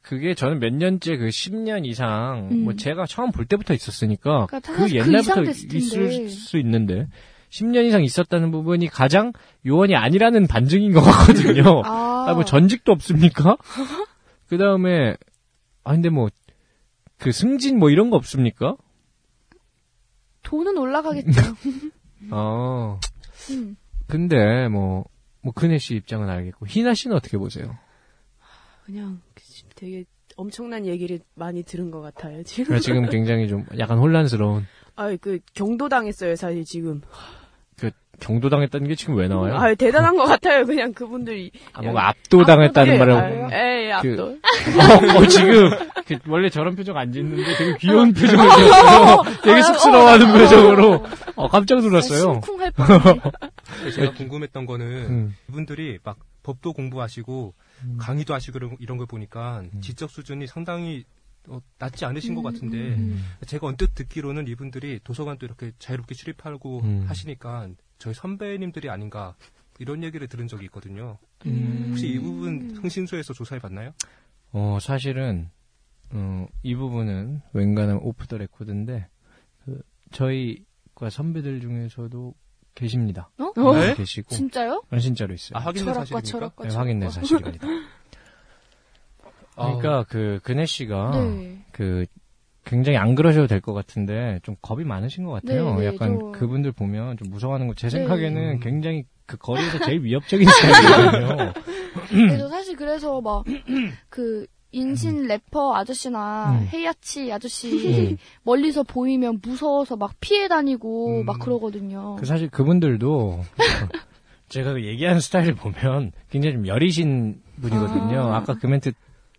Speaker 3: 그게 저는 몇 년째 그 10년 이상,
Speaker 4: 음.
Speaker 3: 뭐 제가 처음 볼 때부터 있었으니까,
Speaker 4: 그러니까
Speaker 3: 그
Speaker 4: 사실 그
Speaker 3: 옛날부터
Speaker 4: 이상 됐을 텐데.
Speaker 3: 있을 수 있는데, 10년 이상 있었다는 부분이 가장 요원이 아니라는 반증인 것 같거든요.
Speaker 4: 아,
Speaker 3: 아, 뭐 전직도 없습니까? 그 다음에, 아, 근데 뭐, 그 승진 뭐 이런 거 없습니까?
Speaker 4: 돈은 올라가겠죠.
Speaker 3: 아,
Speaker 4: 음.
Speaker 3: 근데 뭐, 뭐 그네 씨 입장은 알겠고, 희나 씨는 어떻게 보세요?
Speaker 5: 그냥 되게 엄청난 얘기를 많이 들은 것 같아요 지금.
Speaker 3: 그러니까 지금 굉장히 좀 약간 혼란스러운
Speaker 5: 아, 그 경도당했어요 사실 지금.
Speaker 3: 경도당했다는 게 지금 왜 나와요?
Speaker 5: 아, 대단한 것 같아요 그냥 그분들이.
Speaker 3: 아, 뭔가 압도당했다는 말을.
Speaker 5: 에이
Speaker 3: 그-
Speaker 5: 예, 압도.
Speaker 3: 어, 어, 지금 그 원래 저런 표정 안 짓는데 되게 귀여운 표정을 어. 지었어요. 되게 쑥스러워하는 표정으로. 어, 깜짝 놀랐어요.
Speaker 4: 심쿵할 뻔.
Speaker 6: 제가 궁금했던 거는
Speaker 3: 음.
Speaker 6: 이분들이 막 법도 공부하시고 강의도 하시고 이런- 이런 걸 보니까
Speaker 3: 음.
Speaker 6: 지적 수준이 상당히 어, 낮지 않으신 것 같은데 제가 언뜻 듣기로는 이분들이 도서관도 이렇게 자유롭게 출입하고
Speaker 3: 음.
Speaker 6: 하시니까 저희 선배님들이 아닌가 이런 얘기를 들은 적이 있거든요.
Speaker 3: 음.
Speaker 6: 혹시 이 부분 흥신소에서 조사해 봤나요? 네.
Speaker 3: 어, 사실은 어, 이 부분은 웬간하면 오프 더 레코드인데 그, 저희과 선배들 중에서도 계십니다.
Speaker 4: 어?
Speaker 3: 네? 계시고
Speaker 4: 진짜요?
Speaker 3: 아, 진짜로 있어요.
Speaker 6: 아, 확인된
Speaker 4: 철학과
Speaker 6: 사실입니까?
Speaker 4: 철학과.
Speaker 3: 네, 확인된 사실입니다. 그러니까 그 그네 씨가
Speaker 4: 네.
Speaker 3: 그 굉장히 안 그러셔도 될 것 같은데 좀 겁이 많으신 것 같아요.
Speaker 4: 네, 네,
Speaker 3: 약간
Speaker 4: 저-
Speaker 3: 그분들 보면 좀 무서워하는 거. 제
Speaker 4: 네.
Speaker 3: 생각에는 굉장히 그 거리에서 제일 위협적인 사람이거든요. 음.
Speaker 4: 그래서 사실 그래서 막 그 인신 래퍼 아저씨나
Speaker 3: 음.
Speaker 4: 헤이아치
Speaker 3: 음.
Speaker 4: 아저씨 멀리서 보이면 무서워서 막 피해 다니고
Speaker 3: 음.
Speaker 4: 막 그러거든요.
Speaker 3: 그 사실 그분들도 제가 그 얘기하는 스타일을 보면 굉장히 좀 여리신 분이거든요.
Speaker 4: 아.
Speaker 3: 아. 까그 멘트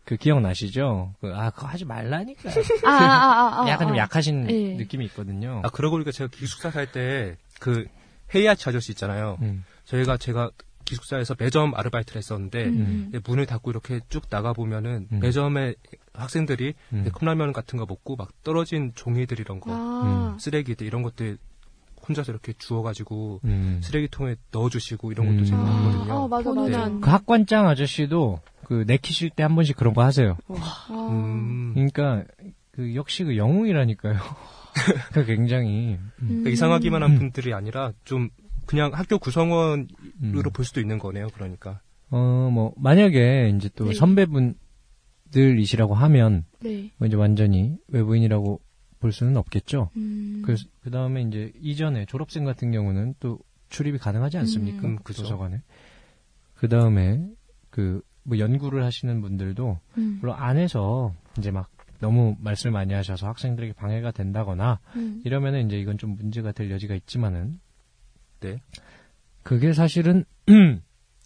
Speaker 3: 그 기억 나시죠? 그, 아 그거 하지 말라니까.
Speaker 4: 아, 아, 아, 아, 아,
Speaker 3: 약간 좀
Speaker 4: 아.
Speaker 3: 약하신
Speaker 4: 네.
Speaker 3: 느낌이 있거든요.
Speaker 6: 아, 그러고 보니까 제가 기숙사 살 때 그 헤이아치 아저씨 있잖아요.
Speaker 3: 음.
Speaker 6: 저희가 제가 기숙사에서 매점 아르바이트를 했었는데
Speaker 4: 음.
Speaker 6: 이제 문을 닫고 이렇게 쭉 나가 보면은
Speaker 3: 음.
Speaker 6: 매점에 학생들이
Speaker 3: 음.
Speaker 6: 이제 컵라면 같은 거 먹고 막 떨어진 종이들 이런 거 음.
Speaker 4: 아.
Speaker 6: 쓰레기들 이런 것들 혼자서 이렇게 주워가지고
Speaker 3: 음.
Speaker 6: 쓰레기통에 넣어주시고 이런 것도
Speaker 3: 음.
Speaker 6: 제가
Speaker 4: 아,
Speaker 6: 봤거든요.
Speaker 4: 아, 맞아, 맞아.
Speaker 5: 네.
Speaker 3: 그 학관장 아저씨도 그 내키실 때 한 번씩 그런 거 하세요.
Speaker 4: 아.
Speaker 6: 음.
Speaker 3: 그러니까 그 역시 그 영웅이라니까요. 그 굉장히
Speaker 4: 음.
Speaker 6: 그러니까 이상하기만 한 분들이 아니라 좀 그냥 학교 구성원으로
Speaker 3: 음.
Speaker 6: 볼 수도 있는 거네요. 그러니까
Speaker 3: 어뭐 만약에 이제 또
Speaker 4: 네.
Speaker 3: 선배분들이 분들이시라고 하면
Speaker 4: 네.
Speaker 3: 뭐 이제 완전히 외부인이라고 볼 수는 없겠죠.
Speaker 4: 음.
Speaker 3: 그래서 그 다음에 이제 이전에 졸업생 같은 경우는 또 출입이 가능하지 않습니까?
Speaker 6: 음, 그죠.
Speaker 3: 도서관에. 그 다음에 그 뭐 연구를 하시는 분들도
Speaker 4: 음.
Speaker 3: 물론 안에서 이제 막 너무 말씀을 많이 하셔서 학생들에게 방해가 된다거나
Speaker 4: 음.
Speaker 3: 이러면은 이제 이건 좀 문제가 될 여지가 있지만은
Speaker 6: 네.
Speaker 3: 그게 사실은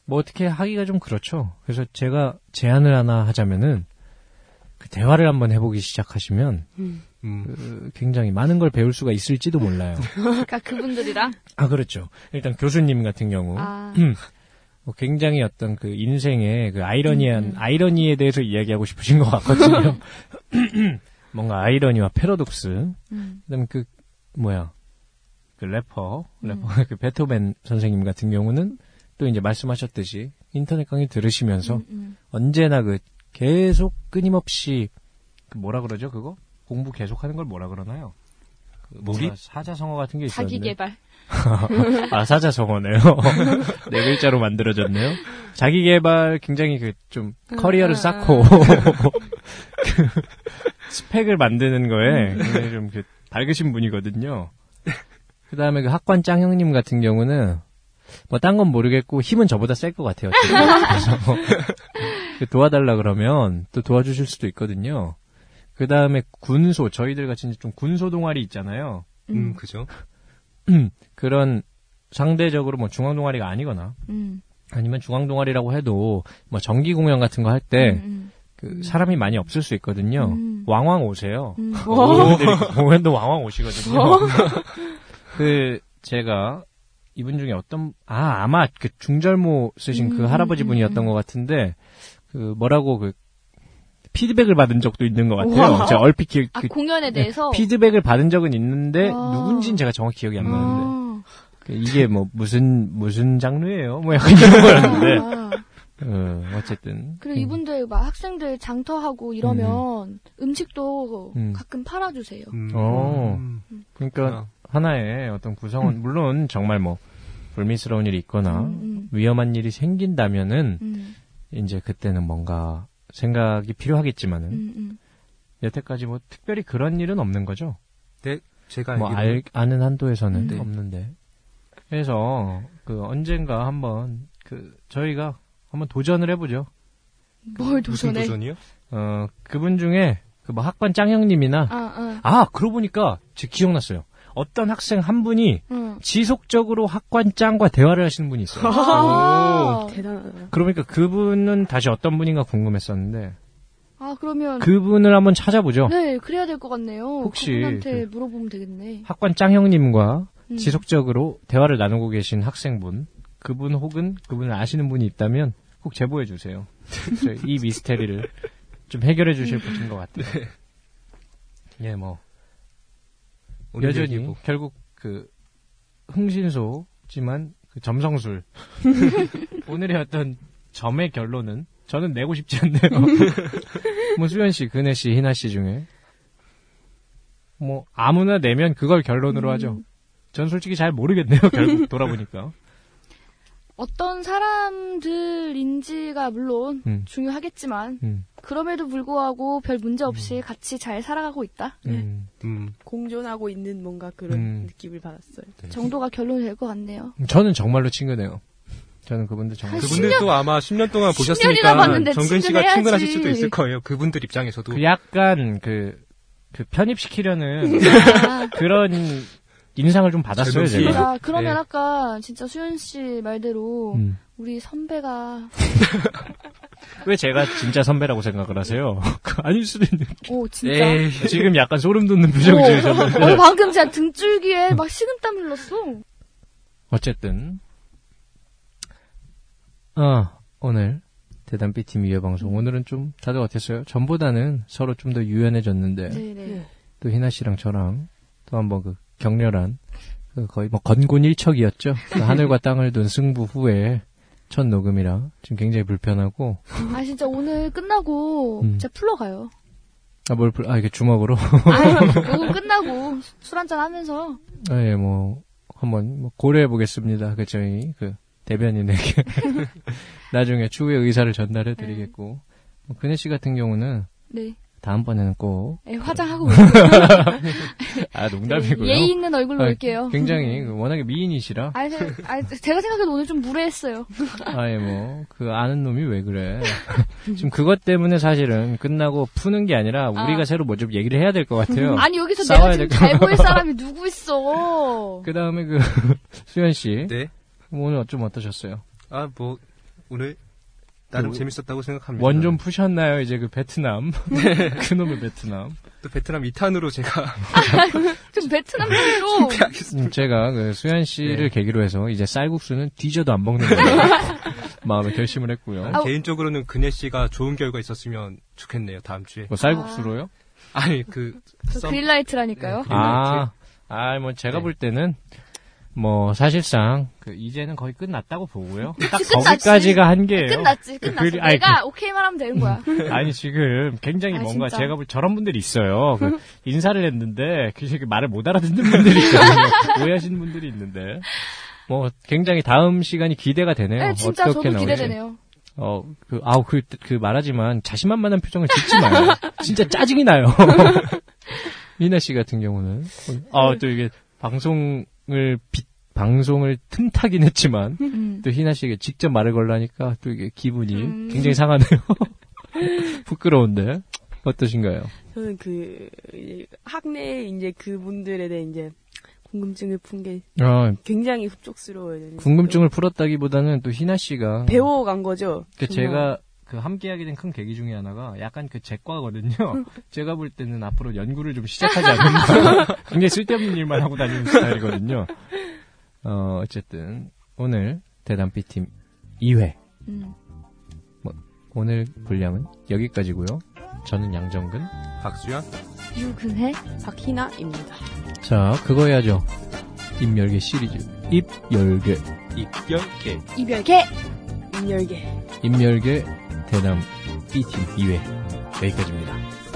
Speaker 3: 뭐 어떻게 하기가 좀 그렇죠. 그래서 제가 제안을 하나 하자면은 그 대화를 한번 해보기 시작하시면
Speaker 6: 음,
Speaker 3: 그 굉장히 많은 걸 배울 수가 있을지도 몰라요.
Speaker 12: 그러니까 그분들이랑
Speaker 3: 아 그렇죠. 일단 교수님 같은 경우
Speaker 4: 아.
Speaker 3: 뭐 굉장히 어떤 그 인생의 그 아이러니한
Speaker 12: 음.
Speaker 3: 아이러니에 대해서 이야기하고 싶으신 것 같거든요. 뭔가 아이러니와 패러독스.
Speaker 4: 음.
Speaker 3: 그다음에 그 뭐야 그 래퍼
Speaker 12: 음.
Speaker 3: 래퍼 그 베토벤 선생님 같은 경우는 또 이제 말씀하셨듯이 인터넷 강의 들으시면서
Speaker 4: 음, 음.
Speaker 3: 언제나 그 계속 끊임없이 그 뭐라 그러죠 그거 공부 계속하는 걸 뭐라 그러나요? 그 뭔가
Speaker 6: 몰입?
Speaker 3: 사자성어 같은 게 있었는데
Speaker 12: 자기 개발.
Speaker 3: 아, 사자성어네요. 네 글자로 만들어졌네요. 자기 개발 굉장히 그 좀 커리어를 쌓고 그 스펙을 만드는 거에 굉장히 좀그 밝으신 분이거든요. 그다음에 그 학관 짱 형님 같은 경우는 뭐 딴 건 모르겠고 힘은 저보다 셀 것 같아요. 지금. 그래서 그 도와달라 그러면 또 도와주실 수도 있거든요. 그 다음에 군소 저희들 같이 이제 좀 군소 동아리 있잖아요.
Speaker 6: 음, 그죠.
Speaker 3: 그런 상대적으로 뭐 중앙 동아리가 아니거나
Speaker 4: 음.
Speaker 3: 아니면 중앙 동아리라고 해도 뭐 정기 공연 같은 거 할 때그
Speaker 4: 음.
Speaker 3: 사람이 많이 없을 수 있거든요.
Speaker 4: 음.
Speaker 3: 왕왕 오세요.
Speaker 4: 음.
Speaker 3: 공연들이 공연도 왕왕
Speaker 4: 어.
Speaker 3: 오시거든요. 그 제가 이분 중에 어떤 아 아마 그 중절모 쓰신 그
Speaker 4: 음,
Speaker 3: 할아버지 분이었던 것 같은데 그 뭐라고 그 피드백을 받은 적도 있는 것 같아요.
Speaker 5: 우와.
Speaker 3: 제가 얼핏 기억
Speaker 4: 아
Speaker 3: 그
Speaker 4: 공연에 대해서.
Speaker 3: 피드백을 받은 적은 있는데
Speaker 4: 아.
Speaker 3: 누군진 제가 정확히 기억이 안 나는데
Speaker 4: 아.
Speaker 3: 그 이게 뭐 무슨 무슨 장르예요? 뭐 약간 이런 거였는데
Speaker 4: 아.
Speaker 3: 어, 쨌든
Speaker 4: 그리고 이분들 막 학생들 장터하고 이러면 음. 식도
Speaker 3: 음.
Speaker 4: 가끔 팔아주세요.
Speaker 6: 음,
Speaker 3: 어.
Speaker 6: 음,
Speaker 3: 그러니까 하나의 어떤 구성원 물론 정말 뭐 불미스러운 일이 있거나
Speaker 4: 음,
Speaker 3: 위험한 일이 생긴다면은
Speaker 4: 음,
Speaker 3: 이제 그때는 뭔가 생각이 필요하겠지만은
Speaker 4: 음, 음.
Speaker 3: 여태까지 뭐 특별히 그런 일은 없는 거죠.
Speaker 6: 네, 제가
Speaker 3: 뭐
Speaker 6: 알기로는
Speaker 3: 알, 아는 한도에서는
Speaker 4: 음.
Speaker 6: 네.
Speaker 3: 없는데 그래서 그 언젠가 한번 그 저희가 한번 도전을 해보죠.
Speaker 4: 뭘
Speaker 6: 무슨
Speaker 4: 도전해?
Speaker 6: 도전이요?
Speaker 3: 어 그분 중에 그뭐 학반 짱 형님이나
Speaker 4: 아, 아,
Speaker 3: 아, 그러고 보니까 제 기억났어요. 어떤 학생 한 분이
Speaker 4: 응.
Speaker 3: 지속적으로 학관짱과 대화를 하시는 분이 있어요.
Speaker 4: 아,
Speaker 5: 어. 대단하다.
Speaker 3: 그러니까 그분은 다시 어떤 분인가 궁금했었는데
Speaker 4: 아 그러면
Speaker 3: 그분을 한번 찾아보죠.
Speaker 4: 네 그래야 될 것 같네요.
Speaker 3: 혹시
Speaker 4: 그분한테 물어보면 되겠네.
Speaker 3: 학관짱 형님과
Speaker 4: 음.
Speaker 3: 지속적으로 대화를 나누고 계신 학생분, 그분 혹은 그분을 아시는 분이 있다면 꼭 제보해 주세요. 저희 이 미스테리를 좀 해결해
Speaker 4: 음.
Speaker 3: 주실 분인 것 같아요.
Speaker 4: 네.
Speaker 3: 예, 뭐
Speaker 6: 오늘
Speaker 3: 여전히 뭐
Speaker 6: 얘기고.
Speaker 3: 결국 그 흥신소지만 그 점성술 오늘의 어떤 점의 결론은 저는 내고 싶지 않네요. 뭐 수현 씨, 근혜 씨, 희나 씨 중에 뭐 아무나 내면 그걸 결론으로 하죠. 전 솔직히 잘 모르겠네요. 결국 돌아보니까.
Speaker 4: 어떤 사람들인지가 물론
Speaker 3: 음.
Speaker 4: 중요하겠지만
Speaker 3: 음,
Speaker 4: 그럼에도 불구하고 별 문제 없이 같이 잘 살아가고 있다
Speaker 3: 음.
Speaker 6: 음,
Speaker 5: 공존하고 있는 뭔가 그런
Speaker 3: 음.
Speaker 5: 느낌을 받았어요.
Speaker 3: 네.
Speaker 4: 정도가 결론이 될 것 같네요.
Speaker 3: 저는 정말로 친근해요. 저는 그분들 정말
Speaker 4: 한
Speaker 6: 그분들도 아마 10년 동안
Speaker 4: 10년이나
Speaker 6: 보셨으니까
Speaker 4: 봤는데
Speaker 6: 정근 씨가
Speaker 4: 친근해야지.
Speaker 6: 친근하실 수도 있을 거예요. 그분들 입장에서도.
Speaker 3: 그 약간 그, 그 편입시키려는 그런 인상을 좀 받았어요,
Speaker 6: 젊은
Speaker 3: 제가.
Speaker 6: 피.
Speaker 4: 자 아, 그러니까 그러면
Speaker 6: 네.
Speaker 4: 아까 진짜 수현 씨 말대로
Speaker 3: 음.
Speaker 4: 우리 선배가
Speaker 3: 왜 제가 진짜 선배라고 생각을 하세요? 그 아닐 수도 있는.
Speaker 4: 오 진짜
Speaker 3: 네,
Speaker 6: 에이,
Speaker 3: 지금 약간 소름 돋는 표정
Speaker 4: 네. 오.
Speaker 3: 지으셨는데.
Speaker 4: 어, 방금 제가 등줄기에
Speaker 3: 음.
Speaker 4: 막 식은땀 흘렀어.
Speaker 3: 어쨌든. 아, 오늘. 대담비팀 이회 방송. 오늘은 좀 다들 어땠어요? 전보다는 서로 좀 더 유연해졌는데.
Speaker 4: 네네.
Speaker 3: 또 희나 씨랑 저랑 또 한번 그 격렬한 그 거의 뭐 건곤 일척이었죠. 그 하늘과 땅을 둔 승부 후에 첫 녹음이라 지금 굉장히 불편하고
Speaker 4: 아 진짜 오늘 끝나고
Speaker 3: 음.
Speaker 4: 진짜 풀러 가요.
Speaker 3: 아, 뭘, 불- 아, 이게 주먹으로?
Speaker 4: 아, 녹음 끝나고 술 한잔 하면서
Speaker 3: 아, 예, 뭐, 한번 뭐 고려해 보겠습니다. 그, 저희, 그, 대변인에게. 나중에 추후에 의사를 전달해 드리겠고. 근혜 씨 같은 경우는
Speaker 4: 네.
Speaker 3: 다음번에는 꼭,
Speaker 4: 예, 화장하고 올게요.
Speaker 3: 아, 농담이고요.
Speaker 4: 예의 있는 얼굴로
Speaker 3: 아,
Speaker 4: 올게요.
Speaker 3: 굉장히, 워낙에 미인이시라,
Speaker 4: 아, 제, 아, 제가 생각해도 오늘 좀 무례했어요.
Speaker 3: 아예 뭐, 그 아는 놈이 왜 그래. 지금 그것 때문에 사실은 끝나고 푸는 게 아니라, 우리가
Speaker 4: 아.
Speaker 3: 새로 뭐 좀 얘기를 해야 될 것 같아요.
Speaker 4: 아니 여기서
Speaker 3: 싸워야
Speaker 4: 내가 지금
Speaker 3: 될
Speaker 4: 잘 보일 사람이 누구 있어?
Speaker 3: 그 다음에 그, 수현 씨. 뭐
Speaker 6: 네.
Speaker 3: 오늘 좀 어떠셨어요?
Speaker 6: 아, 뭐, 오늘, 나름
Speaker 3: 그-
Speaker 6: 재밌었다고 생각합니다.
Speaker 3: 원 좀 푸셨나요? 이제 그 베트남. 그놈의 베트남.
Speaker 6: 또 베트남 2탄으로 제가
Speaker 4: 좀 베트남 분이로
Speaker 3: 음, 제가 그 수현 씨를 계기로 해서 이제 쌀국수는 뒤져도 안 먹는 걸로 마음의 결심을 했고요.
Speaker 4: 아우.
Speaker 6: 개인적으로는 근혜 씨가 좋은 결과 있었으면 좋겠네요, 다음 주에.
Speaker 3: 뭐 쌀국수로요?
Speaker 6: 아니, 그, 썸-
Speaker 4: 그린라이트라니까요.
Speaker 6: 네.
Speaker 3: 아, 아, 뭐 제가 볼 때는 뭐 사실상 그 이제는 거의 끝났다고 보고요. 딱
Speaker 4: 네, 끝났지.
Speaker 3: 거기까지가 한계예요.
Speaker 4: 끝났지, 끝났어.
Speaker 3: 네. 그- 아니,
Speaker 4: 내가 오케이만 하면 되는 거야.
Speaker 3: 아니 지금 굉장히
Speaker 4: 아,
Speaker 3: 뭔가
Speaker 4: 진짜.
Speaker 3: 제가 볼 저런 분들이 있어요. 그 인사를 했는데 그게 말을 못 알아듣는 분들이 있어요. 오해하시는 분들이 있는데 뭐 굉장히 다음 시간이 기대가 되네요.
Speaker 4: 네, 진짜 저도
Speaker 3: 어떻게 나올지.
Speaker 4: 기대되네요.
Speaker 3: 어, 그, 아우, 그, 그 말하지만 자신만만한 표정을 짓지 마요. 진짜 짜증이 나요. 미나 씨 같은 경우는. 아,
Speaker 4: 네.
Speaker 3: 또 이게 방송을, 비- 방송을 틈타긴 했지만,
Speaker 4: 음.
Speaker 3: 또 희나 씨에게 직접 말을 걸라니까 또 이게 기분이
Speaker 4: 음.
Speaker 3: 굉장히 상하네요. 부끄러운데. 어떠신가요?
Speaker 5: 저는 그 이제 학내 이제 그분들에 대해 이제 궁금증을 푼 게
Speaker 3: 아,
Speaker 5: 굉장히 흡족스러워요. 저는.
Speaker 3: 궁금증을 풀었다기보다는 또 희나 씨가.
Speaker 5: 배워간 거죠.
Speaker 3: 그
Speaker 5: 정말.
Speaker 3: 제가 그 함께하게 된 큰 계기 중에 하나가 약간 그 제과거든요. 제가 볼 때는 앞으로 연구를 좀 시작하지 않을까. 굉장히 쓸데없는 일만 하고 다니는 스타일이거든요. 어, 어쨌든 오늘 대담피 팀 2회 뭐,
Speaker 4: 음.
Speaker 3: 오늘 분량은 여기까지고요. 저는 양정근.
Speaker 6: 박수현?
Speaker 4: 유근해?
Speaker 5: 박희나입니다.
Speaker 3: 자, 그거 해야죠. 입열개 시리즈. 입열개.
Speaker 6: 입결계.
Speaker 4: 이별계!
Speaker 5: 임열계.
Speaker 3: 입열개 대담 B팀 2회 여기까지입니다.